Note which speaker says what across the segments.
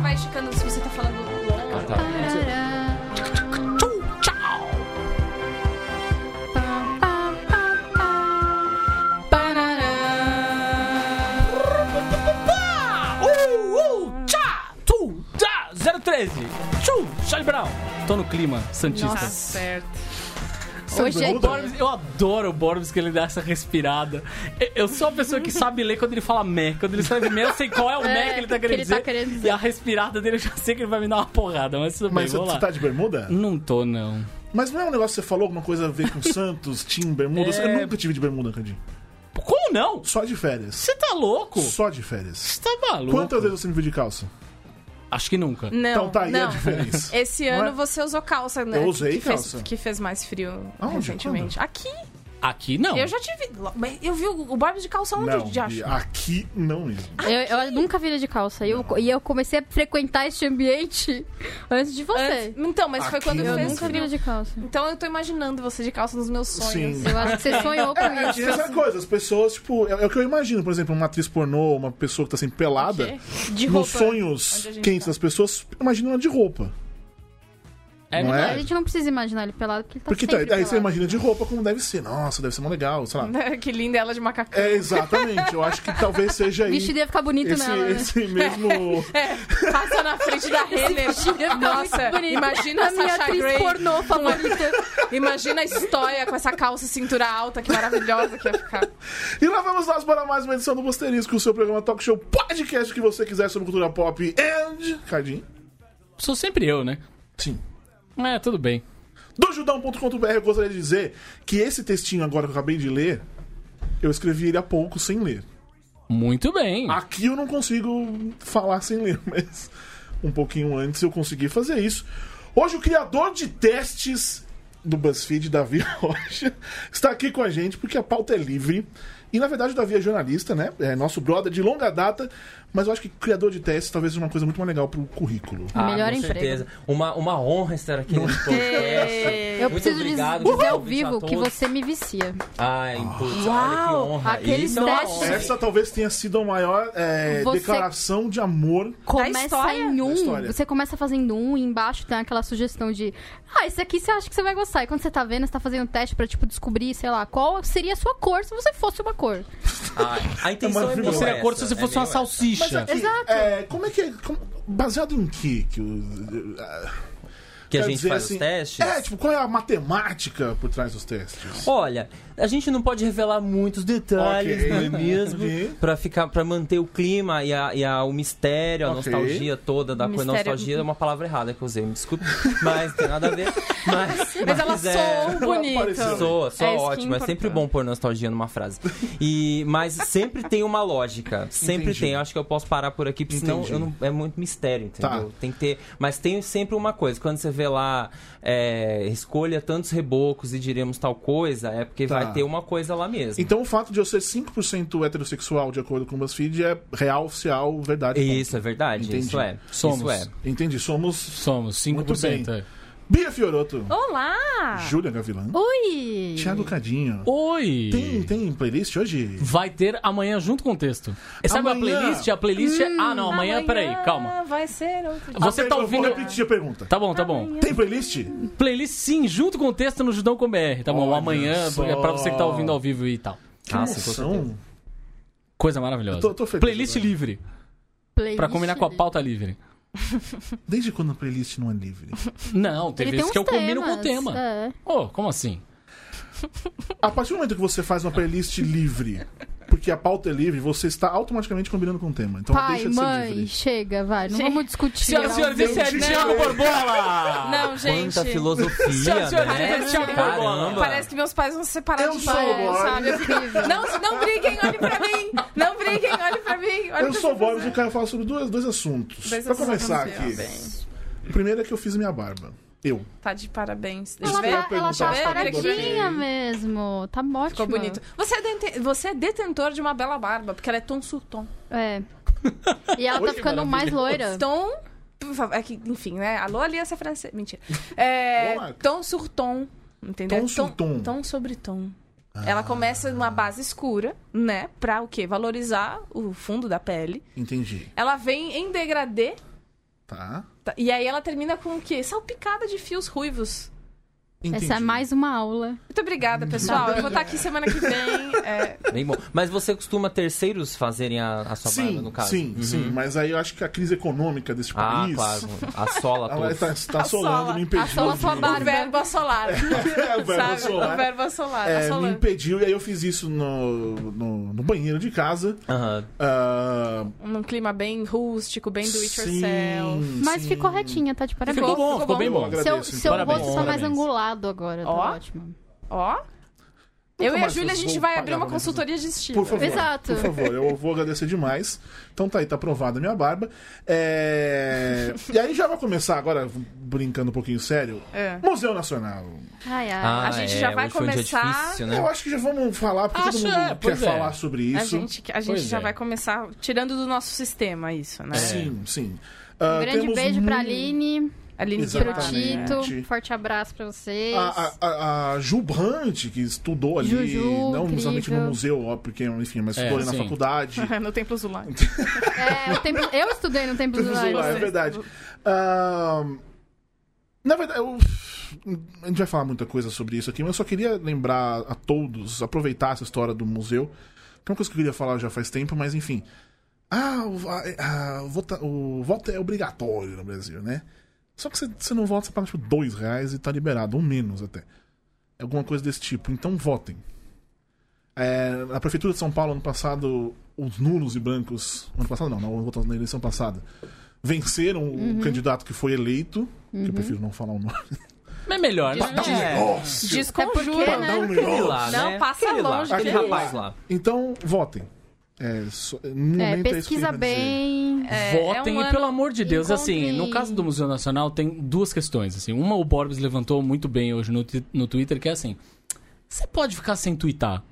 Speaker 1: mexicano se você tá falando
Speaker 2: Ah,
Speaker 1: longo.
Speaker 2: tá.
Speaker 3: Uh, uh, tchá, tu, tchá, 013. Tchu, Charlie Brown. Tô no clima, Santista.
Speaker 1: Tá certo.
Speaker 4: Hoje é
Speaker 3: O Borbs, eu adoro o Borbs que ele dá essa respirada. Eu- Eu sou a pessoa que sabe ler quando ele fala meh. Quando ele escreve meh, eu sei qual é o
Speaker 4: É,
Speaker 3: meh que ele tá
Speaker 4: que
Speaker 3: querendo
Speaker 4: ele
Speaker 3: dizer.
Speaker 4: tá querendo dizer.
Speaker 3: E a respirada dele eu já sei que ele vai me dar uma porrada, mas tudo
Speaker 2: Mas
Speaker 3: bem, vou
Speaker 2: você
Speaker 3: lá.
Speaker 2: tá de bermuda?
Speaker 3: Não tô, não.
Speaker 2: Mas não é um negócio que você falou alguma coisa a ver com Santos, Tim, bermuda?
Speaker 3: É.
Speaker 2: Eu nunca tive de bermuda, Candinho.
Speaker 3: Como não?
Speaker 2: Só de férias.
Speaker 3: Você tá louco? Você
Speaker 2: Só de férias.
Speaker 3: tá maluco?
Speaker 2: Quantas vezes você me viu de calça?
Speaker 3: Acho que nunca.
Speaker 4: Hum.
Speaker 1: Não,
Speaker 2: então tá aí
Speaker 1: não.
Speaker 2: a diferença.
Speaker 1: Esse
Speaker 2: Não
Speaker 1: ano
Speaker 2: é?
Speaker 1: você usou calça, né?
Speaker 2: Eu
Speaker 1: Que-
Speaker 2: usei
Speaker 1: que fez-
Speaker 2: calça.
Speaker 1: que fez mais frio
Speaker 2: Aonde?
Speaker 1: recentemente. Aqui.
Speaker 3: Aqui não.
Speaker 1: Eu já tive. Mas Eu vi o Borbs de calça onde,
Speaker 2: Não,
Speaker 1: de acho?
Speaker 2: Bia, aqui não é. mesmo.
Speaker 4: Eu, eu nunca vi ele de calça. E eu, e eu comecei a frequentar este ambiente antes de você.
Speaker 1: Antes- Então, mas foi
Speaker 2: Aqui
Speaker 1: quando
Speaker 2: eu
Speaker 4: Eu
Speaker 1: fez
Speaker 4: nunca vi
Speaker 1: frio.
Speaker 4: ele de calça.
Speaker 1: Então eu tô imaginando você de calça nos meus sonhos.
Speaker 2: Sim.
Speaker 4: Eu acho que você sonhou
Speaker 1: Ah,
Speaker 4: com
Speaker 2: É, tinha
Speaker 4: isso.
Speaker 1: assim-
Speaker 2: essa coisa, as pessoas, tipo, é, é o que eu imagino, por exemplo, uma atriz pornô, uma pessoa que tá sempre pelada,
Speaker 1: Ok.
Speaker 4: De
Speaker 2: nos
Speaker 4: roupa.
Speaker 2: sonhos
Speaker 1: Onde a gente
Speaker 2: quentes
Speaker 1: tá.
Speaker 2: das pessoas, imagina ela de roupa.
Speaker 3: É
Speaker 2: Não
Speaker 4: A
Speaker 2: é?
Speaker 4: gente não precisa imaginar ele pelado, porque ele tá
Speaker 2: Porque tá,
Speaker 4: sempre
Speaker 2: aí
Speaker 4: pelado.
Speaker 2: você imagina de roupa como deve ser. Nossa, deve ser mó legal, sei lá.
Speaker 1: né? que linda ela de macacão.
Speaker 2: É, exatamente. Eu acho que talvez seja aí
Speaker 4: Vestido ia ficar bonito
Speaker 2: esse,
Speaker 4: nela, né?
Speaker 2: esse mesmo...
Speaker 1: É, passa na frente da Renner. Nossa,
Speaker 4: é Bonito.
Speaker 1: imagina a
Speaker 4: minha
Speaker 1: Sasha
Speaker 4: atriz
Speaker 1: Grey.
Speaker 4: pornô favorita.
Speaker 1: Imagina a história com essa calça e cintura alta, que maravilhosa que ia ficar.
Speaker 2: E lá vamos nós para mais uma edição do Bosterisco, o seu programa talk show podcast que você quiser sobre cultura pop and... Cardim?
Speaker 3: Sou sempre eu, né?
Speaker 2: Sim.
Speaker 3: É, tudo bem.
Speaker 2: Dojudão.com.br eu gostaria de dizer que esse textinho agora que eu acabei de ler, eu escrevi ele há pouco sem ler.
Speaker 3: Muito bem.
Speaker 2: Aqui eu não consigo falar sem ler, mas um pouquinho antes eu consegui fazer isso. Hoje o criador de testes do BuzzFeed, Davi Rocha, está aqui com a gente porque a pauta é livre. E na verdade o Davi é jornalista, né? É nosso brother de longa data, mas eu acho que criador de testes talvez seja uma coisa muito mais legal pro currículo.
Speaker 4: Melhor
Speaker 5: Ah, com
Speaker 4: emprego.
Speaker 5: certeza. Uma, uma honra estar aqui nesse
Speaker 1: É.
Speaker 5: podcast.
Speaker 4: É. Eu
Speaker 5: Muito
Speaker 4: preciso
Speaker 5: obrigado
Speaker 4: diz- dizer
Speaker 5: pelo
Speaker 4: ao
Speaker 5: convite a
Speaker 4: vivo que
Speaker 5: todos.
Speaker 4: você me vicia.
Speaker 5: Ai, putz, olha que
Speaker 4: Uau,
Speaker 5: honra.
Speaker 4: aqueles
Speaker 5: Isso é uma
Speaker 4: testes.
Speaker 5: honra.
Speaker 2: Essa talvez tenha sido a maior é,
Speaker 4: Ah. Você-
Speaker 2: declaração de amor.
Speaker 4: Começa
Speaker 1: história?
Speaker 4: em
Speaker 2: Da
Speaker 4: um,
Speaker 2: história.
Speaker 4: você começa fazendo um e embaixo tem aquela sugestão de Ah, esse aqui você acha que você vai gostar. E quando você tá vendo, você tá fazendo um teste pra, tipo, descobrir, sei lá, qual seria a sua cor se você fosse uma cor.
Speaker 5: Ai, a intenção é
Speaker 2: Você
Speaker 5: meio
Speaker 3: Você é
Speaker 5: essa,
Speaker 3: cor se você
Speaker 5: é
Speaker 3: fosse uma
Speaker 5: meio essa.
Speaker 3: salsicha.
Speaker 2: aqui,
Speaker 4: Exato.
Speaker 2: é, como é que é. como- baseado em que? que o-
Speaker 5: Que a
Speaker 2: Quer
Speaker 5: gente
Speaker 2: dizer
Speaker 5: faz
Speaker 2: assim,
Speaker 5: os testes.
Speaker 2: É, tipo, qual é a matemática por trás dos testes?
Speaker 5: Olha, a gente não pode revelar muitos detalhes,
Speaker 2: Ok.
Speaker 5: não é mesmo?
Speaker 2: Ok.
Speaker 5: Pra ficar, para manter o clima e, a, e a- o mistério, a
Speaker 2: Ok.
Speaker 5: nostalgia toda da coisa.
Speaker 1: Mistério-
Speaker 5: Nostalgia é uma palavra errada que eu usei, me desculpe, mas tem nada a ver. Mas,
Speaker 1: Mas ela
Speaker 5: é-
Speaker 1: soou bonito.
Speaker 2: Apareceu.
Speaker 5: Soa, soa
Speaker 1: É isso que
Speaker 5: ótimo. É
Speaker 1: importa.
Speaker 5: sempre bom pôr nostalgia numa frase. E, mas sempre tem uma lógica. Sempre
Speaker 2: Entendi.
Speaker 5: tem. Eu acho que eu posso parar por aqui, porque senão
Speaker 2: Entendi.
Speaker 5: eu não- é muito mistério, entendeu?
Speaker 2: Tá.
Speaker 5: Tem que ter. Mas tem sempre uma coisa. Quando você vê lá, é, escolha tantos rebocos e diremos tal coisa, é porque
Speaker 2: Tá.
Speaker 5: vai ter uma coisa lá mesmo.
Speaker 2: Então o fato de eu ser 5% heterossexual, de acordo com o BuzzFeed, é real, oficial, verdade.
Speaker 5: Isso é verdade,
Speaker 2: Entendi.
Speaker 5: isso é.
Speaker 3: Somos.
Speaker 5: Isso é.
Speaker 2: ponto. Entendi. Somos
Speaker 3: Somos, 5%.
Speaker 2: Muito bem.
Speaker 3: é.
Speaker 2: Bia Fioroto,
Speaker 1: Olá!
Speaker 2: Júlia Gavilã,
Speaker 4: Ui!
Speaker 2: Thiago Cadinho.
Speaker 3: Oi!
Speaker 2: Tem, tem playlist hoje?
Speaker 3: Vai ter amanhã junto com o texto. E sabe
Speaker 2: Amanhã.
Speaker 3: a playlist? A playlist é... Ah, não, amanhã,
Speaker 4: Hum,
Speaker 3: peraí, calma.
Speaker 1: Vai ser outro dia.
Speaker 3: Você
Speaker 2: Ah,
Speaker 3: tá
Speaker 2: eu
Speaker 3: ouvindo-
Speaker 2: Vou repetir a pergunta.
Speaker 3: Tá bom, tá bom.
Speaker 2: Tem playlist?
Speaker 3: Playlist sim, junto com o texto no Judão com BR, tá bom?
Speaker 2: Olha
Speaker 3: amanhã,
Speaker 2: só.
Speaker 3: pra você que tá ouvindo ao vivo e tal.
Speaker 5: Nossa, Ah, com certeza.
Speaker 2: São.
Speaker 3: Coisa maravilhosa.
Speaker 2: Eu tô- tô feliz
Speaker 3: playlist
Speaker 2: agora.
Speaker 3: livre,
Speaker 4: Playlist
Speaker 3: pra combinar com a
Speaker 4: dele.
Speaker 3: pauta livre.
Speaker 2: Desde quando a playlist não é livre?
Speaker 3: Não, tem
Speaker 4: Ele
Speaker 3: vezes
Speaker 4: uns
Speaker 3: que eu combino com o
Speaker 4: temas,
Speaker 3: tema.
Speaker 4: é.
Speaker 3: Oh, como assim?
Speaker 2: A partir do momento que você faz uma playlist livre, porque a pauta é livre, você está automaticamente combinando com o tema. Então ela
Speaker 4: Pai,
Speaker 2: deixa de
Speaker 4: mãe,
Speaker 2: ser livre.
Speaker 4: chega, vai. Não
Speaker 1: Gente,
Speaker 4: vamos discutir. tá,
Speaker 3: Senhoras e senhores, esse é
Speaker 2: Não,
Speaker 3: Thiago
Speaker 2: gente.
Speaker 3: Borbola!
Speaker 1: Não, gente.
Speaker 5: Quanta
Speaker 3: Senhoras e
Speaker 5: filosofia,
Speaker 3: senhores,
Speaker 5: né?
Speaker 3: esse é o
Speaker 5: Caramba.
Speaker 1: Parece que meus pais vão se separar
Speaker 2: Eu
Speaker 1: de
Speaker 2: sou
Speaker 1: novo,
Speaker 2: o Borbs.
Speaker 1: sabe? Assim, Não, não briguem, olhe pra mim! Não briguem, olhe pra mim! Olhe
Speaker 2: Eu
Speaker 1: pra
Speaker 2: sou o
Speaker 1: mim.
Speaker 2: Boris e eu quero falar sobre dois, dois assuntos.
Speaker 1: Dois
Speaker 2: pra
Speaker 1: assuntos,
Speaker 2: começar
Speaker 1: vamos
Speaker 2: aqui.
Speaker 1: ver,
Speaker 2: O primeiro é que eu fiz minha barba. Eu.
Speaker 1: Tá de parabéns.
Speaker 4: Ela
Speaker 1: Vê?
Speaker 4: tá, ela tá
Speaker 2: perguntar,
Speaker 4: paradinha
Speaker 2: sabe?
Speaker 4: mesmo. Tá ótimo.
Speaker 1: Ficou bonito. Você é, dente- você é detentor de uma bela barba, porque ela é tom sur tom.
Speaker 4: É. E ela tá ficando mais loira.
Speaker 2: então
Speaker 1: Tom. por favor, É que, enfim, né? Alô, Aliança Francesa. Mentira. É,
Speaker 2: Boa.
Speaker 1: tom sur tom. Entendeu?
Speaker 2: Tom Ah. sur tom.
Speaker 1: Tom sobre tom. Ela começa numa base escura, né? Pra o quê? Valorizar o fundo da pele.
Speaker 2: Entendi.
Speaker 1: Ela vem em degradê
Speaker 2: Tá.
Speaker 1: Tá, E aí ela termina com o quê? Salpicada de fios ruivos.
Speaker 2: Entendi.
Speaker 4: Essa é mais uma aula.
Speaker 1: Muito obrigada, pessoal. Eu vou estar aqui semana que vem. É,
Speaker 5: Bem bom. Mas você costuma terceiros fazerem a, a sua barba,
Speaker 2: Sim,
Speaker 5: no caso? Uhum.
Speaker 2: sim, sim. Mas aí eu acho que a crise econômica desse
Speaker 5: Ah,
Speaker 2: país.
Speaker 5: claro. A sola
Speaker 2: Ela
Speaker 5: todos.
Speaker 2: tá, tá assolando,
Speaker 1: Assola.
Speaker 2: me impediu.
Speaker 4: Assola
Speaker 2: de-
Speaker 4: sua barba.
Speaker 1: o verbo assolar.
Speaker 2: É, o verbo
Speaker 1: sabe?
Speaker 2: assolar.
Speaker 1: O verbo tá assolar.
Speaker 2: É, me
Speaker 1: assolar.
Speaker 2: impediu, e aí eu fiz isso no, no, no banheiro de casa.
Speaker 5: Aham.
Speaker 2: Ah,
Speaker 1: Num clima bem rústico, bem do it
Speaker 2: sim,
Speaker 1: yourself.
Speaker 4: Mas
Speaker 2: sim.
Speaker 4: ficou retinha, tá? De parabéns.
Speaker 3: Ficou bom,
Speaker 1: ficou
Speaker 3: ficou bem
Speaker 2: Eu
Speaker 3: bom.
Speaker 2: agradeço,
Speaker 4: Seu,
Speaker 2: então.
Speaker 4: seu
Speaker 3: Parabéns,
Speaker 4: rosto tá mais
Speaker 3: parabéns.
Speaker 4: angulado agora, tá
Speaker 1: Ó.
Speaker 4: ótimo.
Speaker 1: Ó. Eu e a
Speaker 2: mais
Speaker 1: Júlia, a
Speaker 2: vocês
Speaker 1: gente
Speaker 2: vão
Speaker 1: vai
Speaker 2: pagar
Speaker 1: abrir uma
Speaker 2: pra mim fazer-
Speaker 1: consultoria de estilo.
Speaker 2: Por favor.
Speaker 4: Exato.
Speaker 2: Por favor, eu vou agradecer demais. Então tá aí, tá aprovada a minha barba. É, E aí já vai começar agora, brincando um pouquinho sério.
Speaker 1: É.
Speaker 2: Museu Nacional.
Speaker 4: Ai, ai.
Speaker 5: Ah,
Speaker 1: A gente já
Speaker 5: é,
Speaker 1: vai
Speaker 5: hoje foi um dia
Speaker 1: começar-
Speaker 5: difícil, né?
Speaker 2: Eu acho que já vamos falar, porque
Speaker 3: Acho,
Speaker 2: todo mundo
Speaker 3: é,
Speaker 2: quer
Speaker 3: pois é.
Speaker 2: falar sobre
Speaker 1: A
Speaker 2: isso.
Speaker 1: gente, a gente
Speaker 3: Pois
Speaker 1: já
Speaker 3: é.
Speaker 1: vai começar tirando do nosso sistema isso, né?
Speaker 2: Sim, sim. Ah,
Speaker 4: Um grande
Speaker 2: temos
Speaker 4: beijo pra
Speaker 2: mu-
Speaker 4: Aline,
Speaker 1: Aline
Speaker 4: pro
Speaker 2: Exatamente. Ah,
Speaker 1: Guimarães.
Speaker 4: Tito. Um forte abraço pra vocês.
Speaker 2: A, a, a, a Ju Brandt, que estudou ali,
Speaker 4: Juju,
Speaker 2: não necessariamente no
Speaker 4: incrível.
Speaker 2: museu, ó, porque, enfim, mas
Speaker 3: É,
Speaker 2: estudou ali na
Speaker 3: sim.
Speaker 2: faculdade.
Speaker 1: no Templo Zulai.
Speaker 4: É, o tempo- eu estudei no tempo do
Speaker 2: Templo Solar, é
Speaker 4: Live.
Speaker 2: verdade. Ahn, na verdade, eu- a gente vai falar muita coisa sobre isso aqui, mas eu só queria lembrar a todos, aproveitar essa história do museu, que é uma coisa que eu queria falar já faz tempo, mas enfim. Ah, o, a- a- o vota- o voto é obrigatório no Brasil, né? Só que você, você não vota, você paga tipo dois reais e tá liberado, ou menos até. Alguma coisa desse tipo. Então votem. É, a Prefeitura de São Paulo, ano passado, os nulos e brancos. Ano passado não, não, votaram na eleição passada. Venceram
Speaker 4: Uhum.
Speaker 2: o um, candidato que foi eleito, que eu prefiro não falar o nome.
Speaker 3: Mas é melhor, né?
Speaker 2: Nossa!
Speaker 1: É Desconjura,
Speaker 4: né?
Speaker 2: Dá um
Speaker 5: Aquele
Speaker 2: negócio.
Speaker 5: lá,
Speaker 1: Não,
Speaker 5: né?
Speaker 1: passa
Speaker 5: Aquele
Speaker 1: longe,
Speaker 5: lá. Aquele
Speaker 2: aquele
Speaker 5: rapaz lá.
Speaker 2: Então, votem. É, só- no
Speaker 4: É,
Speaker 2: momento é isso que eu
Speaker 4: pesquisa
Speaker 2: tenho pra dizer.
Speaker 4: bem.
Speaker 3: Votem
Speaker 1: é um
Speaker 3: e,
Speaker 1: ano-
Speaker 3: pelo amor de Deus, assim,
Speaker 4: encontrem-
Speaker 3: no caso do Museu Nacional tem duas questões, assim. Uma o Borbs levantou muito bem hoje no, twi- no Twitter, que é assim, você pode ficar sem twittar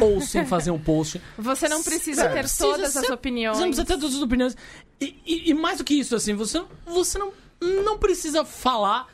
Speaker 3: ou sem fazer um post.
Speaker 1: Você não precisa
Speaker 2: Você
Speaker 1: ter
Speaker 2: não
Speaker 3: precisa
Speaker 1: todas as
Speaker 3: ser-
Speaker 1: opiniões.
Speaker 3: Você não precisa ter todas as opiniões. E, e- e mais do que isso, assim, você, você não, não precisa falar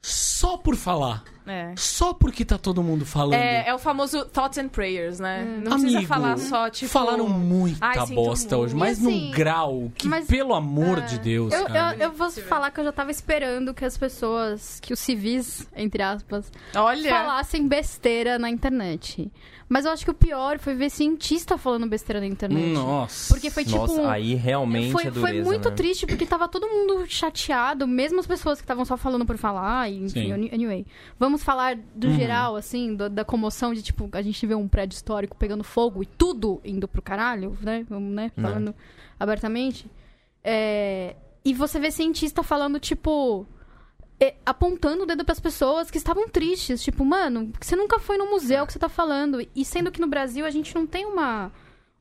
Speaker 3: só por falar.
Speaker 1: É.
Speaker 3: Só porque tá todo mundo falando.
Speaker 1: É, é o famoso thoughts and prayers, né? Não precisa
Speaker 3: Amigo,
Speaker 1: falar só, tipo...
Speaker 3: Falaram muita
Speaker 1: "Ai, sinto
Speaker 3: bosta
Speaker 1: muito."
Speaker 3: hoje, mas
Speaker 4: E assim,
Speaker 3: num grau que,
Speaker 4: mas-
Speaker 3: pelo
Speaker 1: é.
Speaker 3: amor de Deus,
Speaker 4: Eu,
Speaker 3: cara.
Speaker 4: eu, eu vou falar que eu já tava esperando que as pessoas, que os civis, entre aspas,
Speaker 1: Olha...
Speaker 4: falassem besteira na internet. Mas eu acho que o pior foi ver cientista falando besteira na internet.
Speaker 3: Nossa.
Speaker 4: Porque foi tipo.
Speaker 5: Nossa,
Speaker 4: um-
Speaker 5: aí realmente
Speaker 4: foi,
Speaker 5: é
Speaker 4: foi
Speaker 5: dureza,
Speaker 4: muito
Speaker 5: né?
Speaker 4: triste porque tava todo mundo chateado, mesmo as pessoas que estavam só falando por falar, e, enfim,
Speaker 3: Sim.
Speaker 4: any- anyway. Vamos falar do geral, assim, do- da comoção de tipo, a gente vê um prédio histórico pegando fogo e tudo indo pro caralho, né? Vamos, né? Falando abertamente. É, E você vê cientista falando, tipo. é, apontando o dedo pras pessoas que estavam tristes. Tipo, mano, você nunca foi no museu que você tá falando. E sendo que no Brasil a gente não tem uma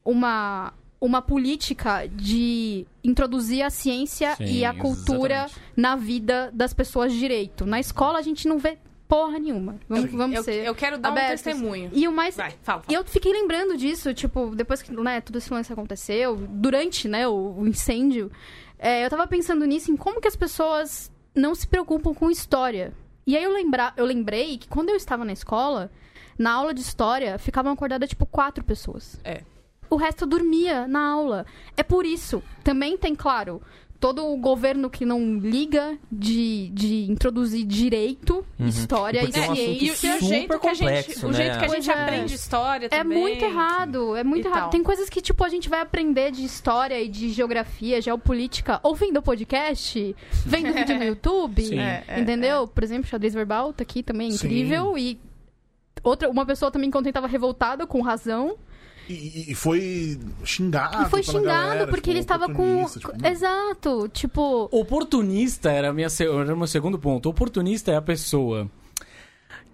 Speaker 4: uma, uma política de introduzir a ciência
Speaker 3: Sim,
Speaker 4: e a cultura
Speaker 3: exatamente.
Speaker 4: na vida das pessoas direito. Na escola a gente não vê porra nenhuma. Vamos, vamos
Speaker 1: Eu,
Speaker 4: ser.
Speaker 1: eu quero dar
Speaker 4: abertos.
Speaker 1: um testemunho.
Speaker 4: E o mais.
Speaker 1: Vai, fala.
Speaker 4: E eu fiquei lembrando disso, tipo, depois que né, todo esse lance aconteceu, durante né, o, o incêndio, é, eu tava pensando nisso, em como que as pessoas não se preocupam com história. E aí eu, lembra, eu lembrei que quando eu estava na escola, na aula de história, ficavam acordadas, tipo, quatro pessoas.
Speaker 1: É.
Speaker 4: O resto dormia na aula. É por isso. Também tem, claro, todo o governo que não liga de, de introduzir direito, história e
Speaker 5: Porque é um assunto
Speaker 1: E,
Speaker 4: ciência.
Speaker 1: e o jeito
Speaker 5: super
Speaker 1: que a gente,
Speaker 5: complexo,
Speaker 1: o
Speaker 5: né?
Speaker 1: jeito que a
Speaker 4: Pois
Speaker 1: gente
Speaker 4: é.
Speaker 1: aprende história
Speaker 4: É
Speaker 1: também.
Speaker 4: muito errado, é muito
Speaker 1: E
Speaker 4: errado.
Speaker 1: tal.
Speaker 4: Tem coisas que, tipo, a gente vai aprender de história e de geografia, geopolítica, ouvindo o podcast, vendo vídeo no YouTube,
Speaker 3: Sim.
Speaker 1: É, é,
Speaker 4: entendeu? Por exemplo, xadrez verbal tá aqui também, é incrível. E outra, uma pessoa também que ontem tava revoltada, com razão,
Speaker 2: E, e- e foi xingado.
Speaker 4: e foi
Speaker 2: pela
Speaker 4: xingado
Speaker 2: galera,
Speaker 4: porque
Speaker 2: Ah, tipo,
Speaker 4: ele estava com...
Speaker 2: oportunista, tipo,
Speaker 4: Exato, tipo...
Speaker 3: Oportunista era, a minha, se- era o meu segundo ponto. Oportunista é a pessoa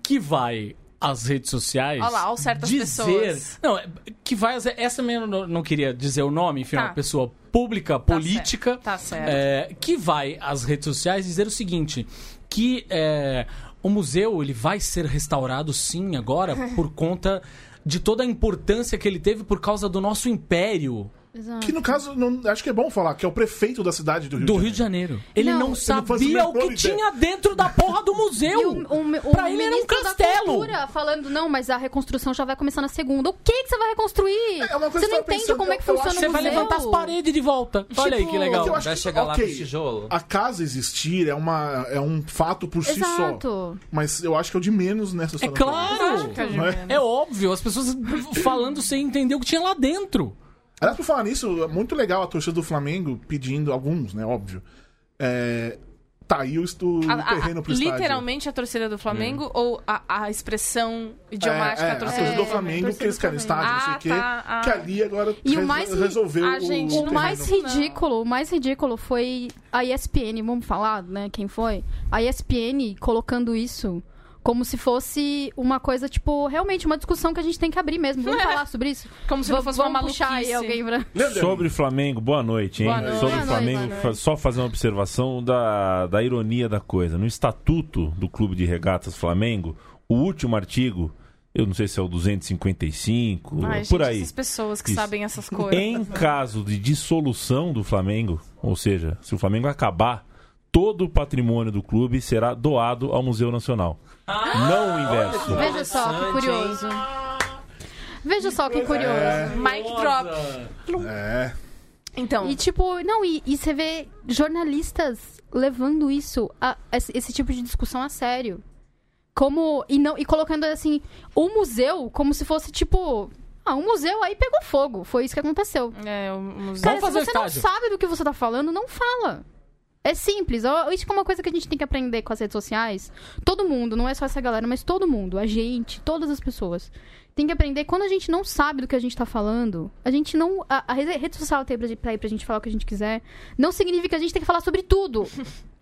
Speaker 3: que vai às redes sociais.
Speaker 1: Olha lá, olha certas
Speaker 3: dizer.
Speaker 1: pessoas.
Speaker 3: Não, é- que vai. às- Essa mesmo não, não queria dizer o nome, enfim, é
Speaker 1: Tá.
Speaker 3: uma pessoa pública, política.
Speaker 1: certo, tá certo.
Speaker 3: é, que vai às redes sociais dizer o seguinte: que é, o museu ele vai ser restaurado sim agora por conta de toda a importância que ele teve por causa do nosso império.
Speaker 4: Exato.
Speaker 2: Que no caso, não- acho que é bom falar, que é o prefeito da cidade do Rio
Speaker 3: Do
Speaker 2: de
Speaker 3: Rio de Janeiro. Ele
Speaker 4: Não,
Speaker 3: não,
Speaker 4: eu não
Speaker 2: faço a
Speaker 3: sabia
Speaker 2: menor
Speaker 3: o que
Speaker 2: ideia.
Speaker 3: tinha dentro da porra do
Speaker 4: E
Speaker 3: museu.
Speaker 4: o- o- o
Speaker 3: pra ele era um
Speaker 4: ministro da
Speaker 3: castelo.
Speaker 4: Cultura falando, não, mas a reconstrução já vai começar na segunda. O que, que você vai reconstruir?
Speaker 2: É uma coisa
Speaker 4: você
Speaker 2: que
Speaker 4: não
Speaker 2: eu tava
Speaker 4: entende
Speaker 2: pensando,
Speaker 4: como é que
Speaker 2: eu acho
Speaker 4: funciona o
Speaker 2: que
Speaker 3: Você
Speaker 4: museu.
Speaker 3: vai levantar as paredes de volta. Olha aí que
Speaker 4: Tipo,
Speaker 3: legal.
Speaker 2: eu acho
Speaker 5: Vai
Speaker 2: que-
Speaker 5: chegar lá
Speaker 2: ok.
Speaker 5: no tijolo.
Speaker 2: A casa existir é, uma, é um fato por si só.
Speaker 4: Exato.
Speaker 2: Mas eu acho que é o de menos nessa
Speaker 3: É
Speaker 2: história.
Speaker 3: claro.
Speaker 1: Lógica,
Speaker 2: Não é?
Speaker 1: Juliana.
Speaker 3: É óbvio. As pessoas falando sem entender o que tinha lá dentro.
Speaker 2: Aliás, por falar nisso, é muito legal a torcida do Flamengo pedindo, alguns, né, óbvio. É, tá aí o, estu- o
Speaker 1: A- a-
Speaker 2: terreno pro estádio.
Speaker 1: literalmente a torcida do Flamengo
Speaker 3: Hum.
Speaker 1: ou a, a expressão idiomática
Speaker 2: é, é,
Speaker 1: a torcida
Speaker 4: torcida
Speaker 2: do
Speaker 4: do
Speaker 2: Flamengo,
Speaker 4: Flamengo.
Speaker 2: que eles querem estádio, não sei o
Speaker 1: Ah,
Speaker 2: quê.
Speaker 1: tá, ah.
Speaker 2: Que ali agora
Speaker 4: E o
Speaker 2: res-
Speaker 4: mais ri-
Speaker 2: resolveu
Speaker 1: Ah, gente,
Speaker 2: o
Speaker 1: não
Speaker 4: O
Speaker 1: Terreno.
Speaker 4: mais
Speaker 2: terreno.
Speaker 4: ridículo, o mais ridículo foi a ESPN, vamos falar, né, quem foi? A ESPN colocando isso como se fosse uma coisa, tipo, realmente uma discussão que a gente tem que abrir mesmo. Vamos falar sobre isso?
Speaker 1: É. Como se não fosse uma
Speaker 4: vamos puxar aí
Speaker 1: maluquice.
Speaker 4: alguém pra...
Speaker 2: Lembra?
Speaker 6: Sobre Flamengo, boa noite, hein?
Speaker 1: Boa noite.
Speaker 6: Sobre
Speaker 4: Boa
Speaker 6: Flamengo,
Speaker 4: noite, boa
Speaker 6: fa- só fazer uma observação da, da ironia da coisa. No estatuto do Clube de Regatas Flamengo, o último artigo, eu não sei se é o 255,
Speaker 1: Ai,
Speaker 6: por
Speaker 1: gente,
Speaker 6: aí.
Speaker 1: Essas pessoas que
Speaker 6: Isso.
Speaker 1: sabem essas coisas.
Speaker 6: Em caso de dissolução do Flamengo, ou seja, se o Flamengo acabar, todo o patrimônio do clube será doado ao Museu Nacional.
Speaker 1: Ah!
Speaker 6: não o inverso.
Speaker 4: Veja só, que
Speaker 5: Interessante,
Speaker 4: curioso. Veja só que curioso.
Speaker 1: Mic drop.
Speaker 2: É.
Speaker 1: Então,
Speaker 4: E tipo, não, e, e você vê jornalistas levando isso, a- esse, esse tipo de discussão a sério. Como. E, não, e colocando assim, o museu como se fosse tipo. Ah, um museu aí pegou fogo. Foi isso que aconteceu.
Speaker 1: é, o museu.
Speaker 4: Cara,
Speaker 3: fazer
Speaker 4: se
Speaker 3: o
Speaker 4: você não
Speaker 3: estádio.
Speaker 4: sabe do que você tá falando, não fala. É simples. Ó, Isso que é uma coisa que a gente tem que aprender com as redes sociais. Todo mundo, não é só essa galera, mas todo mundo, a gente, todas as pessoas. Tem que aprender. Quando a gente não sabe do que a gente tá falando, a gente não. A, a rede rede social tem pra, gente- pra aí pra gente falar o que a gente quiser. Não significa que a gente tem que falar sobre tudo.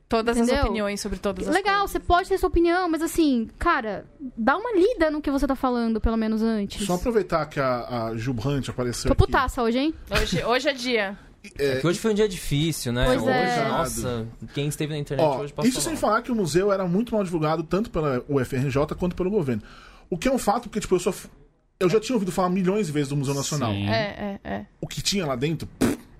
Speaker 1: todas as
Speaker 4: entendeu?
Speaker 1: opiniões sobre todas as
Speaker 4: Legal, você pode ter sua opinião, mas assim, cara, dá uma lida no que você tá falando, pelo menos antes.
Speaker 2: Só aproveitar que a, a Ju Brandt apareceu
Speaker 4: Tô
Speaker 2: aqui.
Speaker 4: putaça hoje, hein?
Speaker 1: Hoje, hoje é dia.
Speaker 5: É que hoje foi um dia difícil, né?
Speaker 4: Pois
Speaker 5: hoje,
Speaker 4: é.
Speaker 5: nossa, quem esteve na internet
Speaker 2: Ó,
Speaker 5: hoje passou
Speaker 2: isso sem
Speaker 5: mal.
Speaker 2: falar que o museu era muito mal divulgado tanto pela UFRJ quanto pelo governo. O que é um fato, porque tipo, eu só f- eu já tinha ouvido falar milhões de vezes do Museu Nacional.
Speaker 3: Sim.
Speaker 1: É, é, é.
Speaker 2: O que tinha lá dentro,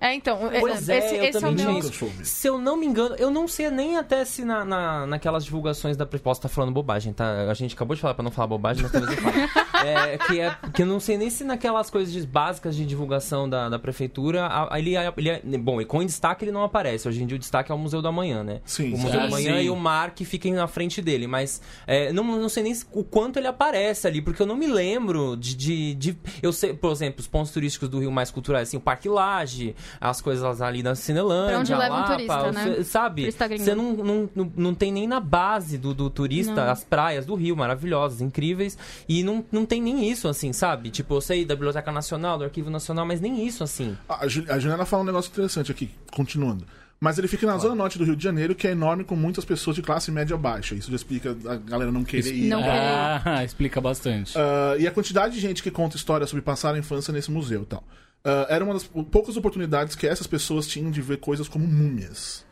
Speaker 1: É, então, é-
Speaker 5: Pois é,
Speaker 1: esse,
Speaker 5: eu
Speaker 1: esse é o
Speaker 5: também tinha
Speaker 1: meu.
Speaker 5: isso.
Speaker 2: nunca soube.
Speaker 5: Se eu não me engano, eu não sei nem até se na, na, naquelas divulgações da proposta tá falando bobagem, tá? A gente acabou de falar pra não falar bobagem, mas talvez eu fale. É, que, é, que eu não sei nem se naquelas coisas de- básicas de divulgação da, da prefeitura, a- a- ele, a- ele é- bom, e com destaque ele não aparece. Hoje em dia o destaque é o Museu do Amanhã, né?
Speaker 2: Sim,
Speaker 5: o
Speaker 2: sim.
Speaker 5: Museu do
Speaker 3: Ah,
Speaker 5: Amanhã
Speaker 3: sim.
Speaker 5: e o Mar que fiquem na frente dele, mas é, não, não sei nem se- o quanto ele aparece ali, porque eu não me lembro de, de- de- Eu sei, por exemplo, os pontos turísticos do Rio mais culturais, assim, o Parque Laje, as coisas ali na Cinelândia,
Speaker 4: Pra onde
Speaker 5: a
Speaker 4: leva um
Speaker 5: Lapa,
Speaker 4: turista,
Speaker 5: o-
Speaker 4: né?
Speaker 5: Sabe?
Speaker 4: Turista gringo.
Speaker 5: Você não, não, não, não tem nem na base do, do turista
Speaker 4: Não.
Speaker 5: as praias do Rio, maravilhosas, incríveis, e não, não tem nem isso, assim, sabe? Tipo, eu sei da Biblioteca Nacional, do Arquivo Nacional, mas nem isso, assim.
Speaker 2: A, Ju- a Juliana fala um negócio interessante aqui, continuando. Mas ele fica na zona norte do Rio de Janeiro, que é enorme com muitas pessoas de classe média baixa. Isso já explica a galera não querer ir. né?
Speaker 4: Não.
Speaker 3: Ah, explica bastante.
Speaker 2: Ah, e a quantidade de gente que conta história sobre passar a infância nesse museu e tal. Ah, era uma das pou- poucas oportunidades que essas pessoas tinham de ver coisas como múmias.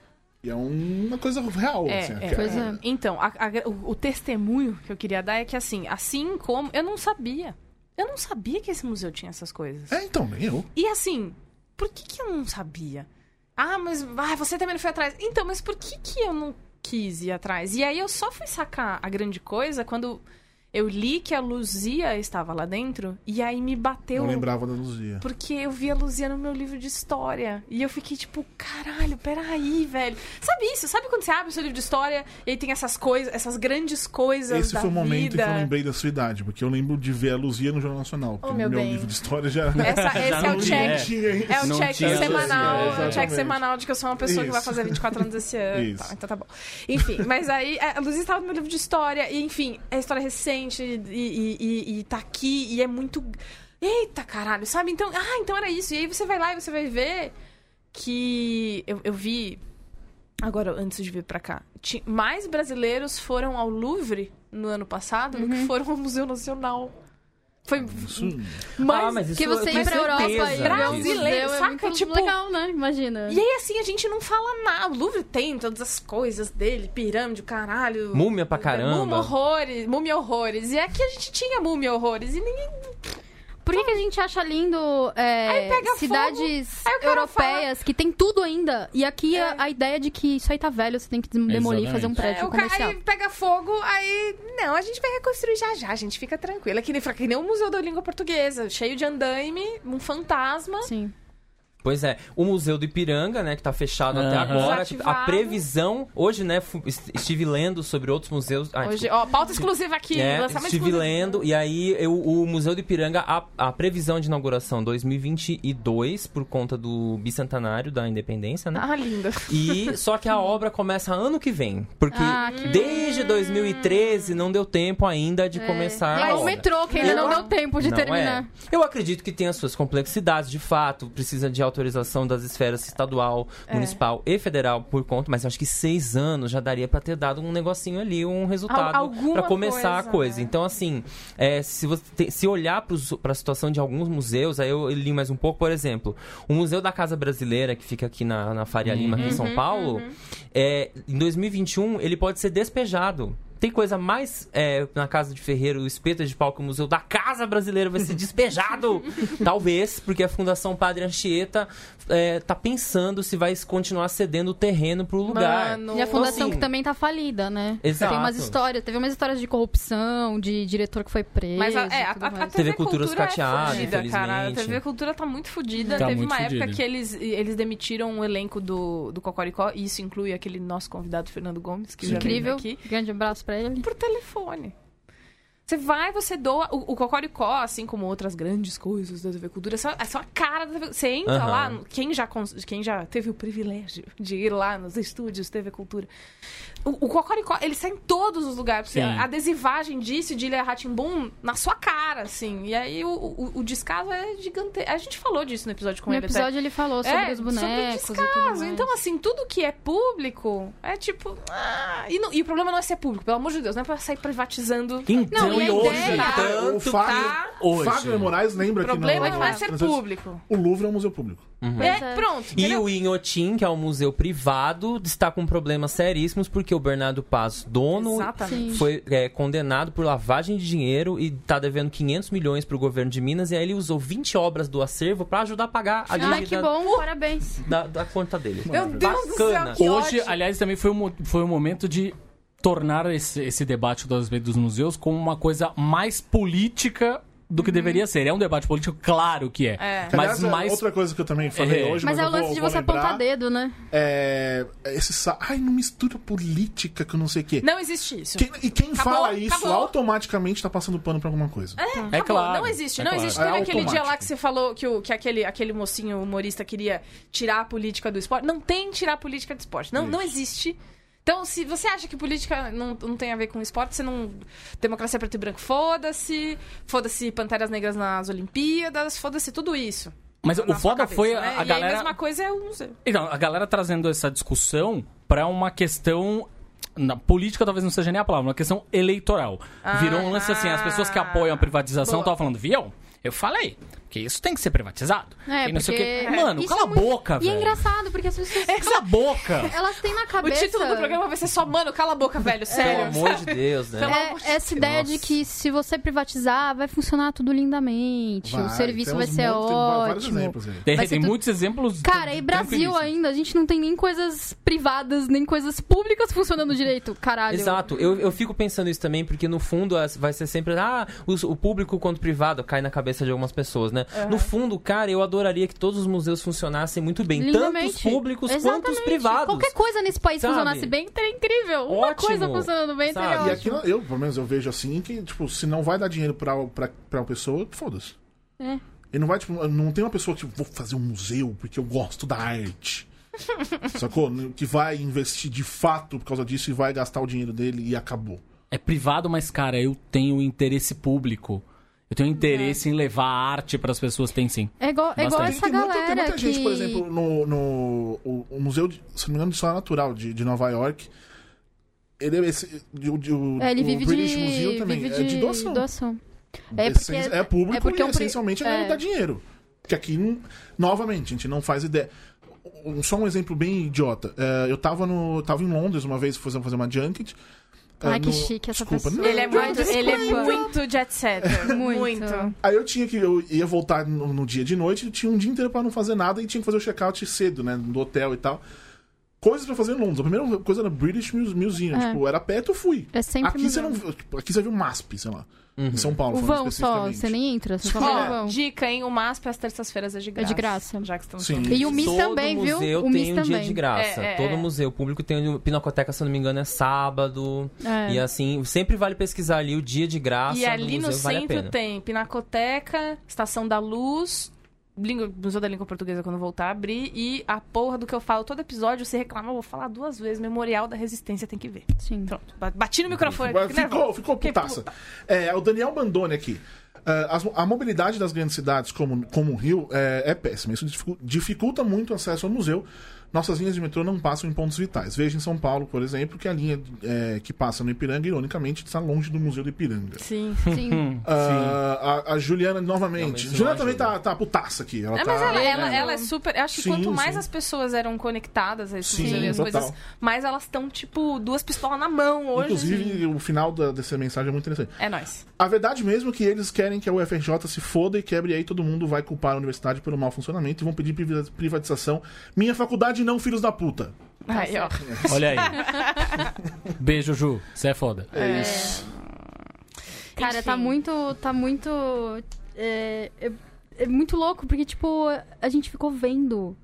Speaker 2: E é uma coisa real,
Speaker 1: É,
Speaker 2: assim.
Speaker 1: é.
Speaker 2: que-
Speaker 4: Pois é.
Speaker 1: Então, a- a- o, o testemunho que eu queria dar é que, assim, assim como. Eu não sabia. Eu não sabia que esse museu tinha essas coisas.
Speaker 2: É, então, nem eu.
Speaker 1: E assim, por que, que eu não sabia? Ah, mas ah, você também não foi atrás. Então, mas por que, que eu não quis ir atrás? E aí eu só fui sacar a grande coisa quando eu li que a Luzia estava lá dentro. E aí me bateu.
Speaker 2: Não lembrava da Luzia.
Speaker 1: Porque eu vi a Luzia no meu livro de história. E eu fiquei tipo, caralho, peraí, velho. Sabe isso? Sabe quando você abre o seu livro de história e aí tem essas coisas, essas grandes coisas
Speaker 2: Esse
Speaker 1: da
Speaker 2: foi o momento
Speaker 1: vida? Oh,
Speaker 2: em que eu lembrei da sua idade, porque eu lembro de ver a Luzia no Jornal Nacional. Porque
Speaker 1: meu
Speaker 2: meu
Speaker 1: bem.
Speaker 2: livro de história já.
Speaker 1: Essa- esse é
Speaker 3: não
Speaker 1: o
Speaker 3: tinha.
Speaker 1: check.
Speaker 2: tinha isso.
Speaker 1: É o
Speaker 3: Não
Speaker 1: check
Speaker 3: tinha Luzia,
Speaker 1: semanal, é o check
Speaker 2: exatamente.
Speaker 1: semanal de que eu sou uma pessoa que vai
Speaker 2: Isso.
Speaker 1: fazer 24 anos esse ano.
Speaker 2: Isso.
Speaker 1: Tá, então tá bom. Enfim, mas aí é, a Luzia estava no meu livro de história, e enfim, é história recente, e, e, e- e tá aqui, e é muito. Eita caralho, sabe? Então, ah, então era isso. E aí você vai lá e você vai ver que eu, eu vi. Agora, antes de vir pra cá, ti- mais brasileiros foram ao Louvre no ano passado do que foram ao Museu Nacional. Foi
Speaker 2: Isso-
Speaker 1: mais
Speaker 5: ah, mas isso
Speaker 4: Porque você
Speaker 5: eu
Speaker 4: ir pra
Speaker 5: tenho
Speaker 4: Europa e
Speaker 5: certeza
Speaker 4: ver
Speaker 5: disso.
Speaker 4: um museu
Speaker 1: Brasileiro,
Speaker 4: é
Speaker 1: saca?
Speaker 4: muito
Speaker 1: Tipo-
Speaker 4: legal, né? Imagina.
Speaker 1: E aí, assim, a gente não fala nada. O Louvre tem todas as coisas dele, pirâmide, o caralho.
Speaker 5: Múmia pra
Speaker 1: Múmia
Speaker 5: caramba.
Speaker 1: é horrores, múmia horrores. E aqui a gente tinha múmia horrores e ninguém.
Speaker 4: Por que, que a gente acha lindo é,
Speaker 1: Aí pega
Speaker 4: cidades
Speaker 1: fogo, aí o cara
Speaker 4: europeias que tem tudo ainda? E aqui a-
Speaker 1: É.
Speaker 4: a, ideia de que isso aí tá velho, você tem que des- demolir,
Speaker 3: Exatamente.
Speaker 4: fazer um prédio
Speaker 1: o cara
Speaker 4: comercial.
Speaker 1: aí pega fogo, aí. Não, a gente vai reconstruir já já, a gente fica tranquila. É Que nem, que nem o Museu da Língua Portuguesa, cheio de andaime, um fantasma.
Speaker 4: Sim.
Speaker 5: Pois é, o Museu do Ipiranga, né, que tá fechado até
Speaker 3: Aham.
Speaker 5: agora.
Speaker 1: Desativado.
Speaker 5: A previsão, hoje, né, fu- est- estive lendo sobre outros museus. Ah,
Speaker 1: Hoje, ó, pauta exclusiva aqui,
Speaker 5: É,
Speaker 1: lançamento
Speaker 5: estive
Speaker 1: exclusivo.
Speaker 5: lendo, e aí eu- o Museu do Ipiranga, a, a previsão de inauguração 2022, por conta do bicentenário da independência, né?
Speaker 1: Ah, lindo.
Speaker 5: E só que a obra começa ano que vem, porque
Speaker 4: Ah, que
Speaker 5: desde 2013 não deu tempo ainda de começar
Speaker 4: é
Speaker 5: a
Speaker 4: igual o
Speaker 5: obra.
Speaker 4: metrô, que ainda
Speaker 5: um
Speaker 4: não
Speaker 1: Eu-
Speaker 4: deu tempo de
Speaker 5: Não
Speaker 4: terminar.
Speaker 5: é. Eu acredito que tem as suas complexidades, de fato. Precisa de autorização das esferas estadual, municipal e federal por conta, mas eu acho que seis anos já daria pra ter dado um negocinho ali, um resultado
Speaker 1: alguma
Speaker 5: pra começar
Speaker 1: coisa,
Speaker 5: a coisa.
Speaker 1: né?
Speaker 5: Então, assim, é, se você te- se olhar pros- pra situação de alguns museus, aí eu li mais um pouco, por exemplo, o Museu da Casa Brasileira, que fica aqui na, na Faria Lima, aqui em São Paulo, é, em 2021 ele pode ser despejado. Tem coisa mais é, na casa de Ferreiro, o espeto de pau que o Museu da Casa Brasileira vai ser despejado. Talvez, porque a Fundação Padre Anchieta é, tá pensando se vai continuar cedendo o terreno pro lugar.
Speaker 1: Mano.
Speaker 4: E a fundação
Speaker 5: assim,
Speaker 4: que também tá falida, né?
Speaker 5: Exato.
Speaker 4: Tem umas histórias, teve umas histórias de corrupção, de diretor que foi preso.
Speaker 1: Mas a, é, a,
Speaker 4: e tudo
Speaker 1: a- a
Speaker 4: mais.
Speaker 1: TV
Speaker 5: TV Cultura
Speaker 1: Cultura
Speaker 5: escateada,
Speaker 1: é fudida, cara. A
Speaker 5: infelizmente.
Speaker 1: TV Cultura tá muito fudida.
Speaker 3: Tá
Speaker 1: Teve
Speaker 3: muito
Speaker 1: uma época
Speaker 3: fudida.
Speaker 1: que eles, eles demitiram o elenco do, do Cocoricó, e isso inclui aquele nosso convidado, Fernando Gomes, que
Speaker 3: Sim.
Speaker 1: já veio
Speaker 4: Incrível.
Speaker 1: aqui.
Speaker 4: Grande abraço pra ele.
Speaker 1: por telefone. Você vai, você doa. O, o Cocoricó, assim como outras grandes coisas da TV Cultura, é só, é só a cara da TV Você entra
Speaker 5: Aham.
Speaker 1: lá, no- quem já, cons- quem já teve o privilégio de ir lá nos estúdios TV Cultura. O, o Cocoricó, ele sai em todos os lugares.
Speaker 3: Sim.
Speaker 1: A adesivagem disso de Ilha Ratimbum na sua cara, assim. E aí o, o- o descaso é gigantesco. A gente falou disso no episódio com
Speaker 4: No
Speaker 1: ele até.
Speaker 4: episódio ele falou sobre
Speaker 1: É,
Speaker 4: os
Speaker 1: sobre
Speaker 4: bonecos e tudo mais.
Speaker 1: Caso. Então, assim, tudo que é público é tipo. ah, e, não- e o problema não é ser público, pelo amor de Deus, não é pra sair privatizando.
Speaker 3: Então,
Speaker 4: Não, e
Speaker 3: e
Speaker 4: a
Speaker 3: hoje?
Speaker 4: ideia- é
Speaker 2: Cara, né, tá? o
Speaker 5: Tanto
Speaker 2: Fábio,
Speaker 3: hoje.
Speaker 2: Fábio de Moraes
Speaker 1: O
Speaker 2: lembra
Speaker 1: problema é
Speaker 2: que
Speaker 1: que
Speaker 2: no-
Speaker 1: não é ser
Speaker 2: transações,
Speaker 1: público.
Speaker 2: O Louvre é um museu público.
Speaker 1: É, pronto.
Speaker 5: E
Speaker 1: entendeu?
Speaker 5: o Inhotim, que é um museu privado, está com problemas seríssimos porque o Bernardo Paz, dono,
Speaker 1: Exatamente.
Speaker 4: Sim.
Speaker 5: foi é, condenado por lavagem de dinheiro e está devendo 500 milhões para o governo de Minas. E aí ele usou 20 obras do acervo para ajudar a pagar a
Speaker 4: Ai, que
Speaker 5: dívida
Speaker 4: bom, parabéns.
Speaker 5: da, da conta dele.
Speaker 1: Meu Deus do céu,
Speaker 5: Bacana.
Speaker 1: que
Speaker 3: Hoje,
Speaker 1: ótimo.
Speaker 3: aliás, também foi um, mo- foi um momento de tornar esse, esse debate das vezes dos museus como uma coisa mais política do que deveria ser. É um debate político, claro que é.
Speaker 1: É.
Speaker 3: Mas
Speaker 2: Aliás, é
Speaker 3: mais.
Speaker 2: outra coisa que eu também falei
Speaker 3: É.
Speaker 2: hoje,
Speaker 4: Mas
Speaker 2: mas,
Speaker 4: é o
Speaker 2: eu vou-
Speaker 4: lance de
Speaker 2: vou
Speaker 4: você
Speaker 2: lembrar,
Speaker 4: apontar dedo, né?
Speaker 2: É, esse sa... Ai, não mistura política que eu não sei o quê.
Speaker 1: Não existe isso.
Speaker 2: Quem- e quem
Speaker 1: Acabou,
Speaker 2: fala isso
Speaker 1: acabou.
Speaker 2: automaticamente tá passando pano pra alguma coisa.
Speaker 1: É,
Speaker 3: É
Speaker 1: acabou.
Speaker 3: claro,
Speaker 1: Não existe,
Speaker 3: é
Speaker 1: não
Speaker 3: claro.
Speaker 1: existe.
Speaker 2: É
Speaker 1: Teve aquele dia lá
Speaker 2: automático.
Speaker 1: que você falou que, o, que aquele, aquele mocinho humorista queria tirar a política do esporte. Não tem tirar a política do esporte. Não, não existe. Então, se você acha que política não, não tem a ver com esporte, você não. Democracia é preto e branco, foda-se. Foda-se Panteras Negras nas Olimpíadas, foda-se tudo isso.
Speaker 3: Mas
Speaker 1: na
Speaker 3: o
Speaker 1: sua
Speaker 3: foda
Speaker 1: cabeça,
Speaker 3: foi a,
Speaker 1: né?
Speaker 3: a
Speaker 1: E aí, a
Speaker 3: galera.
Speaker 1: mesma coisa é o museu.
Speaker 3: Então, a galera trazendo essa discussão pra uma questão. Na política talvez não seja nem a palavra, uma questão eleitoral. Virou um lance assim, as pessoas que apoiam a privatização
Speaker 1: Boa.
Speaker 3: estavam falando, viu? Eu falei, que isso tem que ser privatizado.
Speaker 4: É,
Speaker 3: e não sei o quê.
Speaker 4: porque-
Speaker 3: Mano,
Speaker 4: Isso
Speaker 3: cala
Speaker 4: é
Speaker 3: a
Speaker 4: muito-
Speaker 3: boca,
Speaker 4: E
Speaker 3: velho. É,
Speaker 4: é engraçado, porque as pessoas.
Speaker 3: Cala a boca!
Speaker 4: Elas têm na
Speaker 1: O
Speaker 4: cabeça.
Speaker 1: título do programa vai ser só, mano, cala a boca, velho.
Speaker 5: Pelo
Speaker 1: Sério.
Speaker 5: amor de Deus, né?
Speaker 1: Pelo amor de
Speaker 4: É, essa ideia de
Speaker 5: Nossa.
Speaker 4: que se você privatizar, vai funcionar tudo lindamente. o
Speaker 2: Vai, então
Speaker 4: serviço
Speaker 2: tem
Speaker 4: vai
Speaker 2: uns
Speaker 4: ser
Speaker 2: monte- tem vários
Speaker 4: ótimo.
Speaker 2: exemplos aí.
Speaker 3: Tem,
Speaker 4: Vai ser
Speaker 3: tem
Speaker 4: é tudo-
Speaker 3: muitos exemplos.
Speaker 4: Cara, e Brasil
Speaker 3: tranquilíssimos.
Speaker 4: ainda, a gente não tem nem coisas privadas, nem coisas públicas funcionando direito, caralho.
Speaker 5: Exato, eu, eu fico pensando isso também, porque no fundo as- vai ser sempre, ah, os- o público quanto privado cai na cabeça de algumas pessoas, né? No fundo, cara, eu adoraria que todos os museus funcionassem muito bem, tanto os
Speaker 4: Lindamente.
Speaker 5: públicos quanto os
Speaker 4: Exatamente.
Speaker 5: privados.
Speaker 4: Qualquer coisa nesse país
Speaker 5: Sabe?
Speaker 4: funcionasse bem, teria incrível. Uma
Speaker 5: Ótimo,
Speaker 4: coisa funcionando bem, teria
Speaker 5: sabe?
Speaker 2: E
Speaker 4: ótimo.
Speaker 2: aqui, É eu, pelo menos, eu vejo assim que, tipo, se não vai dar dinheiro pra, pra, pra uma pessoa, foda-se.
Speaker 4: É.
Speaker 2: E não vai, tipo, não tem uma pessoa que, tipo, vou fazer um museu porque eu gosto da arte. Sacou? Que vai investir de fato por causa disso e vai gastar o dinheiro dele e acabou.
Speaker 3: É privado, mas, cara, eu tenho interesse público. Eu tenho interesse em levar a arte para as pessoas, tem sim.
Speaker 4: É igual, é igual
Speaker 3: Bastante.
Speaker 4: essa
Speaker 2: tem, muita, tem
Speaker 4: galera
Speaker 2: muita
Speaker 4: que...
Speaker 2: gente, por exemplo, no, no o, o Museu, de, se não me engano, de História Natural de, de Nova York. Ele é esse. de- de- o-
Speaker 4: É, ele
Speaker 2: o
Speaker 4: vive
Speaker 2: British
Speaker 4: de,
Speaker 2: Museum também.
Speaker 4: vive
Speaker 2: é de doação.
Speaker 4: É porque,
Speaker 2: Essen- é público
Speaker 4: é porque
Speaker 2: e
Speaker 4: é um pri-
Speaker 2: essencialmente é...
Speaker 4: é.
Speaker 2: dá dinheiro. Que aqui, não- novamente, a gente não faz ideia. Um- Só um exemplo bem idiota. É, eu tava, no, tava em Londres uma vez, fui fazer fazer uma junket. Ah,
Speaker 4: Ai, que
Speaker 2: no-
Speaker 4: chique essa
Speaker 2: Desculpa, né?
Speaker 4: pessoa.
Speaker 2: não.
Speaker 1: Ele é muito,
Speaker 4: Ai,
Speaker 1: ele é
Speaker 4: desculpa.
Speaker 1: muito jet setter.
Speaker 4: Muito.
Speaker 1: muito.
Speaker 2: Aí eu tinha que. Eu ia voltar no, no dia de noite, eu tinha um dia inteiro pra não fazer nada e tinha que fazer o check-out cedo, né? Do hotel e tal. Coisas pra fazer em Londres. A primeira coisa era British Muse- Museum.
Speaker 4: É.
Speaker 2: Tipo, era perto, eu fui.
Speaker 4: É sempre
Speaker 2: Aqui você, não, viu- tipo, aqui você viu MASP, sei lá.
Speaker 1: Uhum.
Speaker 2: Em São Paulo,
Speaker 4: O
Speaker 2: falando
Speaker 4: vão só,
Speaker 2: especificamente.
Speaker 4: você nem entra, você só vai no
Speaker 1: Ó,
Speaker 4: vão.
Speaker 1: dica, hein? O MASP às terças-feiras é de graça.
Speaker 4: de graça.
Speaker 1: Já que estamos
Speaker 2: Sim.
Speaker 1: falando.
Speaker 4: E o Miss
Speaker 5: Todo
Speaker 4: também, viu?
Speaker 5: museu
Speaker 4: O Miss
Speaker 5: tem um dia de
Speaker 4: também.
Speaker 5: graça.
Speaker 1: É, é,
Speaker 5: Todo
Speaker 1: é.
Speaker 5: museu público tem um... Pinacoteca, se eu não me engano, é sábado.
Speaker 4: É.
Speaker 5: E assim, sempre vale pesquisar ali o dia de graça
Speaker 1: E ali
Speaker 5: do
Speaker 1: no
Speaker 5: museu, vale a
Speaker 1: centro
Speaker 5: pena.
Speaker 1: tem Pinacoteca, Estação da Luz, língua- Museu da Língua Portuguesa quando voltar a abrir, e a porra do que eu falo todo episódio, você reclama, eu vou falar duas vezes, Memorial da Resistência tem que ver.
Speaker 4: Sim.
Speaker 5: então.
Speaker 1: Pronto, ba- bati no microfone.
Speaker 2: Uhum. Mas
Speaker 1: fiquei
Speaker 2: Ficou,
Speaker 1: nervosa.
Speaker 2: ficou
Speaker 1: Fiquei
Speaker 2: putaça. É, o Daniel Bandone aqui. Ah, as- a mobilidade das grandes cidades, como, como o Rio, é, é péssima. Isso dificu- dificulta muito o acesso ao museu. Nossas linhas de metrô não passam em pontos vitais. Veja em São Paulo, por exemplo, que a linha é, que passa no Ipiranga, ironicamente, está longe do Museu do Ipiranga.
Speaker 1: Sim.
Speaker 4: Sim.
Speaker 2: Ah, a, a Juliana,
Speaker 5: Não,
Speaker 2: novamente.
Speaker 5: mas isso
Speaker 2: Juliana
Speaker 5: não é
Speaker 2: também
Speaker 5: ajuda.
Speaker 2: tá, tá putaça aqui. Ela
Speaker 1: É,
Speaker 2: tá...
Speaker 1: mas ela, ela,
Speaker 4: É.
Speaker 1: ela é super. Eu acho que
Speaker 2: Sim,
Speaker 1: quanto mais
Speaker 2: sim.
Speaker 1: as pessoas eram conectadas a esse
Speaker 2: Sim,
Speaker 1: museu e as
Speaker 2: total.
Speaker 1: coisas, mais elas estão, tipo, duas pistolas na mão hoje.
Speaker 2: Inclusive, o final da- dessa mensagem é muito interessante.
Speaker 1: É nóis.
Speaker 2: A verdade mesmo é que eles querem que a UFRJ se foda e quebre e aí todo mundo vai culpar a universidade pelo mau funcionamento e vão pedir privi- privatização. Minha faculdade não, filhos da puta.
Speaker 5: Tá
Speaker 1: Aí, ó.
Speaker 3: Olha aí. Beijo, Ju. Você é foda.
Speaker 2: É isso.
Speaker 4: Cara, tá
Speaker 1: Enfim.
Speaker 4: muito. Tá muito. É, é- é muito louco, porque, tipo, a gente ficou vendo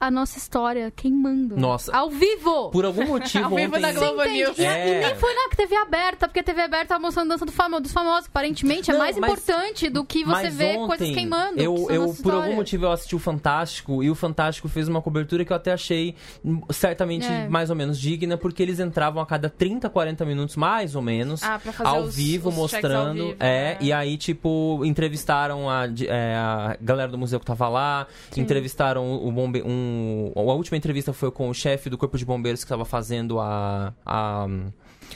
Speaker 4: a nossa história queimando.
Speaker 5: Nossa.
Speaker 4: Ao vivo!
Speaker 5: Por algum motivo
Speaker 1: Ao vivo
Speaker 5: ontem...
Speaker 1: na Globo
Speaker 4: Entende?
Speaker 1: News.
Speaker 4: E, a- e
Speaker 5: É.
Speaker 4: nem foi na TV aberta, porque a TV aberta tava mostrando dança do famo- dos famosos, que aparentemente é
Speaker 5: Não,
Speaker 4: mais
Speaker 5: mas-
Speaker 4: importante do que você
Speaker 5: Mas
Speaker 4: ver
Speaker 5: ontem,
Speaker 4: coisas queimando. que
Speaker 5: Eu,
Speaker 4: são
Speaker 5: eu
Speaker 4: nossa
Speaker 5: por algum
Speaker 4: história.
Speaker 5: motivo, eu assisti o Fantástico e o Fantástico fez uma cobertura que eu até achei hum, certamente
Speaker 4: É.
Speaker 5: mais ou menos digna, porque eles entravam a cada 30, 40 minutos, mais ou menos.
Speaker 1: Ah, pra fazer
Speaker 5: ao
Speaker 1: os-
Speaker 5: vivo,
Speaker 1: os checks ao
Speaker 5: mostrando.
Speaker 1: vivo,
Speaker 5: é,
Speaker 1: né?
Speaker 5: e aí, tipo, entrevistaram a, de- é, a galera do museu que tava lá, entrevistaram o bombe, um, A última entrevista foi com o chefe do Corpo de Bombeiros que tava fazendo a. a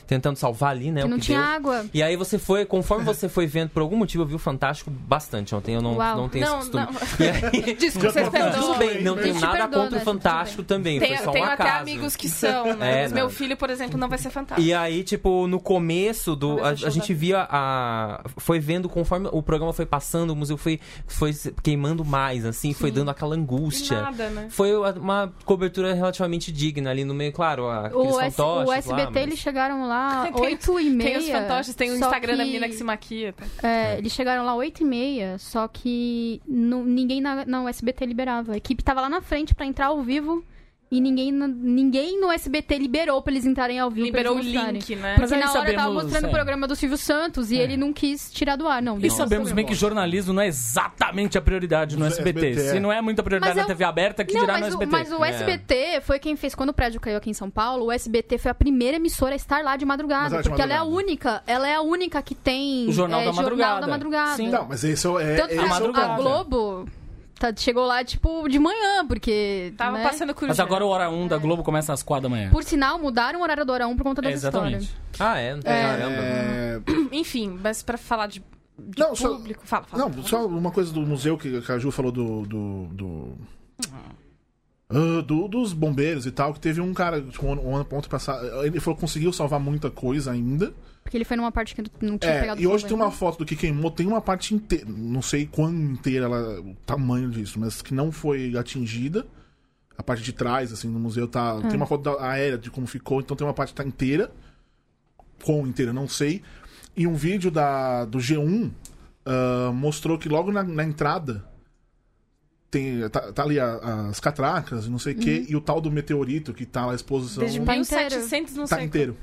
Speaker 5: tentando salvar ali, né?
Speaker 4: Que
Speaker 5: o
Speaker 4: não
Speaker 5: que
Speaker 4: tinha
Speaker 5: deu.
Speaker 4: água.
Speaker 5: E aí você foi, conforme você foi vendo, por algum motivo eu vi o Fantástico bastante ontem. Eu não,
Speaker 4: Uau.
Speaker 5: não tenho esse
Speaker 1: Não,
Speaker 5: costume.
Speaker 1: não.
Speaker 5: E aí-
Speaker 1: Desculpa, vocês
Speaker 2: Não,
Speaker 1: perdoam.
Speaker 5: Tudo bem, não
Speaker 2: A
Speaker 5: tenho
Speaker 4: gente
Speaker 5: nada
Speaker 4: perdoa,
Speaker 5: contra o
Speaker 4: né? Tudo
Speaker 5: Fantástico também.
Speaker 1: Tem,
Speaker 5: foi só
Speaker 1: tenho
Speaker 5: um
Speaker 1: até
Speaker 5: acaso.
Speaker 1: amigos que são, né?
Speaker 5: É,
Speaker 1: Mas
Speaker 5: não.
Speaker 1: meu filho, por exemplo, não vai ser
Speaker 4: Ah.
Speaker 1: fantástico.
Speaker 5: E aí, tipo, no começo do.
Speaker 1: Talvez
Speaker 5: A,
Speaker 1: eu
Speaker 5: a gente
Speaker 1: jogue.
Speaker 5: via a. Foi vendo conforme o programa foi passando, o museu foi, foi se queimando mais, assim, foi dando aquela
Speaker 1: E
Speaker 5: angústia.
Speaker 1: nada, né?
Speaker 5: Foi uma- uma cobertura relativamente digna ali no meio, claro, a- aqueles
Speaker 4: O, S-
Speaker 5: fantoches.
Speaker 4: o SBT,
Speaker 5: lá, mas-
Speaker 4: eles chegaram lá
Speaker 1: Tem-
Speaker 4: 8 e meia.
Speaker 1: Tem os fantoches, tem o
Speaker 4: só
Speaker 1: Instagram da
Speaker 4: que-
Speaker 1: menina que se maquia. tá?
Speaker 4: É, eles chegaram lá 8 e meia, só que nu- ninguém na, na USBT liberava. A equipe tava lá na frente pra entrar ao vivo e ninguém, na- ninguém no SBT liberou pra eles entrarem ao vivo. pra
Speaker 1: Liberou o
Speaker 4: eles mostrarem.
Speaker 1: link, né?
Speaker 3: Mas
Speaker 4: Porque
Speaker 3: aí
Speaker 4: na hora tava
Speaker 3: É. sabemos,
Speaker 4: mostrando
Speaker 3: é.
Speaker 4: o programa do Silvio Santos e ele não quis tirar do ar, não.
Speaker 3: E
Speaker 4: deixa
Speaker 3: sabemos bem que jornalismo não é exatamente a prioridade no
Speaker 2: No
Speaker 3: SBT.
Speaker 2: SBT, é.
Speaker 3: Se não é muita prioridade
Speaker 4: Mas
Speaker 3: na
Speaker 4: eu-
Speaker 3: TV aberta, que
Speaker 4: Não,
Speaker 3: dirá
Speaker 4: mas,
Speaker 3: no
Speaker 4: o,
Speaker 3: SBT.
Speaker 4: mas o
Speaker 5: É.
Speaker 4: SBT foi quem fez. Quando o prédio caiu aqui em São Paulo, o SBT foi a primeira emissora a estar lá de madrugada.
Speaker 2: Mas era de
Speaker 4: porque ela é a
Speaker 2: madrugada.
Speaker 4: única, ela é a única que tem
Speaker 3: O Jornal
Speaker 4: é,
Speaker 3: da Madrugada.
Speaker 4: da madrugada.
Speaker 3: Sim.
Speaker 2: Não, mas esse é, o- é,
Speaker 4: Tanto que
Speaker 2: esse
Speaker 4: a-
Speaker 2: é
Speaker 4: a,
Speaker 2: o-
Speaker 3: madrugada.
Speaker 4: Globo tá- chegou lá, tipo, de manhã, porque.
Speaker 1: Tava
Speaker 4: né?
Speaker 1: passando cruz.
Speaker 3: É. Mas agora o Hora 1 da Globo começa às 4 da manhã.
Speaker 4: Por sinal, mudaram o horário do Hora 1 por conta
Speaker 3: É,
Speaker 4: dessa
Speaker 3: exatamente.
Speaker 4: história.
Speaker 5: Ah, é? Caramba.
Speaker 2: é,
Speaker 1: Enfim, mas pra falar de, de
Speaker 2: Não, só-
Speaker 1: público, fala, fala.
Speaker 2: Não, só uma coisa do museu que que a Ju falou do. do, do- Ah, do- dos bombeiros e tal, que teve um cara, tipo, um ano, um ano ponto passado. Ele falou que conseguiu salvar muita coisa ainda.
Speaker 4: Porque ele foi numa parte que não tinha
Speaker 2: É,
Speaker 4: pegado
Speaker 2: e
Speaker 4: fogo
Speaker 2: hoje
Speaker 4: né?
Speaker 2: tem uma
Speaker 4: ainda.
Speaker 2: foto do que queimou, tem uma parte inteira, não sei quão inteira ela, o tamanho disso, mas que não foi atingida. A parte de trás, assim, no museu tá. Tem uma foto da aérea de como ficou, então tem uma parte que tá inteira. Quão inteira, não sei. E um vídeo da, do G1 ah, mostrou que logo na, na entrada tem, tá, tá ali a- as catracas, não sei o quê, e o tal do meteorito que tá lá a exposição.
Speaker 1: Desde
Speaker 4: Tá
Speaker 1: 1700, não
Speaker 2: tá
Speaker 1: sei.
Speaker 2: inteiro.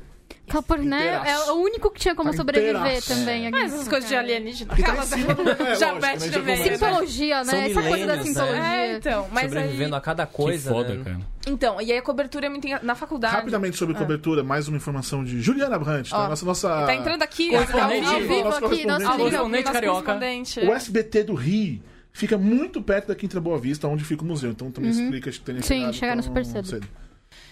Speaker 4: Tá por, né? É
Speaker 2: Inteiraço.
Speaker 4: o único que tinha como
Speaker 2: Tá
Speaker 4: sobreviver
Speaker 2: inteiraço.
Speaker 4: também.
Speaker 3: É.
Speaker 4: aqui.
Speaker 1: Mas essas coisas de alienígena.
Speaker 2: E tá em cima do. É,
Speaker 1: Já
Speaker 2: lógico,
Speaker 1: mete
Speaker 2: né,
Speaker 1: no
Speaker 2: já
Speaker 1: meio.
Speaker 2: começa.
Speaker 4: Sintologia,
Speaker 5: São
Speaker 4: né? Essa coisa da
Speaker 5: milênios,
Speaker 4: sintologia.
Speaker 1: É, então, mas aí...
Speaker 5: Sobrevivendo a cada coisa.
Speaker 3: que foda,
Speaker 5: né?
Speaker 3: cara.
Speaker 1: Então, e aí a cobertura é muito engra- na faculdade.
Speaker 2: Rapidamente sobre cobertura, mais uma informação de Juliana Brandt, tá?
Speaker 1: Ah. Ó,
Speaker 2: Nossa, nossa...
Speaker 1: Tá entrando aqui, ó, ao
Speaker 3: Correspondente.
Speaker 1: vivo.
Speaker 4: Ao vivo
Speaker 2: Nosso
Speaker 4: aqui, nosso
Speaker 2: correspondente.
Speaker 4: amigo.
Speaker 3: Correspondente
Speaker 1: Nosso
Speaker 3: carioca.
Speaker 1: correspondente.
Speaker 2: O SBT do Rio fica muito perto da Quinta Boa Vista, onde fica o museu. Então também
Speaker 1: Uhum.
Speaker 2: explica que tem
Speaker 4: Sim, chegaram super cedo.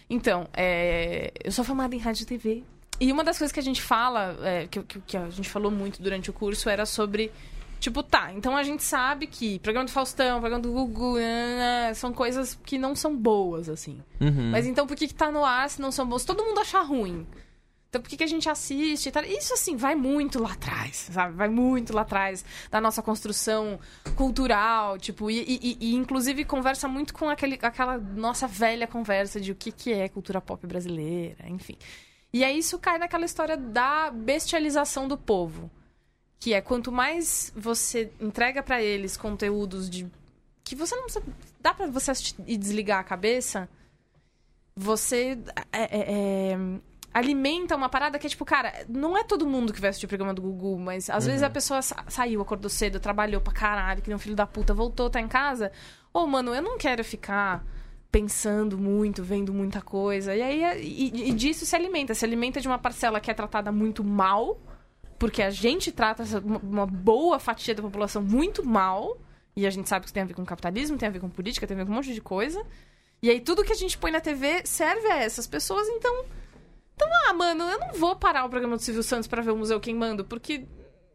Speaker 1: Então, é, eu sou formada em rádio e TV. E uma das coisas que a gente fala, é, que, que- que a gente falou muito durante o curso, era sobre. Tipo, tá, então a gente sabe que programa do Faustão, programa do Gugu, nananã, são coisas que não são boas, assim.
Speaker 5: Uhum.
Speaker 1: Mas então por que, que tá no ar se não são boas? Todo mundo acha ruim. Então, por que, que a gente assiste e tal? Isso, assim, vai muito lá atrás, sabe? Vai muito lá atrás da nossa construção cultural, tipo, e, e- e, inclusive conversa muito com aquele, aquela nossa velha conversa de o que, que é cultura pop brasileira, enfim. E aí isso cai naquela história da bestialização do povo. Que é quanto mais você entrega pra eles conteúdos de. que você não precisa. dá pra você assistir e desligar a cabeça, você. é- é- é, alimenta uma parada que é tipo, cara, não é todo mundo que vai assistir o programa do Gugu, mas às vezes a pessoa sa- saiu, acordou cedo, trabalhou pra caralho, que nem um filho da puta, voltou, tá em casa. Ô, mano, eu não quero ficar pensando muito, vendo muita coisa. E aí, é- e, e disso se alimenta. Se alimenta de uma parcela que é tratada muito mal, porque a gente trata essa- uma- uma boa fatia da população muito mal. E a gente sabe que isso tem a ver com capitalismo, tem a ver com política, tem a ver com um monte de coisa. E aí tudo que a gente põe na TV serve a essas pessoas, então ah, mano, eu não vou parar o programa do Silvio Santos pra ver o Museu Queimando, porque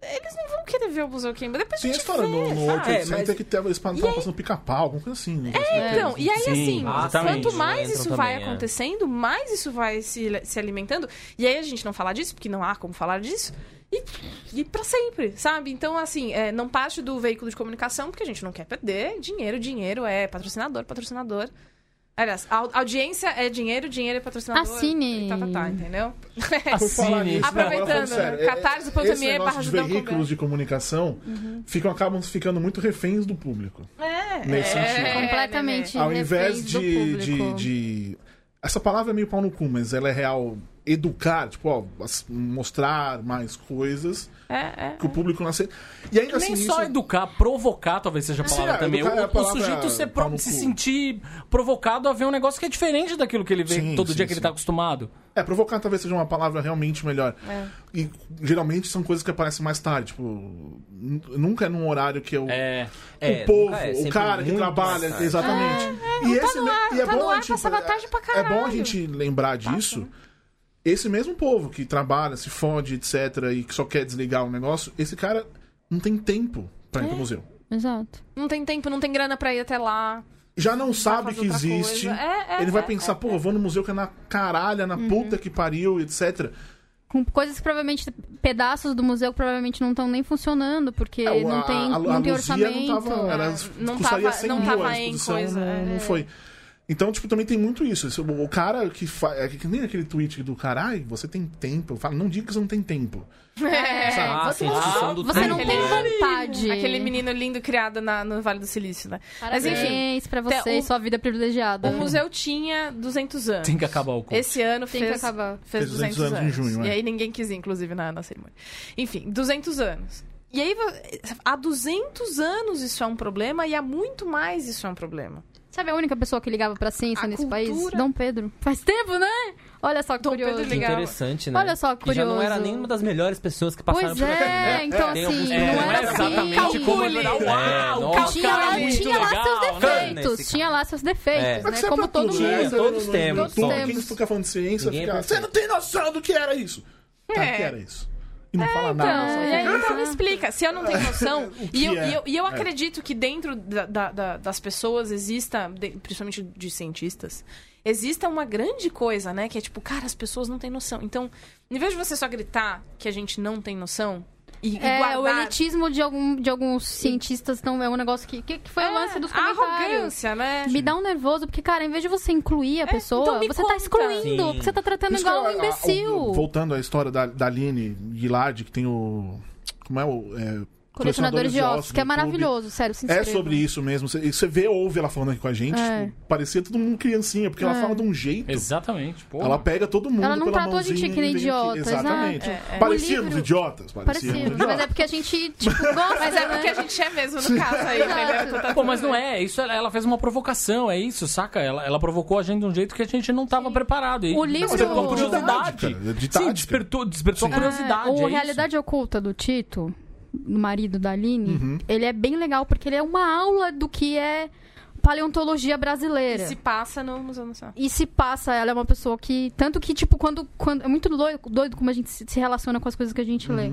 Speaker 1: eles não vão querer ver o Museu Queimando. Depois
Speaker 2: Tem
Speaker 1: a
Speaker 2: a
Speaker 1: gente
Speaker 2: é história
Speaker 1: vê,
Speaker 2: no, no 800
Speaker 1: sabe?
Speaker 5: É, mas-
Speaker 2: que teve, eles estavam passando pica-pau, alguma coisa assim. né?
Speaker 1: É, então, e aí
Speaker 3: Sim,
Speaker 1: assim,
Speaker 3: exatamente.
Speaker 1: quanto mais
Speaker 5: Entram
Speaker 1: isso vai
Speaker 5: também, é.
Speaker 1: acontecendo, mais isso vai se, se alimentando. E aí a gente não falar disso, porque não há como falar disso. E, e para sempre, sabe? Então, assim, é, não parte do veículo de comunicação, porque a gente não quer perder dinheiro. Dinheiro é patrocinador, patrocinador. Aliás, au- audiência é dinheiro, dinheiro é patrocinador.
Speaker 4: Assine.
Speaker 1: E Tá, tá, tá, entendeu?
Speaker 3: Tá
Speaker 2: Por falar
Speaker 3: Assine.
Speaker 2: nisso, não, agora
Speaker 1: Aproveitando,
Speaker 2: falando sério, é- é-
Speaker 1: catarse.me
Speaker 2: esse negócio
Speaker 1: barra
Speaker 2: de
Speaker 1: Judão Uhum. Comer.
Speaker 2: veículos de comunicação ficam, acabam ficando muito reféns do público.
Speaker 1: É,
Speaker 2: Nesse
Speaker 1: é,
Speaker 2: sentido.
Speaker 4: Completamente.
Speaker 2: Ao invés
Speaker 4: reféns do
Speaker 2: de, de,
Speaker 4: público.
Speaker 2: de- Essa palavra é meio pau no cu, mas ela é real. Educar, tipo, ó, as- mostrar mais coisas
Speaker 1: É, é.
Speaker 2: que o público não aceita. E ainda
Speaker 3: Nem
Speaker 2: assim, isso-
Speaker 3: só educar, provocar talvez seja a palavra
Speaker 2: é,
Speaker 3: também. O,
Speaker 2: educar é a
Speaker 3: o
Speaker 2: palavra
Speaker 3: sujeito ser pro-
Speaker 2: pau no
Speaker 3: se
Speaker 2: cu.
Speaker 3: sentir provocado a ver um negócio que é diferente daquilo que ele vê
Speaker 2: Sim,
Speaker 3: todo
Speaker 2: sim,
Speaker 3: dia que ele
Speaker 2: sim.
Speaker 3: tá acostumado.
Speaker 2: É, provocar talvez seja uma palavra realmente melhor.
Speaker 1: É.
Speaker 2: E geralmente são coisas que aparecem mais tarde, tipo, nu- nunca é num horário que eu.
Speaker 3: É.
Speaker 5: É,
Speaker 2: o povo,
Speaker 5: nunca é,
Speaker 2: o
Speaker 5: sempre
Speaker 2: cara que
Speaker 5: muito
Speaker 2: trabalha,
Speaker 5: mais tarde.
Speaker 2: exatamente. e
Speaker 1: tá no ar, tá no ar, passava tarde pra
Speaker 2: é bom a
Speaker 1: caralho.
Speaker 2: gente lembrar disso. Esse mesmo povo que trabalha, se fode, etc, e que só quer desligar o negócio, esse cara não tem tempo pra ir
Speaker 1: É.
Speaker 2: pro museu.
Speaker 4: Exato.
Speaker 1: Não tem tempo, não tem grana pra ir até lá.
Speaker 2: Já não sabe
Speaker 1: fazer
Speaker 2: que
Speaker 1: outra
Speaker 2: existe.
Speaker 1: coisa. É, é,
Speaker 2: ele vai
Speaker 1: é, Uhum.
Speaker 2: pensar, pô, eu vou no museu que é na caralha, na puta que pariu, etc.
Speaker 4: Com coisas que provavelmente. Pedaços do museu que provavelmente não estão nem funcionando, porque
Speaker 2: É, o-
Speaker 4: não
Speaker 2: a-
Speaker 4: tem,
Speaker 2: a,
Speaker 4: não tem
Speaker 2: Luzia
Speaker 4: orçamento.
Speaker 2: Não tava, era,
Speaker 1: né?
Speaker 2: tipo,
Speaker 1: não
Speaker 2: custaria
Speaker 1: tava-
Speaker 2: 100
Speaker 1: não
Speaker 2: mil
Speaker 1: tava
Speaker 2: a
Speaker 1: em
Speaker 2: exposição,
Speaker 1: coisa,
Speaker 2: Não, não
Speaker 1: é.
Speaker 2: foi. Então, tipo, também tem muito isso. Esse- O cara que faz. É que nem aquele tweet do caralho, você tem tempo. Fala, não diga que você não tem tempo.
Speaker 1: É.
Speaker 5: Ah, sim, a discussão do
Speaker 4: Você não
Speaker 5: tempo,
Speaker 4: tem
Speaker 5: né?
Speaker 4: vontade.
Speaker 1: Aquele menino lindo criado na- no Vale do Silício, né?
Speaker 4: Parabéns
Speaker 1: Mas enfim,
Speaker 4: pra
Speaker 1: tem
Speaker 4: você e
Speaker 1: um-
Speaker 4: sua vida privilegiada.
Speaker 1: o museu tinha 200 anos.
Speaker 3: Tem que acabar o conto.
Speaker 1: Esse ano
Speaker 4: Tem que
Speaker 1: fez,
Speaker 4: acabar.
Speaker 1: fez
Speaker 2: Fez
Speaker 1: 200,
Speaker 2: 200 anos em junho,
Speaker 1: E
Speaker 2: é.
Speaker 1: aí ninguém quis ir, inclusive, na, na cerimônia. Enfim, 200 anos. E aí, vo- há 200 anos isso é um problema e há muito mais isso é um problema.
Speaker 4: Sabe a única pessoa que ligava pra ciência
Speaker 1: A
Speaker 4: nesse país?
Speaker 1: cultura-
Speaker 4: Dom Pedro. Faz tempo, né? Olha só que
Speaker 1: Dom Pedro
Speaker 4: curioso.
Speaker 5: Que
Speaker 1: Legal.
Speaker 5: interessante, né?
Speaker 4: Olha só,
Speaker 5: Que já não era
Speaker 4: curioso.
Speaker 5: nenhuma das melhores pessoas que passaram
Speaker 4: Pois
Speaker 5: por aqui,
Speaker 4: é,
Speaker 5: né?
Speaker 4: então
Speaker 5: Tem
Speaker 4: assim,
Speaker 5: alguns-
Speaker 4: não
Speaker 5: É, não
Speaker 4: era
Speaker 5: é
Speaker 4: assim.
Speaker 3: exatamente como ele
Speaker 1: Calcule.
Speaker 5: É,
Speaker 3: Uau,
Speaker 5: nossa.
Speaker 4: Tinha lá,
Speaker 3: muito
Speaker 4: tinha lá
Speaker 3: legal.
Speaker 4: seus defeitos,
Speaker 5: Nesse
Speaker 4: tinha lá seus defeitos,
Speaker 5: É.
Speaker 2: Mas
Speaker 4: né?
Speaker 2: isso é
Speaker 4: Como
Speaker 2: pra
Speaker 4: todo
Speaker 2: tudo,
Speaker 4: mundo.
Speaker 2: né?
Speaker 5: mundo. Todos temos,
Speaker 2: Tudo.
Speaker 4: todos
Speaker 2: Quem
Speaker 4: temos.
Speaker 2: fica falando de ciência
Speaker 5: Ninguém é
Speaker 2: fica. Você
Speaker 5: perfeito.
Speaker 2: não tem noção do que era isso. Tá,
Speaker 1: É.
Speaker 2: que era isso. E
Speaker 4: É,
Speaker 2: não fala
Speaker 4: então,
Speaker 2: nada. Tá, só
Speaker 1: Então, E
Speaker 2: fica-
Speaker 1: aí você me explica. Se eu não tenho noção.
Speaker 2: O que
Speaker 1: e, eu,
Speaker 2: é?
Speaker 1: e eu- e eu
Speaker 2: É.
Speaker 1: acredito que dentro da- da- da- das pessoas exista, de- principalmente de cientistas, exista uma grande coisa, né? Que é tipo, cara, as pessoas não têm noção. Então, em vez de você só gritar que a gente não tem noção e, e
Speaker 4: É, o
Speaker 1: guardar.
Speaker 4: elitismo de, algum, de alguns cientistas não é um negócio que. que, que foi o lance dos
Speaker 1: a
Speaker 4: comentários?
Speaker 1: arrogância, né?
Speaker 4: Me dá um nervoso, porque, cara, em vez de você incluir a pessoa,
Speaker 1: então me
Speaker 4: você
Speaker 1: conta.
Speaker 4: tá excluindo,
Speaker 5: Sim.
Speaker 4: porque você tá tratando
Speaker 2: Isso que
Speaker 4: igual um
Speaker 2: eu- a- o-
Speaker 4: imbecil.
Speaker 2: voltando à história da, da Aline Guilard, que tem o. Como é o. É,
Speaker 4: Colecionadores de ossos, que é
Speaker 2: no YouTube.
Speaker 4: maravilhoso, sério, se
Speaker 2: É
Speaker 4: inscrevam.
Speaker 2: sobre isso mesmo. Você- Você vê, ouve ela falando aqui com a gente.
Speaker 4: É.
Speaker 2: tipo, parecia todo mundo criancinha, porque ela fala de um jeito.
Speaker 3: Exatamente, pô.
Speaker 2: Ela pega todo mundo
Speaker 4: Ela não
Speaker 2: pela
Speaker 4: tratou a gente
Speaker 2: mãozinha
Speaker 4: que nem
Speaker 2: e vem
Speaker 4: idiota,
Speaker 2: aqui. Exatamente.
Speaker 4: exato. É, é.
Speaker 2: Parecíamos
Speaker 4: O livro-
Speaker 2: idiotas.
Speaker 4: Parecia,
Speaker 2: Parecíamos
Speaker 4: mas é
Speaker 2: idiotas.
Speaker 4: porque a gente, tipo, gosta.
Speaker 1: Mas é porque
Speaker 4: né?
Speaker 1: a gente é mesmo, no caso aí, entendeu?
Speaker 4: Exato.
Speaker 3: Pô, mas não é, isso ela, ela fez uma provocação, é isso, saca? Ela, ela provocou a gente de um jeito que a gente não tava preparado. E
Speaker 4: O livro-
Speaker 3: despertou
Speaker 4: Não, mas é
Speaker 2: curiosidade,
Speaker 3: curiosidade.
Speaker 2: cara, é de
Speaker 3: Sim,
Speaker 2: tática.
Speaker 3: despertou, despertou
Speaker 2: Sim.
Speaker 3: curiosidade.
Speaker 4: Ah, O
Speaker 3: é isso.
Speaker 4: Realidade Oculta do Tito, do marido da Aline,
Speaker 2: Uhum.
Speaker 4: ele é bem legal porque ele é uma aula do que é paleontologia
Speaker 1: E
Speaker 4: brasileira.
Speaker 1: se passa no Museu Nacional.
Speaker 4: E se passa, ela é uma pessoa que. Tanto que, tipo, quando. quando é muito doido, doido
Speaker 2: Uhum.
Speaker 4: como a gente se se relaciona com as coisas que a gente lê.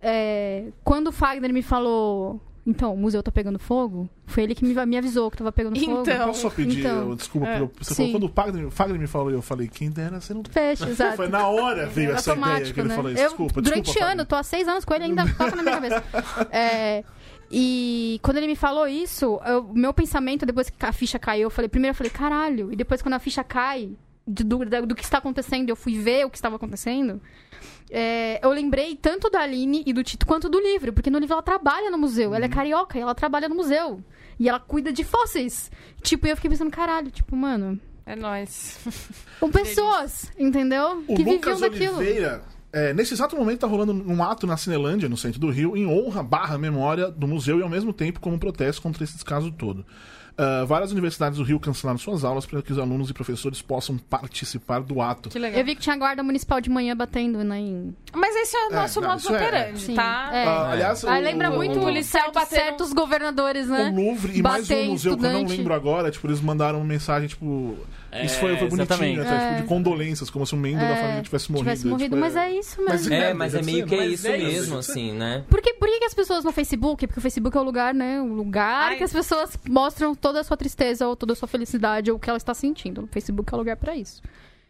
Speaker 4: É, quando o Fagner me falou Então, o museu tá pegando fogo? Foi ele que me, me avisou que tava pegando fogo.
Speaker 1: Então.
Speaker 2: Posso só pedir
Speaker 4: Então.
Speaker 2: eu- desculpa?
Speaker 1: É.
Speaker 2: pelo- você
Speaker 4: Sim.
Speaker 2: falou, quando o Fagner, o Fagner me falou, eu falei, quem dera, você não.
Speaker 4: Fecha, exato.
Speaker 2: Foi na hora veio essa ideia
Speaker 4: É Automático,
Speaker 2: é que ele
Speaker 4: né?
Speaker 2: falou isso.
Speaker 4: Eu,
Speaker 2: Desculpa,
Speaker 4: durante
Speaker 2: desculpa.
Speaker 4: ano, eu tô há seis anos com ele ainda toca na minha cabeça. É, e quando ele me falou isso, eu- meu pensamento, depois que a ficha caiu, eu falei, primeiro eu falei, caralho. E depois quando a ficha cai, de- do, da- do que está acontecendo, eu fui ver o que estava acontecendo. é, eu lembrei tanto da Aline e do Tito quanto do livro, porque no livro ela trabalha no museu,
Speaker 2: Uhum.
Speaker 4: ela é carioca e ela trabalha no museu. E ela cuida de fósseis. Tipo, e eu fiquei pensando, caralho, tipo, mano.
Speaker 1: É nóis.
Speaker 4: Com pessoas, entendeu?
Speaker 2: O
Speaker 4: que viviam
Speaker 2: Lucas
Speaker 4: daquilo.
Speaker 2: Oliveira, é, nesse exato momento, tá rolando um ato na Cinelândia, no centro do Rio, em honra barra memória do museu e ao mesmo tempo como um protesto contra esse descaso todo. Ah, várias universidades do Rio cancelaram suas aulas para que os alunos e professores possam participar do ato.
Speaker 1: Que legal.
Speaker 4: Eu vi que tinha guarda municipal de manhã batendo né, em.
Speaker 1: Mas esse é o
Speaker 2: É,
Speaker 1: nosso
Speaker 2: não,
Speaker 1: modus
Speaker 2: isso é-
Speaker 1: operandi,
Speaker 4: Sim.
Speaker 1: tá?
Speaker 4: É.
Speaker 2: Ah, aliás,
Speaker 4: Ah,
Speaker 2: o-
Speaker 4: lembra
Speaker 2: o-
Speaker 4: muito
Speaker 1: o policial
Speaker 4: certos,
Speaker 1: bater
Speaker 4: certos governadores, né?
Speaker 2: O Louvre e mais
Speaker 4: Bater
Speaker 2: um
Speaker 4: em
Speaker 2: museu que eu não
Speaker 4: estudante.
Speaker 2: lembro agora, tipo, eles mandaram uma mensagem, tipo. isso
Speaker 3: É,
Speaker 2: foi,
Speaker 3: exatamente.
Speaker 2: foi bonitinho, até, tipo, de condolências, como se um membro da
Speaker 4: É,
Speaker 2: família tivesse morrido.
Speaker 4: Tivesse
Speaker 2: é, tipo,
Speaker 4: morrido,
Speaker 2: é-
Speaker 4: mas é isso mesmo.
Speaker 2: Mas-
Speaker 5: É, mas é meio que é
Speaker 3: Mas
Speaker 5: isso
Speaker 3: é isso.
Speaker 5: mesmo, assim, né?
Speaker 4: Por, que, por que que as pessoas no Facebook? Porque o Facebook é o lugar, né? O lugar
Speaker 1: Ai.
Speaker 4: que as pessoas mostram toda a sua tristeza ou toda a sua felicidade ou o que ela está sentindo. O Facebook é o lugar pra isso.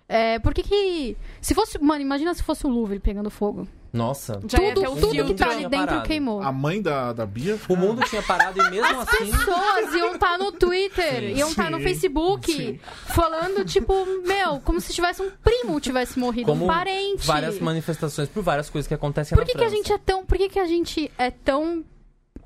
Speaker 4: É, por que que. Se fosse. Mano, imagina se fosse o Louvre pegando fogo.
Speaker 5: Nossa.
Speaker 1: Já ia ter
Speaker 4: tudo
Speaker 1: um
Speaker 4: tudo que
Speaker 1: filtro.
Speaker 4: tá ali dentro
Speaker 5: Parado.
Speaker 4: queimou.
Speaker 2: A mãe da, da Bia.
Speaker 5: O mundo tinha parado e mesmo assim.
Speaker 4: pessoas iam estar no Twitter, iam estar no
Speaker 2: Sim,
Speaker 4: Facebook,
Speaker 2: sim.
Speaker 4: falando, tipo, meu, como se tivesse um primo tivesse morrido,
Speaker 5: Como
Speaker 4: um parente.
Speaker 5: várias manifestações por várias coisas que acontecem
Speaker 4: Por
Speaker 5: na
Speaker 4: que, que a
Speaker 5: França.
Speaker 4: gente é tão. Por que, que a gente é tão.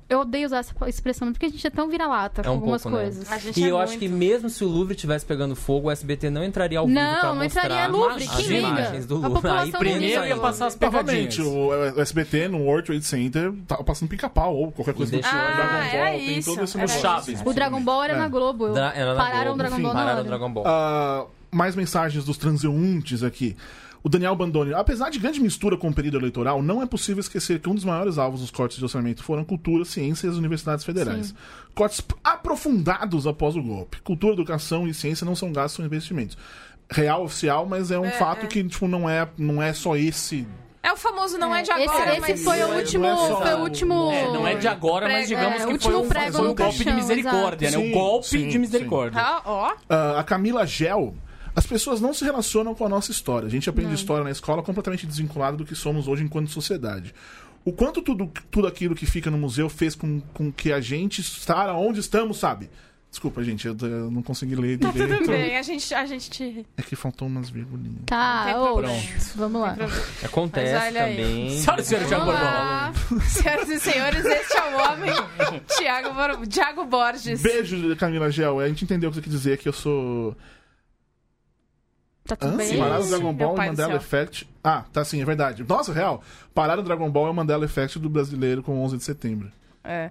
Speaker 4: Eu odeio usar essa expressão, mas por que a gente é tão vira-lata com
Speaker 5: um
Speaker 4: algumas
Speaker 5: pouco, né?
Speaker 4: coisas?
Speaker 1: A gente
Speaker 5: E
Speaker 1: é
Speaker 5: eu acho
Speaker 1: muito.
Speaker 5: que mesmo se o Louvre estivesse pegando fogo, o SBT não entraria ao vivo
Speaker 4: Não,
Speaker 5: pra
Speaker 4: não entraria
Speaker 5: mostrar
Speaker 4: Louvre,
Speaker 5: as
Speaker 3: que liga.
Speaker 5: imagens do
Speaker 4: A
Speaker 5: Louvre.
Speaker 4: população
Speaker 5: Aí
Speaker 4: não
Speaker 5: prende
Speaker 4: liga.
Speaker 5: isso
Speaker 3: Primeiro
Speaker 5: aí.
Speaker 3: ia passar as
Speaker 2: Provavelmente,
Speaker 3: pegadinhas.
Speaker 2: o é, o SBT no World Trade Center tava passando pica-pau ou qualquer coisa
Speaker 5: E
Speaker 2: do tipo.
Speaker 5: deixou-
Speaker 2: Dragon
Speaker 1: Ah,
Speaker 2: Ball,
Speaker 1: era
Speaker 2: tem
Speaker 1: isso,
Speaker 2: todo esse
Speaker 1: era
Speaker 2: negócio.
Speaker 3: isso. Chaves.
Speaker 4: é O Dragon Ball era
Speaker 2: É.
Speaker 4: na Globo. eu-
Speaker 5: Dra- era na
Speaker 4: pararam o
Speaker 5: Globo,
Speaker 4: Dragon
Speaker 5: enfim,
Speaker 4: Ball na
Speaker 5: Pararam o
Speaker 4: hora.
Speaker 5: Dragon Ball.
Speaker 2: Ah, mais mensagens dos transeuntes aqui. O Daniel Bandoni. Apesar de grande mistura com o período eleitoral, não é possível esquecer que um dos maiores alvos dos cortes de orçamento foram cultura, ciência e as universidades federais. Cortes p- aprofundados após o golpe. Cultura, educação e ciência não são gastos, são investimentos. Real oficial, mas é um fato que tipo, não, é, não é só esse.
Speaker 1: É o famoso não é, de
Speaker 4: Esse-
Speaker 1: agora,
Speaker 4: esse
Speaker 1: mas...
Speaker 4: foi o
Speaker 2: Não é-
Speaker 4: último.
Speaker 2: não é só
Speaker 4: foi
Speaker 2: o-
Speaker 4: o último.
Speaker 3: É, não é de agora, mas
Speaker 1: Prego.
Speaker 3: digamos
Speaker 4: É,
Speaker 3: que
Speaker 4: último
Speaker 3: foi um,
Speaker 4: prego
Speaker 3: foi um
Speaker 2: no
Speaker 3: golpe de
Speaker 4: caixão,
Speaker 3: misericórdia, né? Um
Speaker 2: exato.
Speaker 3: golpe
Speaker 2: Sim,
Speaker 3: de
Speaker 2: sim.
Speaker 3: misericórdia.
Speaker 1: Tá, ó.
Speaker 2: Ah, a Camila Gel. As pessoas não se relacionam com a nossa história. A gente aprende história na escola completamente desvinculada do que somos hoje enquanto sociedade. O quanto tudo, tudo aquilo que fica no museu fez com, com que a gente estar onde estamos, sabe? Desculpa, gente, eu, eu não consegui ler
Speaker 1: Tá
Speaker 2: direito.
Speaker 1: tudo bem, a gente, a gente te...
Speaker 2: É que faltou umas virgulinhas.
Speaker 1: Não
Speaker 4: Tá,
Speaker 1: tem
Speaker 4: ô,
Speaker 1: problema.
Speaker 4: vamos lá.
Speaker 1: Mas
Speaker 5: Acontece
Speaker 1: olha aí.
Speaker 5: também.
Speaker 3: Senhoras e senhores, Thiago
Speaker 4: Vamos
Speaker 3: Borbola.
Speaker 4: lá.
Speaker 1: Senhoras e senhores, este é o homem, Thiago, Bor- Thiago Borges.
Speaker 2: Beijo, Camila Gel. A gente entendeu o que você quis dizer, que eu sou.
Speaker 4: Tá tudo
Speaker 2: Antes,
Speaker 4: bem?
Speaker 2: pararam o Dragon
Speaker 1: Meu
Speaker 2: Ball e
Speaker 1: pai do
Speaker 2: Mandela
Speaker 1: céu.
Speaker 2: Effect. Ah, tá sim, é verdade. Nossa, real. Pararam o Dragon Ball e o Mandela Effect do brasileiro com 11 de setembro.
Speaker 1: É.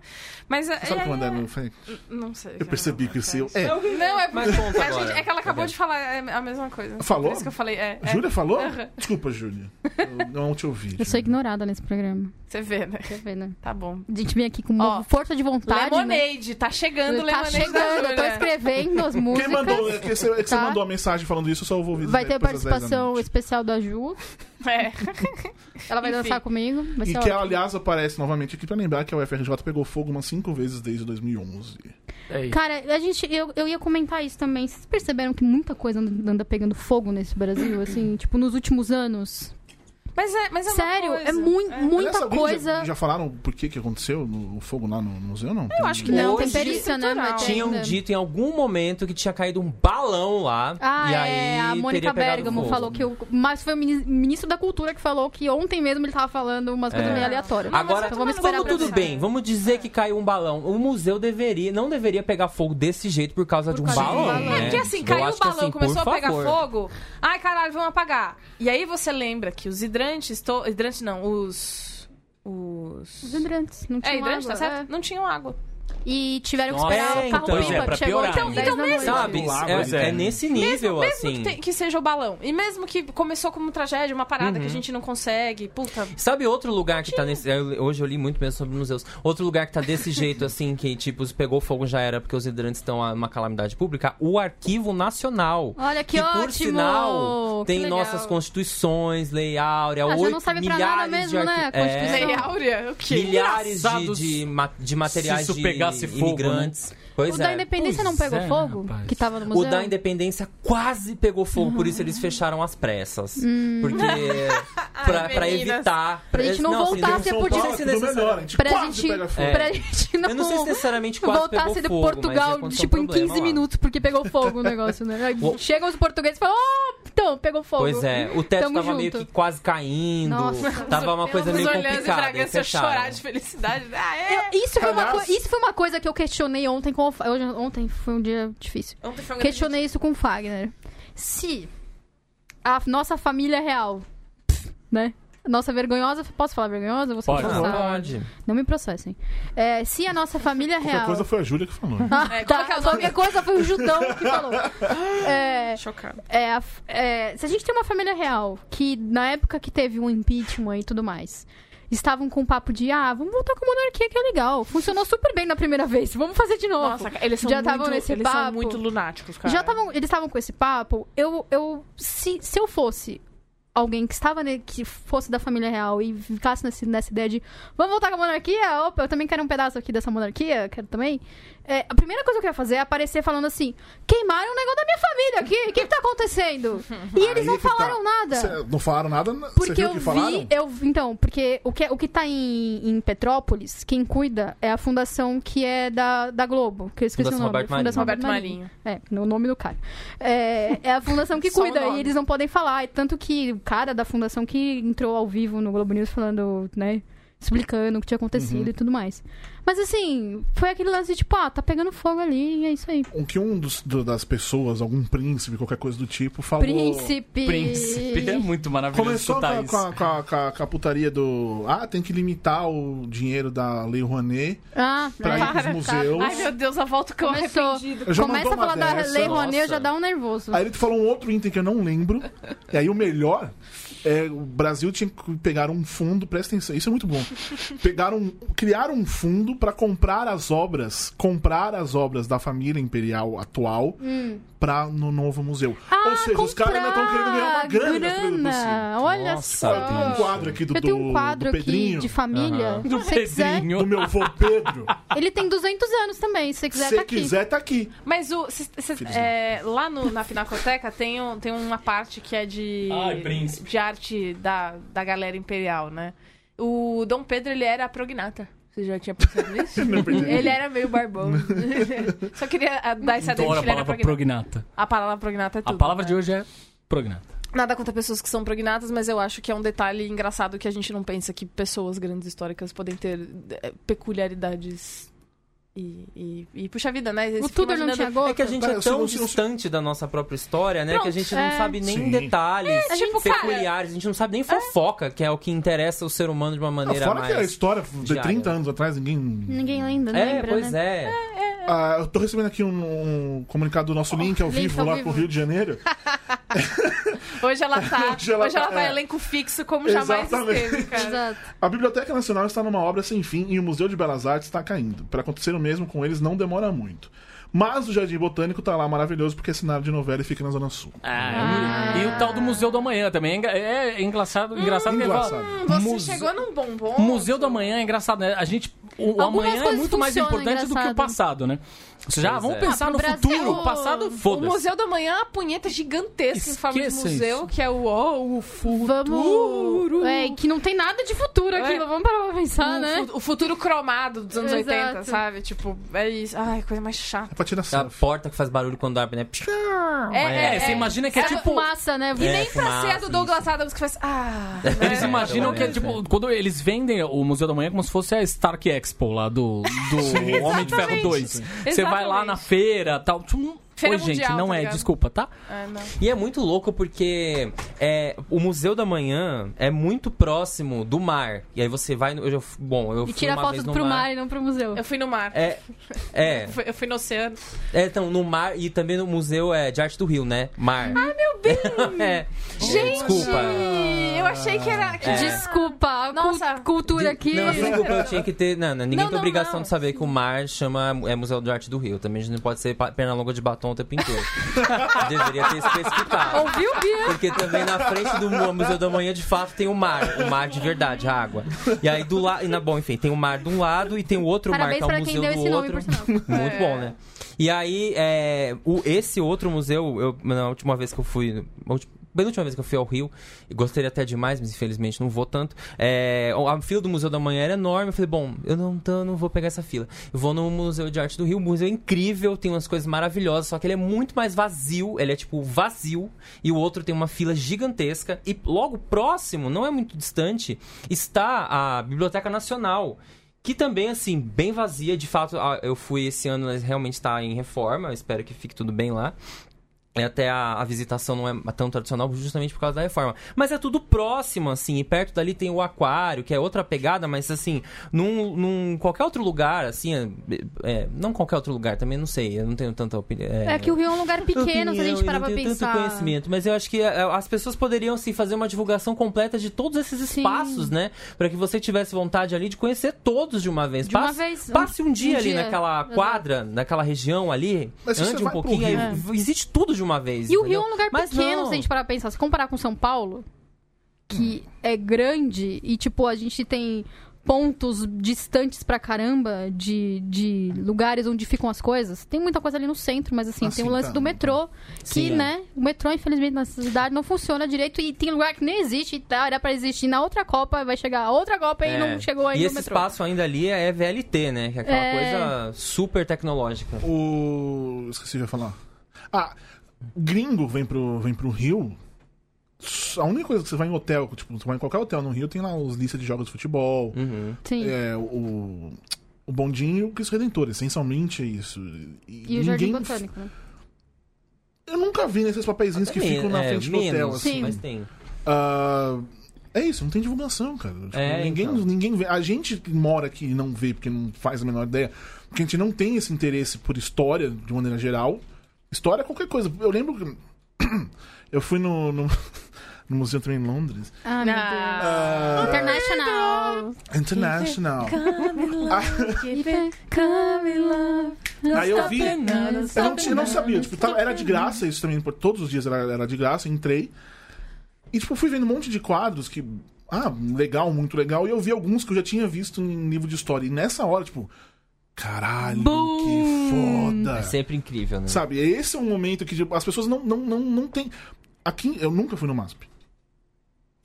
Speaker 1: Mas... é-
Speaker 2: Você sabe o que é
Speaker 1: é-
Speaker 2: Mandela Effect?
Speaker 1: Não sei.
Speaker 2: Eu percebi que o seu. É,
Speaker 1: Não, é porque
Speaker 5: Mas conta
Speaker 1: a gente-
Speaker 5: agora.
Speaker 1: é que ela acabou de falar é, a mesma coisa.
Speaker 2: Falou?
Speaker 1: Por isso que eu falei, é. é.
Speaker 2: Júlia falou?
Speaker 1: Aham.
Speaker 2: Desculpa, Júlia. Eu não te ouvi.
Speaker 4: Eu sou
Speaker 2: Júlia.
Speaker 4: ignorada nesse programa.
Speaker 1: Você vê, né?
Speaker 4: Quer ver, né?
Speaker 1: Tá bom.
Speaker 4: A gente vem aqui com
Speaker 1: Ó,
Speaker 4: força de vontade. né?
Speaker 1: Lemonade, tá chegando o
Speaker 4: tá
Speaker 1: Lemonade É. da
Speaker 4: chegando, eu tô
Speaker 1: Júlia.
Speaker 4: escrevendo as
Speaker 2: Quem
Speaker 4: músicas.
Speaker 2: mandou, é que você, é que você
Speaker 4: Tá.
Speaker 2: mandou a mensagem falando isso, eu só vou ouvir.
Speaker 4: Vai ter
Speaker 2: depois das 10 da
Speaker 4: participação
Speaker 2: noite.
Speaker 4: especial da Ju.
Speaker 1: É.
Speaker 4: Ela vai
Speaker 1: Enfim.
Speaker 4: dançar comigo. Vai
Speaker 2: E
Speaker 4: ser
Speaker 2: que,
Speaker 4: ótimo.
Speaker 2: aliás, aparece novamente aqui pra lembrar que a UFRJ pegou fogo umas 5 vezes desde 2011.
Speaker 3: É isso.
Speaker 4: Cara, a gente, eu, eu ia comentar isso também. Vocês perceberam que muita coisa anda anda pegando fogo nesse Brasil, assim, tipo, nos últimos anos?
Speaker 1: Mas é, mas é uma
Speaker 4: Sério,
Speaker 1: coisa.
Speaker 4: é, mui-
Speaker 2: Aliás,
Speaker 4: muita
Speaker 2: alguém já-
Speaker 4: coisa.
Speaker 2: Já, falaram por que, que aconteceu no, o fogo lá no, no museu? Não,
Speaker 1: Eu acho que
Speaker 4: Não,
Speaker 1: Hoje-
Speaker 4: tem perícia, né?
Speaker 1: estrutural.
Speaker 4: Não tem
Speaker 5: Tinham
Speaker 4: ainda.
Speaker 5: dito em algum momento que tinha caído um balão lá.
Speaker 4: Ah,
Speaker 5: e aí
Speaker 4: é, a Mônica
Speaker 5: teria pegado
Speaker 4: Bergamo
Speaker 5: fogo.
Speaker 4: falou que o. Mas foi o mini- ministro da Cultura que falou que ontem mesmo ele tava falando umas coisas
Speaker 5: É.
Speaker 4: meio aleatórias.
Speaker 5: Agora,
Speaker 4: então vamos esperar
Speaker 5: como
Speaker 4: pra
Speaker 5: tudo
Speaker 4: ver.
Speaker 5: bem, vamos dizer que caiu um balão. O museu deveria, não deveria pegar fogo desse jeito por causa de um
Speaker 4: causa de um
Speaker 5: balão.
Speaker 4: balão.
Speaker 1: É
Speaker 5: né?
Speaker 1: porque assim,
Speaker 5: Eu
Speaker 1: caiu
Speaker 5: acho
Speaker 1: o
Speaker 5: que,
Speaker 1: balão,
Speaker 5: assim,
Speaker 1: começou
Speaker 5: por
Speaker 1: a pegar
Speaker 5: favor.
Speaker 1: fogo. Ai, caralho, vamos apagar. E aí você lembra que os hidrantes. To... Hidrantes não, os. Os.
Speaker 4: Os hidrantes, não tinha
Speaker 1: É, hidrante,
Speaker 4: água,
Speaker 1: tá certo? Não tinham água.
Speaker 4: É. E tiveram que
Speaker 3: Nossa,
Speaker 4: esperar
Speaker 5: é,
Speaker 4: o carro
Speaker 5: então,
Speaker 4: limpo
Speaker 5: pois é, pra
Speaker 4: que chegou
Speaker 3: piorar
Speaker 4: então,
Speaker 3: ainda.
Speaker 4: então
Speaker 1: Então,
Speaker 4: mesmo.
Speaker 5: Sabe?
Speaker 3: Lá, mas
Speaker 5: É,
Speaker 3: é.
Speaker 5: é nesse nível,
Speaker 1: mesmo
Speaker 5: assim.
Speaker 1: que, te- que seja o balão. E mesmo que começou como um tragédia, uma parada
Speaker 5: Uhum.
Speaker 1: que a gente não consegue. Puta.
Speaker 5: Sabe outro lugar que tá nesse. eu- Hoje eu li muito mesmo sobre museus. Outro lugar que tá desse jeito, assim, que, tipo, se pegou fogo já era porque os hidrantes estão a- uma calamidade pública, o Arquivo Nacional.
Speaker 4: Olha Ah, que, ótimo!
Speaker 5: por sinal,
Speaker 4: Que
Speaker 5: tem
Speaker 4: legal.
Speaker 5: nossas constituições, Lei Áurea,
Speaker 4: Ah, já não
Speaker 5: oito
Speaker 4: serve pra
Speaker 5: milhares
Speaker 4: nada mesmo,
Speaker 5: de
Speaker 4: né, a
Speaker 5: arqui- é,
Speaker 4: Constituição.
Speaker 1: Lei Áurea? O quê?
Speaker 5: milhares de,
Speaker 3: Engraçado
Speaker 5: de, ma- de materiais
Speaker 3: se isso
Speaker 5: de
Speaker 3: pegasse fogo, né?
Speaker 5: imigrantes.
Speaker 4: O
Speaker 5: Pois é.
Speaker 4: da Independência não
Speaker 3: Pois
Speaker 4: pegou
Speaker 3: é,
Speaker 4: fogo?
Speaker 3: rapaz.
Speaker 4: Que tava no
Speaker 5: O
Speaker 4: museu?
Speaker 5: da Independência quase pegou fogo, por isso
Speaker 4: Uhum.
Speaker 5: eles fecharam às pressas. Porque. pra,
Speaker 1: Ai,
Speaker 5: pra
Speaker 1: meninas.
Speaker 5: evitar.
Speaker 4: Hum. Pra gente não
Speaker 5: assim,
Speaker 4: voltar a ser
Speaker 5: não-
Speaker 2: São
Speaker 4: podia
Speaker 2: Paulo,
Speaker 5: ser
Speaker 2: Tá tudo
Speaker 5: necessário.
Speaker 2: melhor. A gente
Speaker 4: Pra
Speaker 2: quase
Speaker 4: gente-
Speaker 2: pega fogo.
Speaker 5: É.
Speaker 4: Pra gente não...
Speaker 5: Eu não sei se necessariamente quase
Speaker 4: Voltar a
Speaker 5: pegou
Speaker 4: ser de
Speaker 5: fogo, mas
Speaker 4: Portugal,
Speaker 5: aconteceu um
Speaker 4: tipo, em
Speaker 5: problema
Speaker 4: 15
Speaker 5: lá.
Speaker 4: minutos, porque pegou fogo o negócio, né? Aí
Speaker 5: O-
Speaker 4: Chegam os portugueses e falam, oh, então, pegou fogo.
Speaker 5: Pois é, o teto
Speaker 4: Tamo
Speaker 5: tava meio que
Speaker 4: junto.
Speaker 5: quase caindo.
Speaker 4: Nossa.
Speaker 5: tava uma coisa
Speaker 1: Os
Speaker 5: é meio
Speaker 1: Orleans e
Speaker 5: complicada. e
Speaker 1: Bragança chorar
Speaker 5: fecharam.
Speaker 1: de felicidade. Ah, é.
Speaker 4: Eu- isso, foi uma
Speaker 2: Calhaço.
Speaker 4: coi- isso foi uma coisa que eu questionei ontem com o Fa- hoje- Ontem foi um dia difícil.
Speaker 1: Ontem foi um grande
Speaker 4: Questionei isso com o Fagner. Se a nossa família real, né? Nossa vergonhosa, posso falar vergonhosa? Você
Speaker 3: Pode.
Speaker 4: processar?
Speaker 5: Pode.
Speaker 4: Não me processem. É, se a nossa família
Speaker 2: Qualquer
Speaker 4: real.
Speaker 2: coisa foi a Júlia que falou.
Speaker 4: Ah,
Speaker 1: É,
Speaker 4: tá.
Speaker 1: qual que é o nome?
Speaker 4: Qualquer coisa foi o Judão que falou. É,
Speaker 1: dia. Chocado.
Speaker 4: é, a f- é, se a gente tem uma família real que, na época que teve um impeachment e tudo mais, estavam com o papo de, ah, vamos voltar com a monarquia que é legal. Funcionou super bem na primeira vez, vamos fazer de novo.
Speaker 1: Nossa, cara, eles são
Speaker 4: Já
Speaker 1: muito,
Speaker 4: estavam nesse
Speaker 1: eles
Speaker 4: papo.
Speaker 1: são muito lunáticos, cara.
Speaker 4: Já estavam, eles estavam com esse papo. Eu, eu se, se eu fosse alguém que estava ne- que fosse da família real e ficasse nesse- nessa ideia de vamos voltar com a monarquia, opa, eu também quero um pedaço aqui dessa monarquia, quero também. É, a primeira coisa que eu ia fazer é aparecer falando assim: queimaram um negócio da minha família aqui, o que, que tá acontecendo? E eles
Speaker 2: Aí
Speaker 4: não
Speaker 2: que tá.
Speaker 4: falaram nada.
Speaker 2: Cê não falaram nada? Você
Speaker 4: Porque
Speaker 2: viu o
Speaker 4: eu
Speaker 2: que
Speaker 4: vi,
Speaker 2: falaram?
Speaker 4: eu vi- então, porque o que, o que tá em, em Petrópolis, quem cuida é a fundação que é da, da Globo, que eu esqueci
Speaker 5: Fundação
Speaker 4: o nome.
Speaker 5: Roberto Marinho.
Speaker 4: Fundação
Speaker 1: Roberto Marinho.
Speaker 4: É, no nome do cara. É, é a fundação que
Speaker 1: Só o
Speaker 4: cuida
Speaker 1: nome.
Speaker 4: e eles não podem falar. E tanto que o cara da fundação que entrou ao vivo no Globo News falando, né, explicando o que tinha acontecido
Speaker 2: Uhum.
Speaker 4: e tudo mais. Mas assim, foi aquele lance de tipo, ah, tá pegando fogo ali e é isso aí.
Speaker 2: Um que um dos, do- das pessoas, algum príncipe, qualquer coisa do tipo, falou.
Speaker 4: Príncipe.
Speaker 3: Príncipe. É muito maravilhoso
Speaker 2: Começou com
Speaker 3: escutar
Speaker 2: a,
Speaker 3: isso.
Speaker 2: com, a, com, a, com a- com a putaria do. Ah, tem que limitar o dinheiro da Lei Rouanet
Speaker 4: Ah,
Speaker 2: pra
Speaker 4: é.
Speaker 2: ir pros museus.
Speaker 1: Ai, meu Deus, a volta que eu
Speaker 4: Começou.
Speaker 1: arrependido.
Speaker 2: Eu já
Speaker 4: Começa
Speaker 2: mandou
Speaker 4: a
Speaker 2: uma
Speaker 4: falar da
Speaker 2: dessa.
Speaker 4: Lei Rouanet,
Speaker 5: nossa.
Speaker 4: já dá um nervoso.
Speaker 2: Aí ele falou um outro item que eu não lembro. e aí o melhor é o Brasil tinha que pegar um fundo, presta atenção, isso é muito bom. Pegaram, criaram um fundo pra comprar as obras, comprar as obras da família imperial atual pra no novo museu.
Speaker 4: Hum. Ah,
Speaker 2: Ou seja, os caras ainda estão querendo ganhar uma grana, da Feira do Docinho.
Speaker 4: grana. Olha
Speaker 5: Nossa,
Speaker 4: só.
Speaker 5: eu
Speaker 2: Tem um quadro aqui do,
Speaker 4: Eu tenho um
Speaker 2: do-
Speaker 4: quadro
Speaker 2: do
Speaker 4: aqui
Speaker 2: Pedrinho,
Speaker 4: de família.
Speaker 3: Do
Speaker 4: Se você quiser,
Speaker 3: Pedrinho.
Speaker 2: do meu avô Pedro.
Speaker 4: ele tem 200 anos também. Se você quiser,
Speaker 2: Se
Speaker 4: tá aqui.
Speaker 2: quiser, tá aqui.
Speaker 1: Mas o, cês- cês- é, lá no- na Pinacoteca tem, um- tem uma parte que é de,
Speaker 3: Ai, príncipe.
Speaker 1: de arte da, da galera imperial, né? O Dom Pedro, ele era prognata. Você já tinha pensado nisso? ele era meio barbão. Só queria ah, dar esse adendo
Speaker 3: Adoro
Speaker 1: que
Speaker 3: a
Speaker 1: ele era
Speaker 3: palavra
Speaker 1: prognata.
Speaker 3: prognata.
Speaker 1: A palavra prognata é
Speaker 3: A
Speaker 1: tudo.
Speaker 3: palavra
Speaker 1: né?
Speaker 3: de hoje é prognata.
Speaker 1: Nada contra pessoas que são prognatas, mas eu acho que é um detalhe engraçado que a gente não pensa que pessoas grandes históricas podem ter eh, peculiaridades e, e, e puxa vida, né? Você
Speaker 4: O
Speaker 1: fica
Speaker 4: Tudor não
Speaker 1: imaginando-
Speaker 4: tinha gol.
Speaker 5: É que a gente
Speaker 2: Tá,
Speaker 5: é
Speaker 2: eu
Speaker 5: tão
Speaker 2: não sei-
Speaker 5: distante da nossa própria história, né?
Speaker 1: Pronto,
Speaker 5: que a gente não
Speaker 4: é.
Speaker 5: sabe nem
Speaker 2: Sim.
Speaker 5: detalhes
Speaker 1: É, tipo, cara-
Speaker 5: peculiares, a gente não sabe nem fofoca, que é o que interessa o ser humano de uma
Speaker 2: Não,
Speaker 5: maneira
Speaker 2: fora que é a
Speaker 5: mais.
Speaker 2: história de
Speaker 5: diária.
Speaker 2: 30 anos atrás, ninguém.
Speaker 4: Ninguém lembra, não
Speaker 5: É,
Speaker 4: lembra,
Speaker 5: pois
Speaker 4: né?
Speaker 5: é.
Speaker 2: Ah, eu tô recebendo aqui um, um comunicado do nosso link ao
Speaker 4: Oh, link
Speaker 2: vivo
Speaker 4: ao
Speaker 2: lá
Speaker 4: vivo.
Speaker 2: pro Rio de Janeiro.
Speaker 1: Hoje ela tá,
Speaker 2: Hoje
Speaker 1: hoje
Speaker 2: ela
Speaker 1: ela,
Speaker 2: tá,
Speaker 1: tá
Speaker 2: é.
Speaker 1: elenco fixo como jamais
Speaker 2: Exatamente.
Speaker 1: esteve,
Speaker 5: é.
Speaker 1: cara.
Speaker 4: Exato.
Speaker 2: A Biblioteca Nacional está numa obra sem fim e o Museu de Belas Artes está caindo. Para acontecer o mesmo com eles não demora muito. Mas o Jardim Botânico tá lá maravilhoso porque é cenário de novela e fica na Zona Sul.
Speaker 3: Ah, E o tal do Museu do Amanhã também. É engra- É, é engraçado, engraçado que ele fala.
Speaker 2: Engraçado.
Speaker 1: Você
Speaker 3: Muse-
Speaker 1: chegou num bombom.
Speaker 3: Museu do Amanhã é engraçado, né? A gente. O, o
Speaker 4: Algumas
Speaker 3: amanhã é
Speaker 4: coisas
Speaker 3: muito mais
Speaker 4: funcionam,
Speaker 3: importante do que o
Speaker 4: engraçado.
Speaker 3: passado, né? Ou seja, ah, vamos
Speaker 5: é.
Speaker 3: pensar
Speaker 4: Ah, pro
Speaker 3: no
Speaker 4: Brasil,
Speaker 3: futuro.
Speaker 4: o-
Speaker 3: O passado,
Speaker 1: O
Speaker 3: foda-se.
Speaker 1: Museu da Manhã é uma punheta gigantesca em forma de
Speaker 3: Esqueça
Speaker 1: museu,
Speaker 3: isso.
Speaker 1: que é o ó, o futuro.
Speaker 4: Vamos. É, que não tem nada de futuro aqui.
Speaker 1: É.
Speaker 4: Vamos parar pra pensar,
Speaker 1: o,
Speaker 4: né?
Speaker 1: fu- o futuro cromado dos anos
Speaker 4: Exato.
Speaker 1: 80, sabe? Tipo, é isso. Ai, coisa mais chata.
Speaker 2: É pra tirar
Speaker 5: A
Speaker 2: selfie.
Speaker 5: porta que faz barulho quando abre, né?
Speaker 3: É, você imagina que é,
Speaker 1: É,
Speaker 3: tipo.
Speaker 4: Fumaça, né?
Speaker 1: E
Speaker 5: É,
Speaker 1: nem pra
Speaker 5: fumaça,
Speaker 1: ser a do Douglas Adams que faz. Ah, né?
Speaker 3: Eles imaginam que é tipo. Quando eles vendem o Museu da Manhã como se fosse a Stark Expo lá do, do Homem de Ferro 2. Você vai lá
Speaker 1: Exatamente.
Speaker 3: na feira tal. Tipo,
Speaker 1: Feira
Speaker 3: Oi, gente,
Speaker 1: mundial,
Speaker 3: não
Speaker 1: tá
Speaker 3: é,
Speaker 1: ligado?
Speaker 3: desculpa, tá?
Speaker 1: É, não.
Speaker 5: E é muito louco porque é, o Museu da Manhã é muito próximo do mar. E aí você vai. no- Eu, já f- bom, eu
Speaker 4: E
Speaker 5: fui
Speaker 4: tira
Speaker 5: um uma
Speaker 4: foto
Speaker 5: vez no
Speaker 4: pro
Speaker 5: mar.
Speaker 4: mar e não pro museu.
Speaker 1: Eu fui no mar.
Speaker 5: É. É.
Speaker 1: Eu fui- Eu fui no oceano.
Speaker 5: É, então, no mar e também no museu é de arte do Rio, né? Mar. Ai, meu bem! é.
Speaker 1: Gente!
Speaker 5: Desculpa.
Speaker 1: Eu achei que era. Que era-
Speaker 4: Desculpa, a cul-
Speaker 1: Nossa.
Speaker 4: cultura aqui.
Speaker 5: É. Não, assim, desculpa, eu tinha que ter. Não, não, ninguém
Speaker 4: Não,
Speaker 5: tem
Speaker 4: não,
Speaker 5: obrigação
Speaker 4: não.
Speaker 5: de saber que o mar chama é Museu de Arte do Rio. Também a gente não pode ser pa- perna longa de batom o tempo inteiro. Deveria ter especificado.
Speaker 4: Ouviu, Bia?
Speaker 5: Porque também na frente do mu- Museu da Manhã, de fato, tem o mar. O mar de verdade, a água. E aí do lado. na- Bom, enfim, tem o mar de um lado e tem o outro
Speaker 4: Parabéns
Speaker 5: mar, que é
Speaker 4: pra
Speaker 5: o
Speaker 4: quem
Speaker 5: museu
Speaker 4: deu
Speaker 5: do
Speaker 4: esse nome, por
Speaker 5: outro.
Speaker 4: sinal.
Speaker 5: Muito
Speaker 1: É.
Speaker 5: bom, né? E aí, é, o, esse outro museu, eu, na última vez que eu fui. na ulti- Bem, na última vez que eu fui ao Rio, e gostaria até demais, mas infelizmente não vou tanto. é, a fila do Museu da Manhã era enorme. Eu falei, bom, eu não, tô- não vou pegar essa fila. Eu vou no Museu de Arte do Rio. O museu é incrível, tem umas coisas maravilhosas, só que ele é muito mais vazio. Ele é tipo vazio. E o outro tem uma fila gigantesca. E logo próximo, não é muito distante, está a Biblioteca Nacional. Que também, assim, bem vazia. De fato, a- eu fui esse ano, mas realmente está em reforma. Eu espero que fique tudo bem lá. E até a, a visitação não é tão tradicional justamente por causa da reforma. Mas é tudo próximo, assim, e perto dali tem o aquário, que é outra pegada, mas assim, num, num qualquer outro lugar, assim, é, é, não qualquer outro lugar, também não sei, eu não tenho tanta opinião.
Speaker 4: É que o Rio é um lugar pequeno, se a
Speaker 5: Opinião,
Speaker 4: gente
Speaker 5: eu
Speaker 4: parar
Speaker 5: não
Speaker 4: pra
Speaker 5: tenho
Speaker 4: pensar.
Speaker 5: tanto conhecimento, mas eu acho que é, as pessoas poderiam assim, fazer uma divulgação completa de todos esses
Speaker 4: Sim.
Speaker 5: espaços, né? Pra que você tivesse vontade ali de conhecer todos de uma vez.
Speaker 4: De uma
Speaker 5: passe,
Speaker 4: vez, um-
Speaker 5: passe um, dia
Speaker 4: um
Speaker 5: ali
Speaker 4: dia,
Speaker 5: naquela
Speaker 4: exato.
Speaker 5: quadra, naquela região ali,
Speaker 2: Mas se você
Speaker 5: ande um
Speaker 2: vai pro
Speaker 5: pouquinho, aí
Speaker 4: Rio- é.
Speaker 5: existe tudo de uma vez.
Speaker 4: E o Rio
Speaker 5: entendeu?
Speaker 4: é um lugar
Speaker 5: Mas
Speaker 4: pequeno,
Speaker 5: não.
Speaker 4: se a gente parar pra pensar. Se comparar com São Paulo, que é grande e, tipo, a gente tem pontos distantes pra caramba de, de lugares onde ficam as coisas. Tem muita coisa ali no centro, mas, assim,
Speaker 2: Ah,
Speaker 4: tem o
Speaker 2: sim,
Speaker 4: lance
Speaker 2: tá.
Speaker 4: do metrô, que,
Speaker 5: Sim, é.
Speaker 4: né, o metrô, infelizmente, na cidade não funciona direito e tem lugar que nem existe, tá, era pra existir na outra Copa, vai chegar a outra Copa e
Speaker 5: É.
Speaker 4: não chegou
Speaker 5: E
Speaker 4: ainda o
Speaker 5: esse
Speaker 4: metrô.
Speaker 5: espaço ainda ali é VLT, né? Que é aquela
Speaker 4: É.
Speaker 5: coisa super tecnológica.
Speaker 2: O. Esqueci de falar. Ah, gringo vem pro, vem pro Rio. A única coisa que você vai em hotel, tipo, você vai em qualquer hotel no Rio, tem lá os listas de jogos de futebol.
Speaker 5: Uhum.
Speaker 4: Sim.
Speaker 2: É, o. O bondinho e o Cristo Redentor, essencialmente é isso. E,
Speaker 4: E o Jardim
Speaker 2: ninguém-
Speaker 4: Botânico, né?
Speaker 2: Eu nunca vi nesses papeizinhos que
Speaker 5: Também,
Speaker 2: ficam na
Speaker 5: é,
Speaker 2: frente do
Speaker 5: menos,
Speaker 2: hotel, assim.
Speaker 4: Sim.
Speaker 5: Mas tem.
Speaker 2: Ah, é isso, não tem divulgação, cara. Tipo,
Speaker 5: É,
Speaker 2: ninguém,
Speaker 5: então.
Speaker 2: ninguém vê. A gente que mora aqui e não vê, porque não faz a menor ideia, porque a gente não tem esse interesse por história de maneira geral. História é qualquer coisa. Eu lembro que. Eu fui no, no, no museu também em Londres.
Speaker 4: Ah, meu Deus.
Speaker 1: Ah.
Speaker 4: International.
Speaker 2: International.
Speaker 4: Come love.
Speaker 2: Aí eu vi. Eu não, tinha- eu
Speaker 4: né?
Speaker 2: não sabia, tipo, tava- era de graça isso também, por- todos os dias era, era de graça, entrei. E tipo, eu fui vendo um monte de quadros que. Ah, legal, muito legal. E eu vi alguns que eu já tinha visto em livro de história. E nessa hora, tipo, caralho, que
Speaker 5: É
Speaker 2: foda.
Speaker 5: sempre incrível, né?
Speaker 2: Sabe, esse é um momento que tipo, as pessoas não, não, não, não tem. Aqui, eu nunca fui no MASP.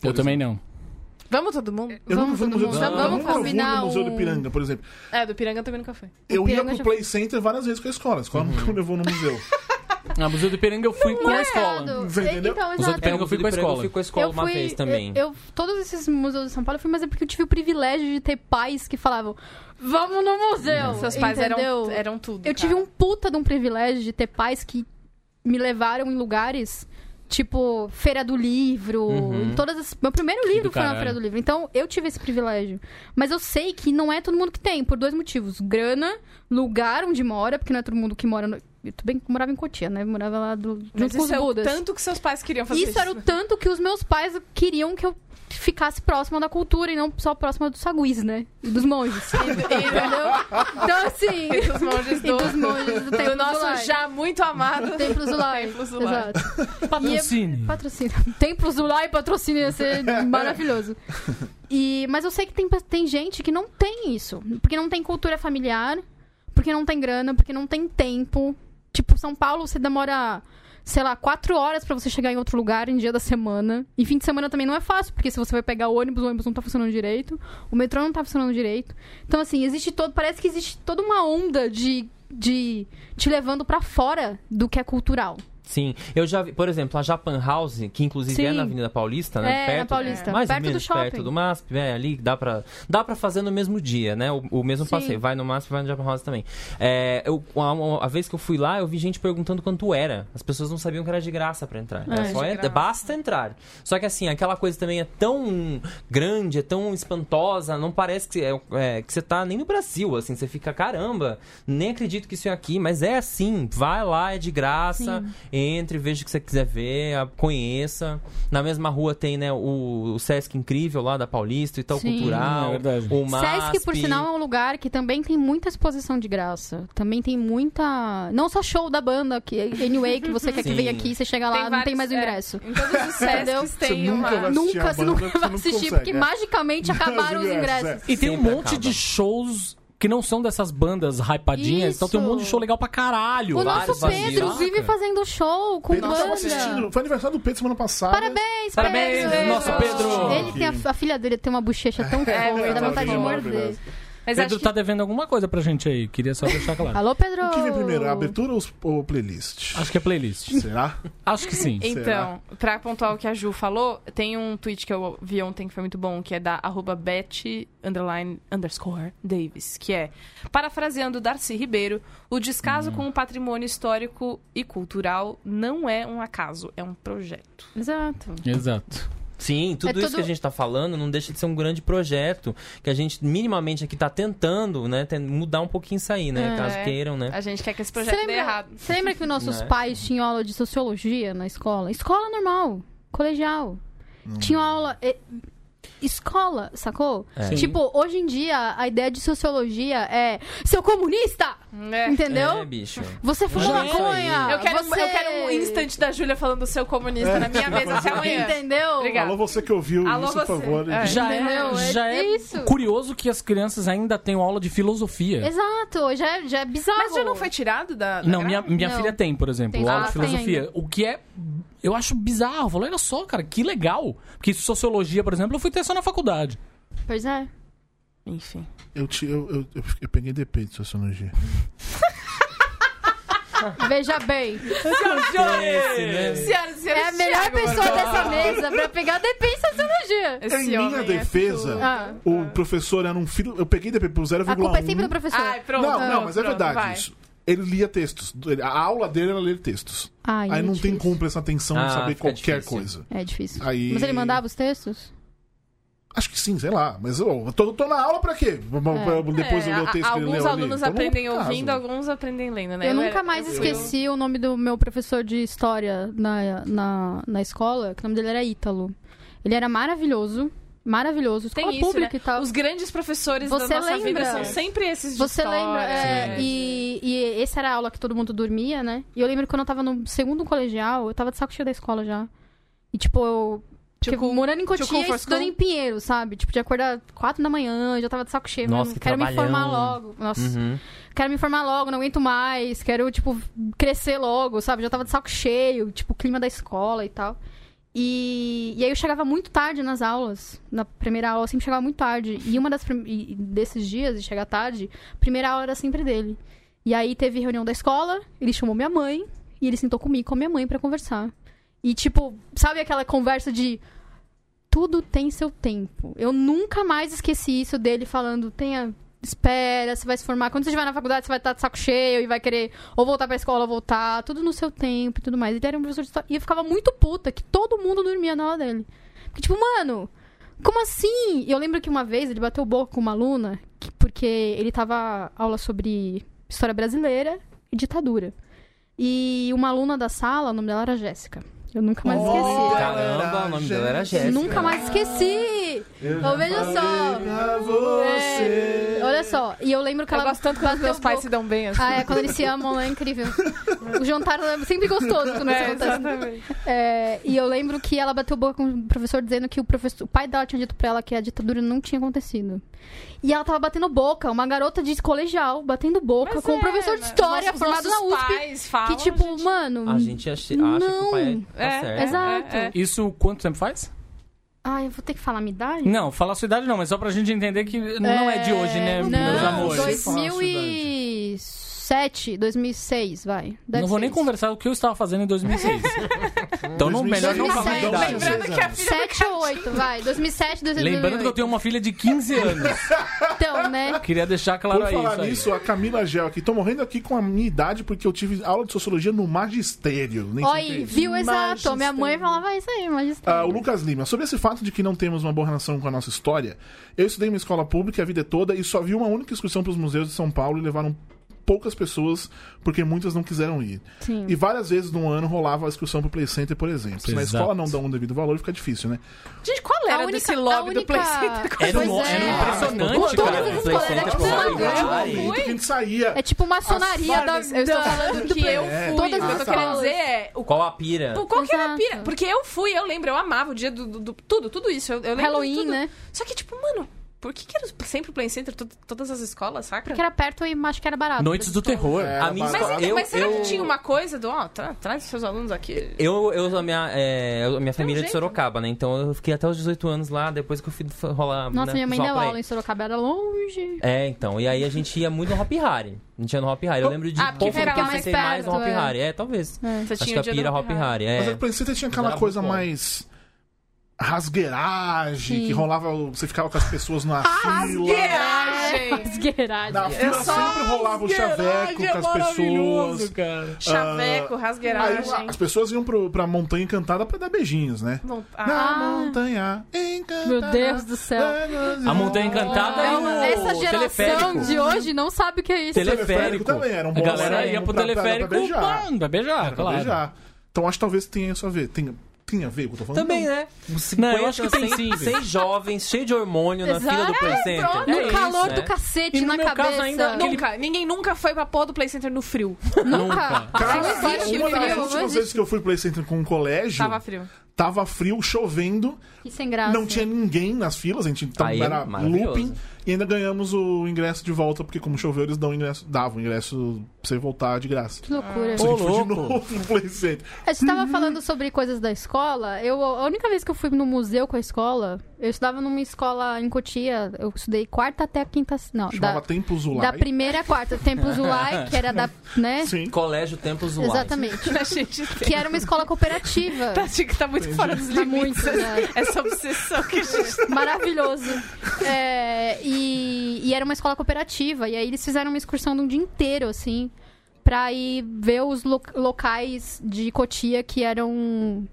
Speaker 3: Eu também não.
Speaker 1: Vamos todo mundo?
Speaker 2: Eu
Speaker 4: Vamos
Speaker 2: nunca fui no
Speaker 4: todo
Speaker 2: Museu do
Speaker 4: mundo.
Speaker 2: Piranga. eu
Speaker 4: Vamos
Speaker 2: nunca fui
Speaker 4: combinar
Speaker 2: no Museu do
Speaker 4: um-
Speaker 2: Piranga, por exemplo.
Speaker 1: É, do Piranga eu também nunca fui.
Speaker 2: Eu ia
Speaker 4: Piranga
Speaker 2: pro
Speaker 4: já- Uhum.
Speaker 2: Play Center várias vezes com a escola. A escola nunca me levou no museu.
Speaker 3: Ah, Museu do Ipiranga eu fui com
Speaker 4: é.
Speaker 3: a escola.
Speaker 4: Errado.
Speaker 2: Você entendeu?
Speaker 4: Então,
Speaker 3: Museu do
Speaker 4: exato.
Speaker 3: Piranga
Speaker 2: um
Speaker 3: eu fui com a escola.
Speaker 5: É, Eu fui com a escola é
Speaker 4: eu
Speaker 5: uma
Speaker 4: fui-
Speaker 5: vez também.
Speaker 4: Eu, eu- todos esses museus de São Paulo eu fui, mas é porque eu tive o privilégio de ter pais que falavam: vamos no museu.
Speaker 1: Seus pais
Speaker 4: entendeu?
Speaker 1: eram, eram tudo.
Speaker 4: Eu tive um puta de um privilégio de ter pais que me levaram em lugares. Tipo, Feira do Livro,
Speaker 5: Uhum.
Speaker 4: em todas as... Meu primeiro livro
Speaker 3: do
Speaker 4: foi na
Speaker 3: caralho.
Speaker 4: Feira do Livro, então eu tive esse privilégio. Mas eu sei que não é todo mundo que tem, por dois motivos. Grana, lugar onde mora, porque não é todo mundo que mora... No... Eu tudo bem que morava em Cotia, né? Morava lá do...
Speaker 1: Mas
Speaker 4: junto com os
Speaker 1: isso é o
Speaker 4: Budas.
Speaker 1: tanto que seus pais queriam fazer
Speaker 4: Isso era o tanto que os meus pais queriam que eu ficasse próxima da cultura e não só próxima dos saguis, né? E dos monges. entendeu? Então, assim.
Speaker 1: E dos monges
Speaker 4: e
Speaker 1: do-
Speaker 4: dos monges do templo
Speaker 1: do nosso
Speaker 4: Zulai.
Speaker 1: já muito amado.
Speaker 4: Templo Zulai.
Speaker 1: Templo Zulai.
Speaker 4: Exato. é
Speaker 3: Patrocínio.
Speaker 4: Patrocínio. Templo Zulai patrocínio ia ser maravilhoso. E, mas eu sei que tem, pe- tem gente que não tem isso. Porque não tem cultura familiar, porque não tem grana, porque não tem tempo. Tipo, São Paulo você demora, sei lá, quatro horas pra você chegar em outro lugar em dia da semana. E fim de semana também não é fácil, porque se você vai pegar o ônibus, o ônibus não tá funcionando direito, o metrô não tá funcionando direito. Então, assim, existe todo. Parece que existe toda uma onda de, de te levando pra fora do que é cultural.
Speaker 5: Sim, eu já vi, por exemplo, a Japan House, que inclusive é
Speaker 4: Sim.
Speaker 5: na Avenida Paulista,
Speaker 4: É,
Speaker 5: né?
Speaker 4: na
Speaker 5: perto,
Speaker 4: Paulista,
Speaker 5: Mais ou
Speaker 4: perto do
Speaker 5: menos
Speaker 4: shopping.
Speaker 5: perto do MASP, é, ali dá pra, dá pra fazer no mesmo dia, né? O, o mesmo
Speaker 4: Sim.
Speaker 5: passeio. Vai no MASP, vai no Japan House também. É, eu, a, a vez que eu fui lá, eu vi gente perguntando quanto era. As pessoas não sabiam que era de graça pra entrar. Era
Speaker 4: É,
Speaker 5: só
Speaker 1: de
Speaker 5: entra-
Speaker 1: graça.
Speaker 5: basta entrar. Só que assim, aquela coisa também é tão grande, é tão espantosa, não parece que, é, é, que você tá nem no Brasil, assim, você fica, caramba, nem acredito que isso é aqui, mas é assim, vai lá, é de graça, entre, veja o que você quiser ver, a- conheça. Na mesma rua tem, né, o, o Sesc Incrível lá da Paulista, e tal
Speaker 4: Sim.
Speaker 5: Cultural,
Speaker 3: É verdade.
Speaker 5: o MASP.
Speaker 4: Sesc, por sinal, é um lugar que também tem muita exposição de graça. Também tem muita. Não só show da banda, que anyway, que você quer que
Speaker 5: Sim.
Speaker 4: venha aqui, você chega lá, não tem
Speaker 1: vários-
Speaker 4: mais o
Speaker 1: é,
Speaker 4: ingresso.
Speaker 1: em todos os
Speaker 4: Entendeu?
Speaker 1: Sescs tem
Speaker 2: Você nunca
Speaker 1: uma...
Speaker 2: vai- assistir
Speaker 4: Nunca,
Speaker 2: a
Speaker 4: você
Speaker 2: banda,
Speaker 4: nunca
Speaker 2: você
Speaker 4: vai
Speaker 2: não
Speaker 4: assistir,
Speaker 2: consegue,
Speaker 4: porque
Speaker 2: é.
Speaker 4: magicamente acabaram os
Speaker 2: ingressos,
Speaker 4: ingressos.
Speaker 3: E tem um
Speaker 5: Sempre
Speaker 3: monte
Speaker 5: acaba.
Speaker 3: de shows que não são dessas bandas hypadinhas, então tem um
Speaker 4: Isso.
Speaker 3: monte de show legal pra caralho.
Speaker 4: O
Speaker 5: Vários
Speaker 4: nosso Pedro
Speaker 5: vazios.
Speaker 3: né?
Speaker 4: vive fazendo show com
Speaker 2: Pedro tava
Speaker 4: banda.
Speaker 2: assistindo. Foi aniversário do Pedro semana passada.
Speaker 4: Parabéns,
Speaker 3: Parabéns,
Speaker 4: Pedro.
Speaker 3: nosso Pedro.
Speaker 4: Ele tem a, a filha dele tem uma bochecha
Speaker 2: Então,
Speaker 4: tão
Speaker 2: é
Speaker 4: fofa,
Speaker 1: verdade,
Speaker 4: É, dá vontade de morder.
Speaker 2: maravilhoso.
Speaker 1: Mas
Speaker 3: Pedro
Speaker 1: acho que
Speaker 3: tá devendo alguma coisa pra gente aí, queria só deixar claro.
Speaker 4: Alô, Pedro.
Speaker 2: O que vem primeiro, a abertura ou os- ou a playlist?
Speaker 3: Acho que é playlist.
Speaker 2: Será?
Speaker 3: Acho que sim.
Speaker 1: Então, pra pontuar o que a Ju falou, tem um tweet que eu vi ontem que foi muito bom, que é da arroba bet, underline, underscore, Davis, que é, parafraseando Darcy Ribeiro, o descaso
Speaker 2: Hum.
Speaker 1: com o patrimônio histórico e cultural não é um acaso, é um projeto.
Speaker 4: Exato.
Speaker 3: Exato.
Speaker 5: Sim, tudo
Speaker 4: É
Speaker 5: isso
Speaker 4: tudo-
Speaker 5: que a gente está falando não deixa de ser um grande projeto que a gente minimamente aqui está tentando, né, ten- mudar um pouquinho isso aí, né,
Speaker 1: É.
Speaker 5: caso queiram, né.
Speaker 1: A gente quer que esse
Speaker 4: Você
Speaker 1: projeto dê
Speaker 4: lembra,
Speaker 1: errado.
Speaker 4: você lembra que nossos
Speaker 5: Não é?
Speaker 4: pais tinham aula de sociologia na escola? Escola normal, colegial.
Speaker 5: Hum.
Speaker 4: Tinham aula. eh, Escola, sacou?
Speaker 5: É.
Speaker 3: Sim.
Speaker 4: Tipo, hoje em dia, a ideia de sociologia é seu comunista!
Speaker 1: É.
Speaker 4: Entendeu?
Speaker 5: É, bicho.
Speaker 4: Você fumou
Speaker 5: Mas é isso
Speaker 4: maconha!
Speaker 5: aí.
Speaker 1: Então, Eu quero,
Speaker 4: você...
Speaker 1: eu quero um instante da Júlia falando seu
Speaker 2: É.
Speaker 1: comunista na minha mesa até amanhã.
Speaker 4: Entendeu?
Speaker 1: Obrigada.
Speaker 2: Alô, você que ouviu
Speaker 1: Alô,
Speaker 2: isso, por
Speaker 1: você.
Speaker 2: favor.
Speaker 1: É.
Speaker 2: gente.
Speaker 3: Já
Speaker 4: Entendeu?
Speaker 3: é,
Speaker 4: É
Speaker 3: já é
Speaker 4: isso.
Speaker 3: curioso que as crianças ainda tenham aula de filosofia.
Speaker 4: Exato, já é, já é bizarro.
Speaker 1: Mas já não foi tirado da, da
Speaker 3: Não, minha,
Speaker 1: grade?
Speaker 3: minha
Speaker 4: Ah, Não.
Speaker 3: filha tem, por exemplo,
Speaker 4: Tem.
Speaker 3: aula
Speaker 4: Ah,
Speaker 3: de
Speaker 4: tem
Speaker 3: filosofia. O que é. Eu acho bizarro. Eu falo, olha só, cara, que legal. Porque sociologia, por exemplo, eu fui ter só na faculdade.
Speaker 4: Pois é.
Speaker 1: Enfim.
Speaker 2: Eu, te- eu, eu, eu, eu peguei DP de sociologia.
Speaker 4: Veja bem.
Speaker 3: né?
Speaker 1: Senhoras e senhores,
Speaker 4: É a melhor
Speaker 1: Thiago
Speaker 4: pessoa dessa mesa pra pegar defesa sociologia.
Speaker 1: Esse
Speaker 2: em minha
Speaker 1: homem é
Speaker 2: defesa,
Speaker 1: tudo.
Speaker 4: Ah,
Speaker 2: o professor era um filho. Eu peguei DP por 0,1.
Speaker 4: a culpa é
Speaker 5: um
Speaker 4: sempre do professor.
Speaker 1: Ai, pronto.
Speaker 2: Não, não,
Speaker 1: pronto,
Speaker 2: mas é
Speaker 1: pronto,
Speaker 2: verdade
Speaker 1: vai.
Speaker 2: isso. Ele lia textos. Ele- A aula dele era ler textos.
Speaker 4: Ai,
Speaker 2: Aí
Speaker 4: é
Speaker 2: não tem
Speaker 4: difícil.
Speaker 2: como prestar atenção em
Speaker 5: Ah,
Speaker 2: saber
Speaker 5: fica
Speaker 2: qualquer
Speaker 5: difícil.
Speaker 2: coisa.
Speaker 4: É difícil.
Speaker 2: Aí-
Speaker 4: Mas ele mandava os textos?
Speaker 2: Acho que sim, sei lá. Mas eu eu tô, tô na aula pra quê? Pra- pra- Depois eu
Speaker 1: É,
Speaker 2: ler o texto
Speaker 1: a-
Speaker 2: que ele
Speaker 1: Alguns
Speaker 2: leu ali.
Speaker 1: alunos
Speaker 2: Então, não é
Speaker 1: aprendem
Speaker 2: por acaso.
Speaker 1: ouvindo, alguns aprendem lendo, né?
Speaker 4: eu nunca
Speaker 1: era-
Speaker 4: mais
Speaker 1: eu fui- um-
Speaker 4: esqueci o nome do meu professor de história na, na, na escola, que o nome dele era Ítalo. Ele era maravilhoso, maravilhoso,
Speaker 1: Tem
Speaker 4: escola
Speaker 1: isso,
Speaker 4: pública
Speaker 1: né?
Speaker 4: e tal.
Speaker 1: Os grandes professores
Speaker 4: Você
Speaker 1: da nossa vida
Speaker 4: lembra?
Speaker 1: são sempre esses de
Speaker 4: Você
Speaker 1: história.
Speaker 4: lembra? é,
Speaker 1: né?
Speaker 4: e, e essa era a aula que todo mundo dormia, né? E eu lembro que quando eu tava no segundo colegial, eu tava de saco cheio da escola já. E tipo, eu.
Speaker 1: Tio
Speaker 4: tipo,
Speaker 1: Cu-
Speaker 4: morando em
Speaker 1: Tio Cu
Speaker 4: Cotia e
Speaker 1: for
Speaker 4: estudando
Speaker 1: school?
Speaker 4: em Pinheiro, sabe? Tipo, de acordar quatro da manhã, já tava de saco cheio.
Speaker 5: Nossa,
Speaker 4: mano,
Speaker 5: que
Speaker 4: quero me
Speaker 5: trabalhão.
Speaker 4: formar logo. Nossa,
Speaker 5: Uhum.
Speaker 4: quero me formar logo, não aguento mais. Quero, tipo, crescer logo, sabe? Já tava de saco cheio, tipo, clima da escola e tal. E, e aí eu chegava muito tarde nas aulas. Na primeira aula eu sempre chegava muito tarde. E uma das prim- e- e desses dias de chegar tarde, a primeira aula era sempre dele. E aí teve reunião da escola, ele chamou minha mãe e ele sentou comigo e com a minha mãe pra conversar. E tipo, sabe aquela conversa de tudo tem seu tempo. Eu nunca mais esqueci isso dele falando, tenha espera, você vai se formar, quando você estiver na faculdade, você vai estar de saco cheio e vai querer ou voltar pra escola, ou voltar, tudo no seu tempo e tudo mais. Ele era um professor de história e eu ficava muito puta que todo mundo dormia na aula dele. Porque tipo, mano, como assim? E Eu lembro que uma vez ele bateu boca com uma aluna que- porque ele tava aula sobre história brasileira e ditadura. E uma aluna da sala, o nome dela era Jéssica. Eu nunca mais esqueci.
Speaker 5: Caramba, o nome dela era Jéssica.
Speaker 4: Nunca mais esqueci! Então, veja só.
Speaker 2: Pra
Speaker 4: É, olha só, e eu lembro que
Speaker 1: Eu
Speaker 4: ela
Speaker 1: gosto tanto quando
Speaker 4: bateu
Speaker 1: meus pais se dão bem assim.
Speaker 4: Ah, é, quando eles se amam, é incrível. O jantar é sempre gostoso quando isso
Speaker 1: É,
Speaker 4: acontece.
Speaker 1: exatamente.
Speaker 4: É, e eu lembro que ela bateu boca com o professor dizendo que o, professor, o pai dela tinha dito pra ela que a ditadura não tinha acontecido. E ela tava batendo boca, uma garota de colegial, batendo boca
Speaker 1: Mas
Speaker 4: com
Speaker 1: é,
Speaker 4: um professor de
Speaker 1: né?
Speaker 4: história
Speaker 1: Nossos-
Speaker 4: formado na
Speaker 1: nossos
Speaker 4: USP.
Speaker 1: pais
Speaker 4: que
Speaker 1: falam,
Speaker 4: tipo,
Speaker 1: gente-
Speaker 4: mano.
Speaker 5: A gente acha, acha que o pai
Speaker 4: Não. É,
Speaker 5: tá certo.
Speaker 4: exato.
Speaker 1: É,
Speaker 3: Isso quanto tempo faz?
Speaker 4: Ai, eu vou ter que falar a minha idade?
Speaker 3: Não, falar a sua idade não, mas só pra gente entender que não é, de hoje, né,
Speaker 4: não,
Speaker 3: meus amores?
Speaker 2: dois-
Speaker 4: 2007, 2007, 2006, vai. Deve
Speaker 3: não vou nem
Speaker 4: ser isso.
Speaker 3: conversar o que eu estava fazendo em 2006. então, não,
Speaker 2: 2006,
Speaker 3: melhor não falar a
Speaker 4: Lembrando-
Speaker 3: idade.
Speaker 1: Lembrando
Speaker 2: é
Speaker 1: que a filha do
Speaker 4: Sete ou oito, vai. 2007, 2008.
Speaker 3: Lembrando que eu tenho uma filha de 15 anos.
Speaker 4: Então, né?
Speaker 3: Queria deixar claro
Speaker 2: Por
Speaker 3: aí
Speaker 2: falar
Speaker 3: isso aí.
Speaker 2: nisso, a Camila Gel aqui. Tô morrendo aqui com a minha idade porque eu tive aula de sociologia no magistério. Nem sei o que é
Speaker 4: Oi,
Speaker 2: isso.
Speaker 4: viu? Exato. Minha mãe falava isso aí,
Speaker 2: Ah,
Speaker 4: magistrado.
Speaker 2: o Lucas Lima, sobre esse fato de que não temos uma boa relação com a nossa história, eu estudei em uma escola pública a vida toda e só vi uma única excursão para os museus de São Paulo e levaram poucas pessoas porque muitas não quiseram ir.
Speaker 4: Sim.
Speaker 2: E várias vezes no ano rolava a excursão para o Play Center, por exemplo. Se na
Speaker 3: Exato.
Speaker 2: escola não dá um devido valor, fica difícil, né?
Speaker 1: Gente, qual era desse
Speaker 4: a
Speaker 1: lobby do
Speaker 4: única-
Speaker 1: Play Center?
Speaker 3: Era um-
Speaker 5: é,
Speaker 4: Pois é.
Speaker 3: era um impressionante,
Speaker 4: Com todas
Speaker 3: cara,
Speaker 4: as
Speaker 5: o Play
Speaker 4: escolas
Speaker 5: Center,
Speaker 4: aqui
Speaker 5: tipo,
Speaker 4: são
Speaker 5: uma
Speaker 4: iguais.
Speaker 1: Ui.
Speaker 5: grande
Speaker 2: Muito que a gente saía.
Speaker 4: É tipo maçonaria da,
Speaker 1: Eu estou
Speaker 4: da-
Speaker 1: falando
Speaker 4: do
Speaker 1: Então, que eu
Speaker 2: É.
Speaker 1: fui.
Speaker 4: Todas
Speaker 1: o que eu tô
Speaker 4: as
Speaker 1: querendo
Speaker 4: escolas.
Speaker 1: dizer é. o-
Speaker 5: Qual a pira?
Speaker 1: Pô, Qual que era a
Speaker 4: Exato.
Speaker 1: pira? Porque eu fui, eu lembro, eu amava o dia do. do- do- tudo, tudo isso. Eu, eu lembro de
Speaker 4: Halloween,
Speaker 1: tudo.
Speaker 4: né?
Speaker 1: Só que, tipo, mano, por que, que era sempre o Play Center, to- todas as escolas, saca?
Speaker 4: Que era perto e acho que era barato.
Speaker 3: Noites do Terror.
Speaker 2: É,
Speaker 5: A minha
Speaker 2: barato.
Speaker 1: Mas,
Speaker 5: escola-
Speaker 1: então,
Speaker 5: eu-
Speaker 1: mas será
Speaker 5: eu-
Speaker 1: que tinha uma coisa do, ó, tra- traz seus alunos aqui?
Speaker 5: Eu, eu, a minha, é, a
Speaker 4: um
Speaker 5: minha família é de
Speaker 1: jeito.
Speaker 5: Sorocaba, né? Então eu fiquei até os 18 anos lá, depois que eu fui f- rolar.
Speaker 4: Nossa,
Speaker 5: né,
Speaker 4: minha mãe
Speaker 5: só
Speaker 4: deu
Speaker 5: pra ir.
Speaker 4: aula em Sorocaba, era longe.
Speaker 5: É, então. E aí a gente ia muito no Hop Harry. A gente ia no Hop Harry. Eu lembro de
Speaker 1: Ah, porque
Speaker 5: pouco
Speaker 1: era
Speaker 5: que eu
Speaker 1: mais
Speaker 5: sentei
Speaker 4: perto,
Speaker 5: mais no Hop
Speaker 4: é.
Speaker 5: Harry. É, talvez.
Speaker 1: Você
Speaker 5: Acho
Speaker 1: tinha
Speaker 5: que a
Speaker 1: o dia
Speaker 5: pira
Speaker 1: do
Speaker 5: Hop
Speaker 1: Harry.
Speaker 5: Harry.
Speaker 2: Mas o
Speaker 5: É.
Speaker 2: Play Center tinha
Speaker 5: Era
Speaker 2: aquela
Speaker 5: muito
Speaker 2: coisa
Speaker 5: bom.
Speaker 2: mais rasgueiragem,
Speaker 4: Sim.
Speaker 2: que rolava, você ficava com as pessoas na fila.
Speaker 1: Viagem!
Speaker 4: Asgueirada.
Speaker 2: Na fila
Speaker 1: só
Speaker 2: sempre rolava o chaveco
Speaker 4: é
Speaker 2: com as pessoas.
Speaker 3: cara.
Speaker 5: Ah,
Speaker 1: Chaveco,
Speaker 2: Aí,
Speaker 1: rasgueiragem.
Speaker 2: as pessoas iam pro, pra Montanha Encantada pra dar beijinhos, né?
Speaker 1: Bom,
Speaker 2: Na
Speaker 1: ah,
Speaker 2: Montanha Encantada. É,
Speaker 4: Meu Deus do céu.
Speaker 3: A Montanha Encantada
Speaker 4: É
Speaker 3: e
Speaker 4: uma-
Speaker 3: o
Speaker 4: Essa geração
Speaker 3: teleférico.
Speaker 4: de hoje não sabe o que é isso.
Speaker 3: Tele-
Speaker 2: Teleférico também era um
Speaker 3: A
Speaker 2: bom
Speaker 3: galera
Speaker 2: lugar
Speaker 3: ia pro
Speaker 2: pra- pra- pra
Speaker 3: teleférico
Speaker 2: beijar.
Speaker 3: pum, pra beijar,
Speaker 2: Era pra
Speaker 3: claro.
Speaker 2: beijar. Então acho que talvez tenha isso a ver. Tem, tem a ver com o que eu tô falando?
Speaker 5: Também, né? Uns 50,
Speaker 3: eu acho que tem
Speaker 5: seis-
Speaker 3: sim, velho.
Speaker 5: Seis jovens, cheio de hormônio na
Speaker 4: Exato.
Speaker 5: fila do Play Center.
Speaker 4: No
Speaker 5: É isso,
Speaker 4: calor
Speaker 5: né?
Speaker 4: do cacete,
Speaker 3: E no
Speaker 4: na
Speaker 3: meu caso
Speaker 4: cabeça.
Speaker 3: ainda-
Speaker 4: Não-
Speaker 3: aquele-
Speaker 1: nunca. Ninguém nunca foi pra porra do Play Center no Ah. frio.
Speaker 4: Nunca.
Speaker 2: Cara,
Speaker 4: Não existe
Speaker 2: uma das
Speaker 4: frio, não
Speaker 2: últimas
Speaker 4: existe.
Speaker 2: vezes que eu fui pro Play Center com o colégio,
Speaker 1: Tava frio.
Speaker 2: tava frio, chovendo,
Speaker 4: Que sem graça.
Speaker 2: não tinha ninguém nas filas, a gente então
Speaker 5: Aí é
Speaker 2: era
Speaker 5: maravilhoso.
Speaker 2: looping e ainda ganhamos o ingresso de volta, porque como choveu, eles dão o ingresso, davam o ingresso pra você voltar de graça.
Speaker 4: Que loucura.
Speaker 2: Então, a gente foi de
Speaker 3: louco.
Speaker 2: novo no Play Center.
Speaker 4: A gente tava falando sobre coisas da escola. Eu, a única vez que eu fui no museu com a escola, eu estudava numa escola em Cotia. Eu estudei quarta até a quinta. Não, da,
Speaker 2: Chamava Tempos Ulai.
Speaker 4: da primeira à quarta. Tempos Ulai, que era da. né?
Speaker 2: Sim.
Speaker 5: Colégio Tempos Uai.
Speaker 4: Exatamente.
Speaker 1: A gente tem.
Speaker 4: Que era uma escola cooperativa.
Speaker 1: Tá, que tá muito fora dos
Speaker 4: Tá
Speaker 1: limites.
Speaker 4: muito, né?
Speaker 1: Essa obsessão que a gente
Speaker 4: Maravilhoso. É, e, e era uma escola cooperativa. E aí eles fizeram uma excursão de um dia inteiro, assim, pra ir ver os lo- locais de Cotia que eram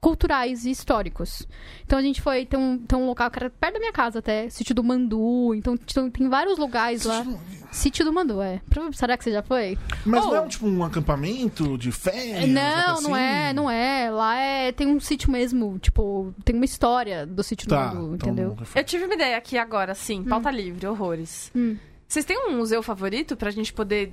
Speaker 4: culturais e históricos. Então a gente foi, tem um, tem um local que era perto da minha casa até, Sítio do Mandu. Então t- tem vários lugares lá. Sítio do Mandu, é. Prova- Será que você já foi?
Speaker 2: Mas
Speaker 1: Oh.
Speaker 2: não é um, tipo um acampamento de férias?
Speaker 4: não,
Speaker 2: assim.
Speaker 4: não é, não é. Lá é, tem um sítio mesmo, tipo, tem uma história do Sítio
Speaker 2: Tá,
Speaker 4: do Mandu,
Speaker 2: então
Speaker 4: é entendeu?
Speaker 2: nunca foi.
Speaker 1: Eu tive uma ideia aqui agora, sim. Pauta livre, horrores.
Speaker 4: Hum.
Speaker 1: Vocês têm um museu favorito pra gente poder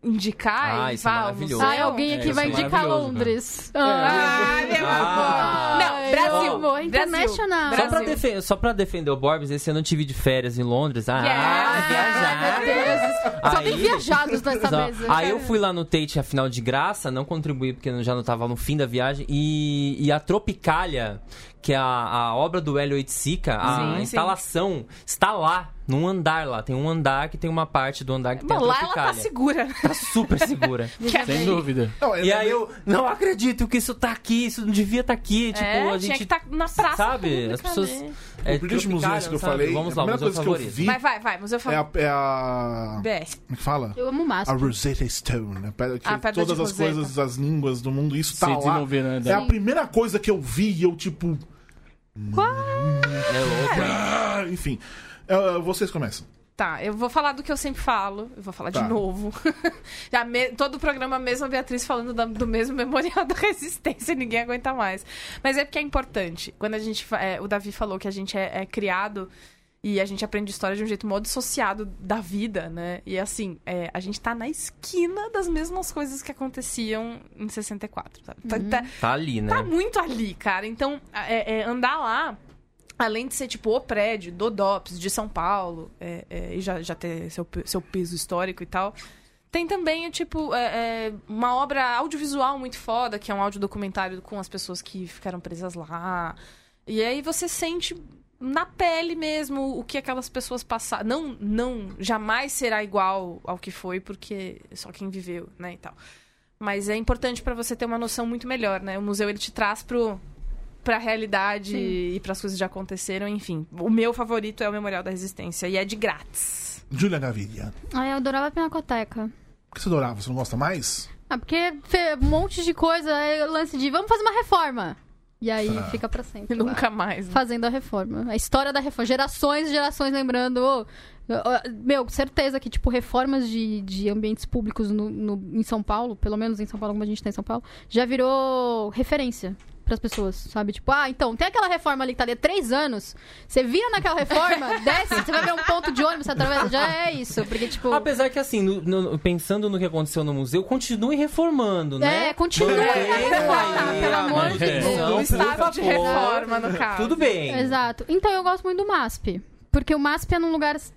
Speaker 1: indicar
Speaker 5: Ah,
Speaker 1: e
Speaker 5: isso é
Speaker 1: vá ao
Speaker 5: maravilhoso.
Speaker 1: museu?
Speaker 4: Ai, alguém aqui
Speaker 3: isso
Speaker 4: vai
Speaker 3: é
Speaker 4: indicar
Speaker 3: maravilhoso,
Speaker 4: Londres.
Speaker 1: Ah, meu
Speaker 5: Ah.
Speaker 1: amor. Não, Brasil.
Speaker 4: É. Eu amo. International.
Speaker 5: Só pra,
Speaker 1: Brasil.
Speaker 5: defen- só pra defender o Borbs, esse ano eu tive de férias em Londres. Ah,
Speaker 1: Yeah.
Speaker 5: viajar.
Speaker 4: Deus. Só tem
Speaker 5: Aí-
Speaker 4: viajados nessa
Speaker 5: Só-
Speaker 4: mesa.
Speaker 5: Aí eu fui lá no Tate, afinal, de graça, não contribuí porque eu já não tava no fim da viagem. E, e a Tropicália, que é a, a obra do Hélio Oiticica, a
Speaker 1: Sim, sim.
Speaker 5: instalação, está lá, num andar lá. Tem um andar que tem uma parte do andar que
Speaker 1: Bom,
Speaker 5: tem a
Speaker 1: lá ela tá
Speaker 5: Tropicália.
Speaker 1: segura.
Speaker 5: tá super segura.
Speaker 4: Veja
Speaker 3: Sem
Speaker 4: bem.
Speaker 3: dúvida.
Speaker 2: Não, é
Speaker 5: E aí eu, não acredito que isso tá aqui, isso não devia estar aqui. Tipo,
Speaker 1: é,
Speaker 5: a
Speaker 1: tinha
Speaker 5: gente
Speaker 1: que estar na praça.
Speaker 5: sabe? As
Speaker 1: pública,
Speaker 5: pessoas.
Speaker 1: né?
Speaker 5: É,
Speaker 2: O British
Speaker 5: Tropicália,
Speaker 2: Museum esse que eu
Speaker 5: sabe?
Speaker 2: falei, é
Speaker 5: Vamos
Speaker 2: a
Speaker 5: lá, o
Speaker 2: primeira
Speaker 5: museu
Speaker 2: coisa que eu
Speaker 5: favorito.
Speaker 2: vi
Speaker 1: Vai, vai, vai. Museu
Speaker 2: é a...
Speaker 1: favorito.
Speaker 2: É a...
Speaker 1: BS.
Speaker 2: Como é que fala?
Speaker 4: Eu amo
Speaker 2: A
Speaker 4: massa.
Speaker 2: Rosetta Stone, né? Pedra que
Speaker 1: A pedra
Speaker 2: todas
Speaker 1: de
Speaker 2: as
Speaker 1: Rosetta.
Speaker 2: coisas, as línguas do mundo, isso tá
Speaker 3: Se
Speaker 2: lá.
Speaker 3: desenvolver, né?
Speaker 2: É a primeira coisa que eu vi e eu, tipo...
Speaker 5: É louco, hein?
Speaker 2: ah, enfim. Ah, vocês começam.
Speaker 1: Tá, eu vou falar do que eu sempre falo. Eu vou falar
Speaker 2: Tá.
Speaker 1: de novo. Já me- Todo o programa, a mesma Beatriz falando da- do mesmo memorial da resistência, ninguém aguenta mais. Mas é porque é importante. Quando a gente. fa- é, o Davi falou que a gente é, é criado e a gente aprende história de um jeito mó dissociado da vida, né? E assim, é, a gente tá na esquina das mesmas coisas que aconteciam em 64. Sabe? Tá- tá-
Speaker 5: Tá ali, né?
Speaker 1: Tá muito ali, cara. Então, é- é, andar lá, além de ser tipo o prédio do DOPS de São Paulo, é, é, e já, já ter seu, pe- seu peso histórico e tal. Tem também, tipo, é, é, uma obra audiovisual muito foda, que é um audiodocumentário com as pessoas que ficaram presas lá. E aí você sente na pele mesmo o que aquelas pessoas passaram. Não, não, jamais será igual ao que foi, porque só quem viveu, né, e tal. Mas é importante pra você ter uma noção muito melhor, né? O museu ele te traz pro pra realidade e pras coisas que já aconteceram, enfim. O meu favorito é o Memorial da Resistência e é de grátis.
Speaker 2: Júlia Gaviria.
Speaker 4: Ai, eu adorava a Pinacoteca.
Speaker 2: Por que você adorava? Você não gosta mais?
Speaker 4: Ah, porque fe- um monte de coisa, aí o lance de vamos fazer uma reforma. E aí fica pra sempre. lá.
Speaker 1: Nunca mais. né?
Speaker 4: Fazendo a reforma. A história da reforma. Gerações e gerações lembrando. ô, ô, meu, certeza que, tipo, reformas de, de ambientes públicos no, no- em São Paulo, pelo menos em São Paulo, como a gente tá em São Paulo, já virou referência pras pessoas, sabe? Tipo, ah, então, tem aquela reforma ali que tá ali há três anos. Você vira naquela reforma, desce, você vai ver um ponto de ônibus, você atravessa. Já é isso. Porque, tipo.
Speaker 5: Apesar que, assim, no- no- pensando no que aconteceu no museu, continue reformando, né?
Speaker 4: É, continua na
Speaker 5: Mantenha
Speaker 4: reforma,
Speaker 5: aí
Speaker 4: pelo
Speaker 5: a
Speaker 4: amor de
Speaker 5: manutenção,
Speaker 4: Deus.
Speaker 1: Do
Speaker 5: por
Speaker 1: estado de
Speaker 5: favor.
Speaker 1: reforma, no caso.
Speaker 5: Tudo bem.
Speaker 4: Exato. Então eu gosto muito do MASP. Porque o MASP é num lugar s-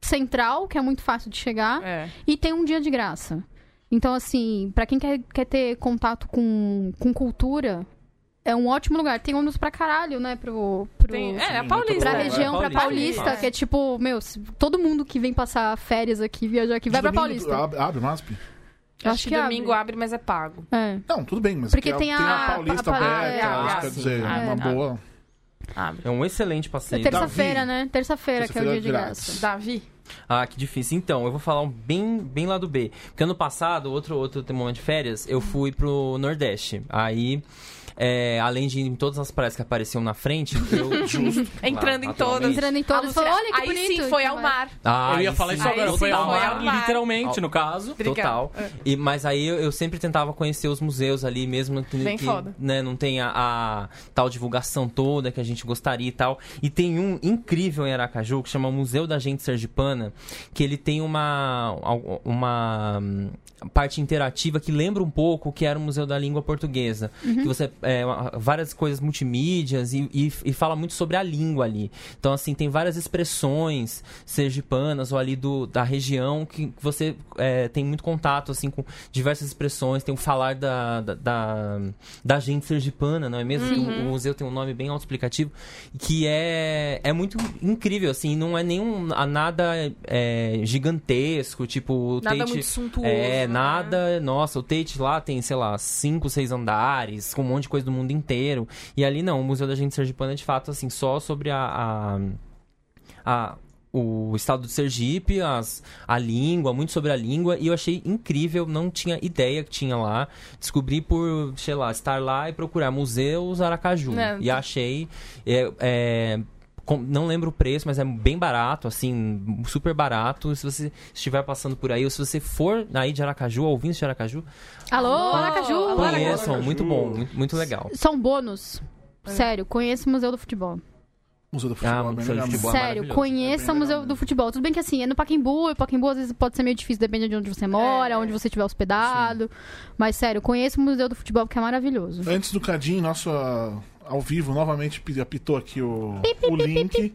Speaker 4: central, que é muito fácil de chegar,
Speaker 1: É.
Speaker 4: e tem um dia de graça. Então, assim, pra quem quer, quer ter contato com, com cultura, é um ótimo lugar. Tem ônibus pra caralho, né? Pro, pro,
Speaker 1: Tem, é, a
Speaker 5: Sim,
Speaker 1: Paulista.
Speaker 4: pra
Speaker 5: bom.
Speaker 1: né?
Speaker 4: região, pra
Speaker 5: Paulista,
Speaker 4: Paulista,
Speaker 1: é.
Speaker 4: que é tipo, meu, se- todo mundo que vem passar férias aqui, viajar aqui, vai pra
Speaker 2: De domingo,
Speaker 4: Paulista.
Speaker 2: Abre, abre o MASP?
Speaker 1: Acho, que, domingo abre, mas é pago.
Speaker 4: É.
Speaker 2: Não, tudo bem, mas
Speaker 4: Porque
Speaker 2: que é-
Speaker 4: tem a-
Speaker 2: Paulista
Speaker 4: a- a-
Speaker 2: aberta,
Speaker 1: a-
Speaker 2: acho,
Speaker 1: a-
Speaker 2: quer dizer,
Speaker 5: sim,
Speaker 2: é
Speaker 4: é.
Speaker 2: uma boa.
Speaker 1: Abre.
Speaker 5: É um excelente passeio.
Speaker 4: Terça-feira, né? Terça-feira que é o dia
Speaker 2: Terça-feira
Speaker 4: de
Speaker 2: grátis.
Speaker 4: graça.
Speaker 1: Davi?
Speaker 5: Ah, que difícil. Então, eu vou falar um bem, bem lá do B. Porque ano passado, outro, outro momento de férias, eu fui pro Nordeste. Aí, é, além de ir em todas as praias que apareciam na frente, eu... Justo.
Speaker 1: Entrando em todas.
Speaker 4: Entrando em todas, falou, olha que
Speaker 1: aí
Speaker 4: bonito.
Speaker 1: sim foi
Speaker 4: Então
Speaker 1: ao
Speaker 4: vai.
Speaker 1: mar.
Speaker 2: é
Speaker 5: Ah,
Speaker 3: eu ia
Speaker 5: aí
Speaker 3: falar
Speaker 5: sim.
Speaker 3: isso
Speaker 1: Aí
Speaker 3: agora.
Speaker 1: sim,
Speaker 3: Foi ao
Speaker 1: foi
Speaker 3: mar,
Speaker 1: ao mar.
Speaker 3: literalmente, no caso.
Speaker 1: Obrigada. É.
Speaker 5: Total. E, mas aí eu, eu sempre tentava conhecer os museus ali, mesmo que,
Speaker 1: Bem
Speaker 5: que,
Speaker 1: foda.
Speaker 5: né, não tem a, a tal divulgação toda que a gente gostaria e tal. E tem um incrível em Aracaju que chama Museu da Gente Sergipana, que ele tem uma, al- uma hum, parte interativa que lembra um pouco o que era o Museu da Língua Portuguesa.
Speaker 1: Uhum.
Speaker 5: Que você é, uma- várias coisas multimídias e, e, e fala muito sobre a língua ali. Então, assim, tem várias expressões sergipanas ou ali do, da região que você é, tem muito contato, assim, com diversas expressões. Tem o falar da, da, da, da gente sergipana, não é mesmo? Que O, o museu tem um nome bem autoexplicativo, que é, é muito incrível, assim. Não é nenhum a nada é, gigantesco, tipo... o
Speaker 1: Nada
Speaker 5: Tate-
Speaker 1: muito suntuoso.
Speaker 5: é,
Speaker 1: né?
Speaker 5: nada. Nossa, o Tate lá tem, sei lá, cinco, seis andares, com um monte de coisa do mundo inteiro. E ali não, o Museu da Gente Sergipana é de fato, assim, só sobre a. a, a- o estado do Sergipe, as, a língua, muito sobre a língua, e eu achei incrível, não tinha ideia que tinha lá. Descobri por, sei lá, estar lá e procurar Museus Aracaju.
Speaker 1: Né,
Speaker 5: e achei. é, é, com- não lembro o preço, mas é bem barato, assim, super barato. Se você estiver passando por aí, ou se você for aí de Aracaju, ouvindo de Aracaju,
Speaker 4: Alô,
Speaker 1: Alô,
Speaker 4: Aracaju!
Speaker 1: alô, Aracaju. É.
Speaker 5: conheçam, muito bom, muito, muito legal.
Speaker 4: Só um bônus. Sério, conheça o Museu do Futebol.
Speaker 2: Museu do
Speaker 5: Ah,
Speaker 2: futebol, é bem
Speaker 5: Museu do
Speaker 2: legal.
Speaker 5: Futebol. Boa,
Speaker 4: Sério,
Speaker 5: maravilhoso.
Speaker 4: conheça
Speaker 2: É
Speaker 4: o
Speaker 2: bem
Speaker 4: Museu
Speaker 2: legal
Speaker 4: do Futebol. Tudo bem que assim, é no Pacaembu, e o Pacaembu às vezes pode ser meio difícil, depende de onde você mora,
Speaker 1: É.
Speaker 4: onde você estiver hospedado. Mas sério, conheça o Museu do Futebol, porque é maravilhoso.
Speaker 2: Antes do Cadim, nosso ah, ao vivo, novamente pi- apitou aqui o, o link.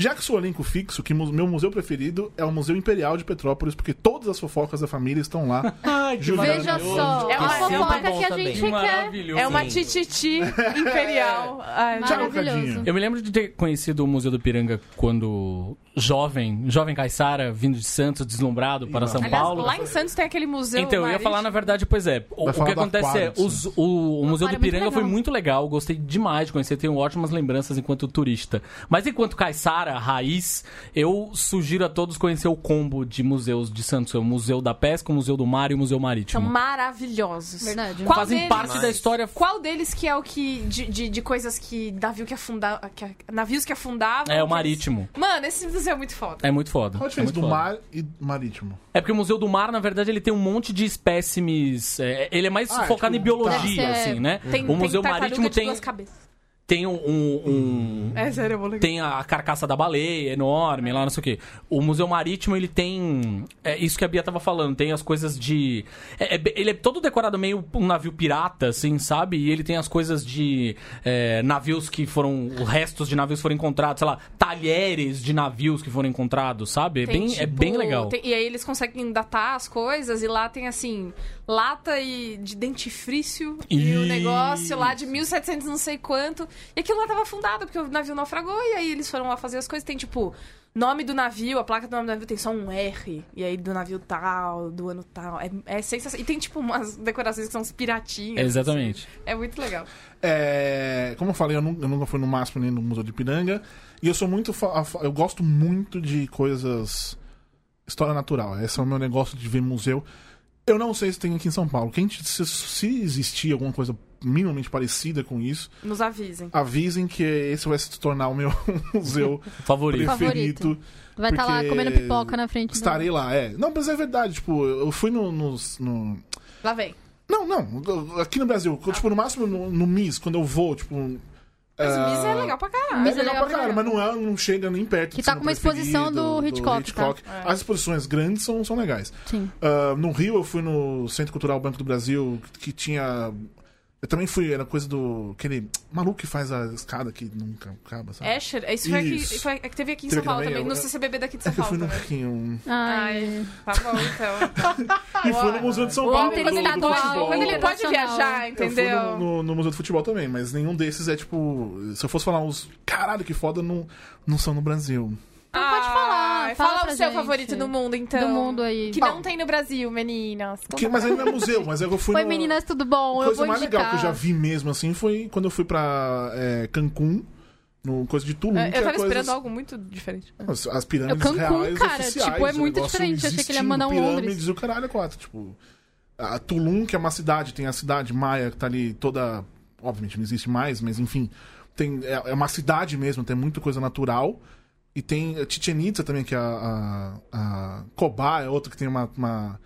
Speaker 2: Já que sou elenco fixo, que mu- meu museu preferido é o Museu Imperial de Petrópolis, porque todas as fofocas da família estão lá. Juliana
Speaker 4: Veja
Speaker 2: Mioto.
Speaker 4: só,
Speaker 1: É
Speaker 4: a
Speaker 1: uma-
Speaker 4: fofoca
Speaker 5: é bom
Speaker 4: que a
Speaker 5: também.
Speaker 4: gente quer.
Speaker 3: Maravilhoso.
Speaker 1: É uma
Speaker 5: Sim.
Speaker 1: tititi imperial. Ah,
Speaker 2: Tchau,
Speaker 4: Maravilhoso.
Speaker 2: Cadinho.
Speaker 3: Eu me lembro de ter conhecido o Museu do Piranga quando jovem, jovem Caissara, vindo de Santos, deslumbrado para
Speaker 2: lá.
Speaker 3: São
Speaker 1: Aliás,
Speaker 3: Paulo.
Speaker 1: lá em Santos tem aquele museu.
Speaker 3: Então, eu ia
Speaker 1: Maris.
Speaker 3: falar, na verdade, pois é. O, o
Speaker 2: Vai falar
Speaker 3: que
Speaker 2: do
Speaker 3: acontece é,
Speaker 2: aquário,
Speaker 3: os- o, o
Speaker 4: Aquário é
Speaker 3: Museu do
Speaker 4: muito
Speaker 3: Piranga
Speaker 4: legal.
Speaker 3: foi muito legal, gostei demais de conhecer, tenho ótimas lembranças enquanto turista. Mas enquanto caiçara, raiz, eu sugiro a todos conhecer o combo de museus de Santos, É o Museu da Pesca, o Museu do Mar e o Museu
Speaker 1: São
Speaker 3: Marítimo.
Speaker 1: maravilhosos.
Speaker 4: Verdade.
Speaker 1: Qual
Speaker 3: Fazem
Speaker 1: deles?
Speaker 3: parte da história
Speaker 1: Qual deles que é o que. de, de, de coisas que. navio que afundava. Que, navios que afundavam.
Speaker 3: É o
Speaker 1: que-
Speaker 3: marítimo.
Speaker 1: Mano, esse museu é muito foda.
Speaker 3: É muito foda.
Speaker 2: Qual
Speaker 3: é
Speaker 2: a diferença
Speaker 3: muito
Speaker 2: do
Speaker 3: foda.
Speaker 2: mar e marítimo?
Speaker 3: É porque o Museu do Mar, na verdade, ele tem um monte de espécimes. é, ele é mais
Speaker 2: Ah, é
Speaker 3: focado em
Speaker 2: tipo,
Speaker 3: biologia,
Speaker 4: tá.
Speaker 3: assim, né?
Speaker 1: Tem,
Speaker 3: o Museu
Speaker 1: tem tartaruga
Speaker 3: Marítimo
Speaker 1: de
Speaker 3: tem,
Speaker 1: duas cabeças.
Speaker 3: tem um- um- um
Speaker 1: É sério, eu vou lembrar.
Speaker 3: tem a carcaça da baleia enorme lá, não sei o quê. O Museu Marítimo, ele tem. É isso que a Bia tava falando, tem as coisas de. é- é be- ele é todo decorado meio um navio pirata, assim, sabe? E ele tem as coisas de é, navios que foram. Restos de navios foram encontrados, sei lá, talheres de navios que foram encontrados, sabe? É,
Speaker 1: Tem,
Speaker 3: bem, é
Speaker 1: tipo,
Speaker 3: bem legal.
Speaker 1: tem- e aí eles conseguem datar as coisas e lá tem assim, lata e de dentifrício e o negócio lá de 1700 não sei quanto. E aquilo lá tava afundado, porque o navio naufragou, e aí eles foram lá fazer as coisas. Tem, tipo, nome do navio, a placa do nome do navio tem só um R. E aí do navio tal, do ano tal. É, é sensacional. E tem, tipo, umas decorações que são uns piratinhas.
Speaker 3: Exatamente.
Speaker 1: assim. É muito legal.
Speaker 2: É, como eu falei, eu nunca, eu nunca fui no máximo nem no Museu de Ipiranga. E eu sou muito. fa- a fa- Eu gosto muito de coisas. História natural. Esse é o meu negócio de ver museu. Eu não sei se tem aqui em São Paulo. Quem te- se, se existir alguma coisa minimamente parecida com isso,
Speaker 1: Nos avisem.
Speaker 2: avisem que esse vai se tornar o meu museu
Speaker 3: Favorito.
Speaker 2: preferido.
Speaker 4: Favorito. Vai estar lá
Speaker 2: Porque
Speaker 4: comendo pipoca na frente. do-
Speaker 2: Estarei lá, é. Não, mas é verdade, tipo, eu fui no- nos- no,
Speaker 1: Lá vem.
Speaker 2: não, não. Aqui no Brasil, tipo, no máximo no, no MIS, quando eu vou, tipo.
Speaker 1: Mas o
Speaker 2: ah,
Speaker 1: Miz é legal pra caralho.
Speaker 2: é
Speaker 4: Miss é
Speaker 2: legal
Speaker 4: legal
Speaker 2: pra
Speaker 4: pra
Speaker 2: caralho, mas não, é, não chega nem perto.
Speaker 4: Que
Speaker 2: de
Speaker 4: tá
Speaker 2: ser
Speaker 4: com uma
Speaker 2: meu
Speaker 4: exposição
Speaker 2: preferido,
Speaker 4: do Hitchcock, É.
Speaker 1: tá?
Speaker 2: As exposições grandes são, são legais.
Speaker 4: Sim.
Speaker 2: Ah, no Rio, eu fui no Centro Cultural Banco do Brasil, que tinha. Eu também fui, era coisa do. aquele maluco que faz a escada que nunca acaba, sabe?
Speaker 1: Asher, é isso, foi aqui-
Speaker 2: Isso.
Speaker 1: foi- é que teve aqui em
Speaker 2: Teve
Speaker 1: São
Speaker 2: aqui
Speaker 1: Paulo
Speaker 2: também,
Speaker 1: também,
Speaker 2: eu-
Speaker 1: no CCBB daqui de
Speaker 2: É
Speaker 1: São
Speaker 2: que eu fui
Speaker 1: Paulo
Speaker 2: no
Speaker 1: também.
Speaker 2: Rio.
Speaker 4: Ai.
Speaker 1: Ai, tá bom então.
Speaker 2: E fui no Museu de São
Speaker 4: O
Speaker 2: Paulo.
Speaker 4: homem
Speaker 2: do- do
Speaker 4: intelectual,
Speaker 2: futebol.
Speaker 1: Quando ele pode
Speaker 4: Nacional.
Speaker 1: viajar,
Speaker 2: Eu fui
Speaker 1: entendeu?
Speaker 2: no, no- no Museu do Futebol também, mas nenhum desses é tipo. Se eu fosse falar uns. Caralho, que foda, não, não são no Brasil.
Speaker 1: Ah,
Speaker 4: pode falar, fala
Speaker 1: Fala
Speaker 4: pra
Speaker 1: o seu
Speaker 4: gente.
Speaker 1: favorito no mundo, então.
Speaker 4: Do mundo aí.
Speaker 1: Que não tem no Brasil, meninas.
Speaker 2: Que- mas ainda não é museu, mas eu fui.
Speaker 4: Oi,
Speaker 2: no-
Speaker 4: meninas, tudo bom?
Speaker 2: A
Speaker 4: Eu
Speaker 2: coisa
Speaker 4: vou
Speaker 2: mais
Speaker 4: indicar.
Speaker 2: legal que eu já vi mesmo assim foi quando eu fui pra é, Cancún, no coisa Hum, de Tulum.
Speaker 1: Eu
Speaker 2: que é
Speaker 1: tava
Speaker 2: coisas-
Speaker 1: esperando algo muito diferente.
Speaker 2: As, as pirâmides
Speaker 4: É Cancún,
Speaker 2: reais
Speaker 4: cara,
Speaker 2: oficiais,
Speaker 4: tipo, é
Speaker 2: o
Speaker 4: muito
Speaker 2: negócio
Speaker 4: diferente, eu achei que ele ia
Speaker 2: existindo,
Speaker 4: mandar um Londres.
Speaker 2: pirâmides e o caralho é quatro, tipo... A Tulum, que é uma cidade, tem a cidade maia que tá ali toda... Obviamente não existe mais, mas enfim. Tem, é, é uma cidade mesmo, tem muita coisa natural. E tem a Chichen Itza também, que é a... a, a Cobá é outra que tem uma... uma-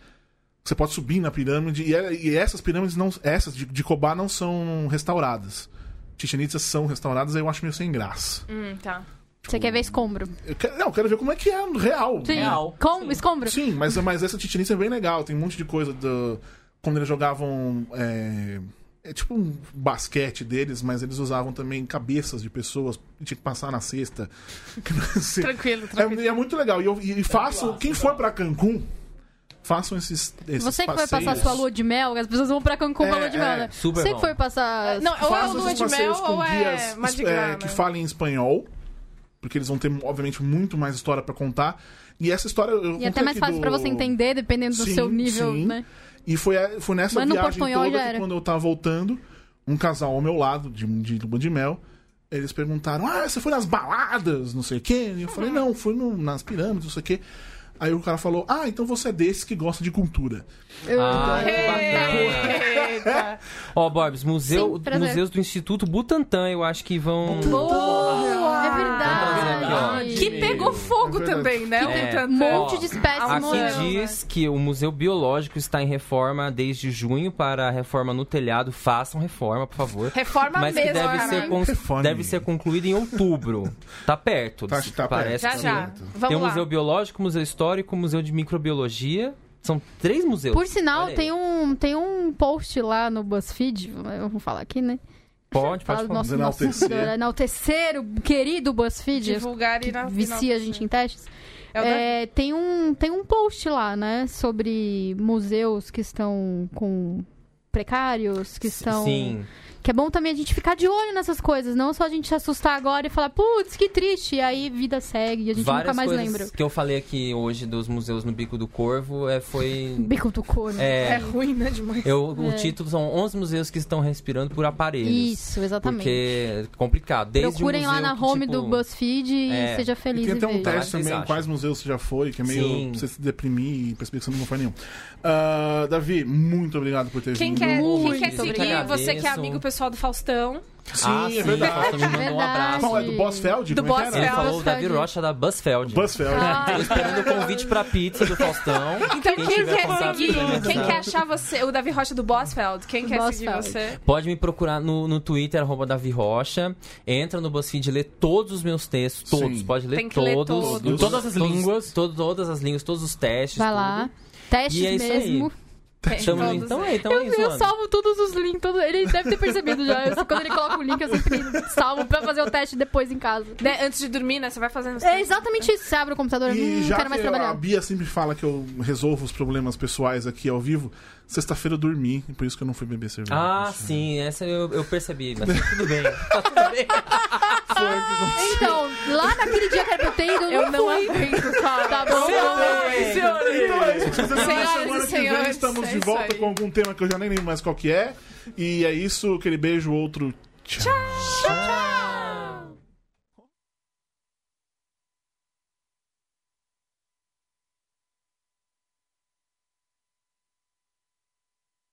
Speaker 2: você pode subir na pirâmide. E, é- e essas pirâmides, não, essas de, de Cobá, não são restauradas. Chichen Itza são restauradas, aí eu acho meio sem graça.
Speaker 1: Hum, tá.
Speaker 4: Você quer ver escombro?
Speaker 2: Eu quero, não, eu quero ver como é que é no real.
Speaker 4: Sim.
Speaker 3: Real.
Speaker 4: Com, Escombro?
Speaker 2: Sim, mas, mas essa titinice é bem legal. Tem um monte de coisa do. Quando eles jogavam. É, é tipo um basquete deles, mas eles usavam também cabeças de pessoas. e Tinha que passar na cesta.
Speaker 1: Tranquilo, tranquilo.
Speaker 2: é, é muito legal. E, eu, e e façam. Quem for pra Cancún, façam esses. esses
Speaker 4: Você que foi
Speaker 2: passeios.
Speaker 4: passar sua lua de mel, as pessoas vão pra Cancún pra
Speaker 2: É,
Speaker 4: lua de mel,
Speaker 2: é.
Speaker 4: né?
Speaker 5: Super
Speaker 4: Você
Speaker 5: bom.
Speaker 4: que foi passar.
Speaker 1: Não, ou é o
Speaker 2: façam
Speaker 1: Lua
Speaker 2: esses
Speaker 1: de Mel
Speaker 2: passeios com
Speaker 1: ou é
Speaker 2: guias
Speaker 1: Magic
Speaker 2: é,
Speaker 1: Grammar.
Speaker 2: que falem espanhol. Porque eles vão ter, obviamente, muito mais história pra contar. E essa história. eu
Speaker 4: E é
Speaker 2: contei
Speaker 4: até mais
Speaker 2: aqui
Speaker 4: fácil
Speaker 2: do-
Speaker 4: pra você entender, dependendo do
Speaker 2: Sim,
Speaker 4: seu nível,
Speaker 2: sim.
Speaker 4: né?
Speaker 2: E foi, foi nessa
Speaker 4: Mas no
Speaker 2: viagem
Speaker 4: Portunhol já
Speaker 2: toda que
Speaker 4: era.
Speaker 2: quando eu tava voltando, um casal ao meu lado, de, de Lua de Mel, eles perguntaram, ah, você foi nas baladas, não sei o quê? E eu
Speaker 4: Ah.
Speaker 2: falei, não, fui no- nas pirâmides, não sei o quê. Aí o cara falou, ah, então você é desse que gosta de cultura.
Speaker 5: Ah, que bacana.
Speaker 1: Eita.
Speaker 5: Ó, Borbs, museu,
Speaker 4: Sim, prazer.
Speaker 5: museus do Instituto Butantan, eu acho que vão.
Speaker 4: Boa! É
Speaker 5: Tá
Speaker 4: verdade.
Speaker 1: Que pegou fogo
Speaker 2: É verdade.
Speaker 1: também, né?
Speaker 5: É.
Speaker 1: o
Speaker 4: Um
Speaker 1: Tantan?
Speaker 4: monte
Speaker 5: Ó,
Speaker 4: de espécies
Speaker 1: aqui
Speaker 5: Aqui
Speaker 4: morando.
Speaker 5: diz
Speaker 4: é?
Speaker 5: que o Museu Biológico está em reforma desde junho para a reforma no telhado. Façam reforma, por favor.
Speaker 1: Reforma
Speaker 5: Mas que
Speaker 1: mesmo, né?
Speaker 5: deve ser,
Speaker 1: caralho.
Speaker 5: con-
Speaker 2: Reforme.
Speaker 5: deve ser concluído em outubro. Tá perto.
Speaker 2: Tá- tá
Speaker 5: parece
Speaker 1: Já,
Speaker 5: que
Speaker 1: já.
Speaker 5: sim.
Speaker 1: Vamos
Speaker 5: Tem o
Speaker 1: lá.
Speaker 5: Museu Biológico, Museu Histórico, Museu de Microbiologia. São três museus.
Speaker 4: Por sinal,
Speaker 5: Olha aí.
Speaker 4: tem um, tem um post lá no BuzzFeed, vamos falar aqui, né?
Speaker 5: Pode,
Speaker 4: Falar
Speaker 5: pode
Speaker 4: do
Speaker 5: falar.
Speaker 4: nosso, nosso
Speaker 2: Enaltecer.
Speaker 4: enaltecer. enaltecer o querido BuzzFeed,
Speaker 1: Divulgar e na
Speaker 4: vicia a gente em testes.
Speaker 1: É o da-
Speaker 4: É, tem, um, tem um post lá, né? Sobre museus que estão com precários, que estão.
Speaker 5: Sim.
Speaker 4: Que é bom também a gente ficar de olho nessas coisas, não só a gente se assustar agora e falar, putz, que triste. E aí vida segue e a gente nunca
Speaker 5: Várias
Speaker 4: mais
Speaker 5: coisas
Speaker 4: lembra.
Speaker 5: que eu falei aqui hoje dos museus no Bico do Corvo é, foi...
Speaker 4: Bico do corno.
Speaker 1: É
Speaker 5: É,
Speaker 1: ruim, né, demais.
Speaker 5: eu,
Speaker 4: É.
Speaker 5: o título são 11 museus que estão respirando por aparelhos.
Speaker 4: Isso, exatamente.
Speaker 5: Porque é complicado. Desde
Speaker 4: Procurem
Speaker 5: um museu
Speaker 4: lá na
Speaker 5: que,
Speaker 4: home
Speaker 5: tipo,
Speaker 4: do BuzzFeed e
Speaker 5: é.
Speaker 4: seja
Speaker 2: E
Speaker 4: feliz
Speaker 2: tem
Speaker 4: e
Speaker 2: até um
Speaker 4: veja.
Speaker 5: Tá lá,
Speaker 2: teste
Speaker 5: vocês
Speaker 2: também,
Speaker 5: acham.
Speaker 2: quais museus você já foi, que é meio
Speaker 5: Sim.
Speaker 2: pra você se deprimir e perceber que você não foi nenhum. Ah, Davi, muito obrigado por ter
Speaker 1: Quem
Speaker 2: vindo.
Speaker 1: quer, quem
Speaker 4: Muito
Speaker 1: quer seguir,
Speaker 5: obrigado.
Speaker 1: você que é
Speaker 5: Agradeço.
Speaker 2: um-
Speaker 1: amigo pessoal do Faustão.
Speaker 2: Sim,
Speaker 5: Ah,
Speaker 2: é verdade.
Speaker 5: Fausto me mandou um
Speaker 4: Verdade.
Speaker 5: abraço.
Speaker 2: Qual é? Do Bosfeld?
Speaker 1: Do
Speaker 2: Como é que
Speaker 5: Ele
Speaker 1: Bosfeld.
Speaker 2: era?
Speaker 5: falou o Davi
Speaker 4: Buzzfeld.
Speaker 5: Rocha da Buzzfeld.
Speaker 2: Bosfeld.
Speaker 4: Ah,
Speaker 5: Tô esperando o convite pra pizza do Faustão.
Speaker 1: Então, quem,
Speaker 5: Quem tiver
Speaker 1: quer
Speaker 5: contato,
Speaker 1: seguir?
Speaker 5: né,
Speaker 1: Quem
Speaker 5: sabe?
Speaker 1: quer achar você? O Davi Rocha do Bosfeld. Quem quer
Speaker 4: Bosfeld.
Speaker 1: seguir você?
Speaker 5: Pode me procurar no, no Twitter, arroba Davi Rocha. Entra no BuzzFeed, lê todos os meus textos. Todos,
Speaker 2: Sim.
Speaker 5: pode ler
Speaker 1: Tem que
Speaker 5: todos.
Speaker 1: ler todos.
Speaker 5: Em todas as
Speaker 3: Todos.
Speaker 5: línguas. to- todas as línguas, todos os testes.
Speaker 4: vai
Speaker 5: tudo.
Speaker 4: lá. Testes
Speaker 5: E é isso aí.
Speaker 4: mesmo.
Speaker 5: Tamo-
Speaker 1: todos.
Speaker 5: então é, então
Speaker 4: Eu,
Speaker 5: é isso,
Speaker 4: eu
Speaker 5: mano.
Speaker 4: salvo todos os links. todo- Ele deve ter percebido já. Eu- quando ele coloca o link, eu sempre salvo pra fazer o teste depois em casa.
Speaker 1: Né, Antes de dormir, né? Você vai fazendo os
Speaker 4: É exatamente isso. Você abre o computador e
Speaker 2: E
Speaker 4: hum, não
Speaker 2: já
Speaker 4: quero mais
Speaker 2: que a
Speaker 4: trabalhar.
Speaker 2: Bia sempre fala que eu resolvo os problemas pessoais aqui ao vivo, sexta-feira eu dormi, por isso que eu não fui beber cerveja.
Speaker 5: Ah, sim, essa eu, eu percebi, mas tá tudo bem. Tá tudo bem.
Speaker 4: Então, lá naquele dia que era pra eu ter ido, eu,
Speaker 1: Eu não
Speaker 4: fui.
Speaker 1: aguento, cara.
Speaker 4: Tá bom?
Speaker 1: Ai, senhores.
Speaker 2: Então é isso, que vocês
Speaker 1: Senhoras
Speaker 2: na
Speaker 1: e
Speaker 2: semana que vem
Speaker 1: senhores,
Speaker 2: estamos
Speaker 1: é
Speaker 2: de
Speaker 1: isso
Speaker 2: volta
Speaker 1: aí.
Speaker 2: com algum tema que eu já nem lembro mais qual que é. E é isso, aquele beijo, outro tchau.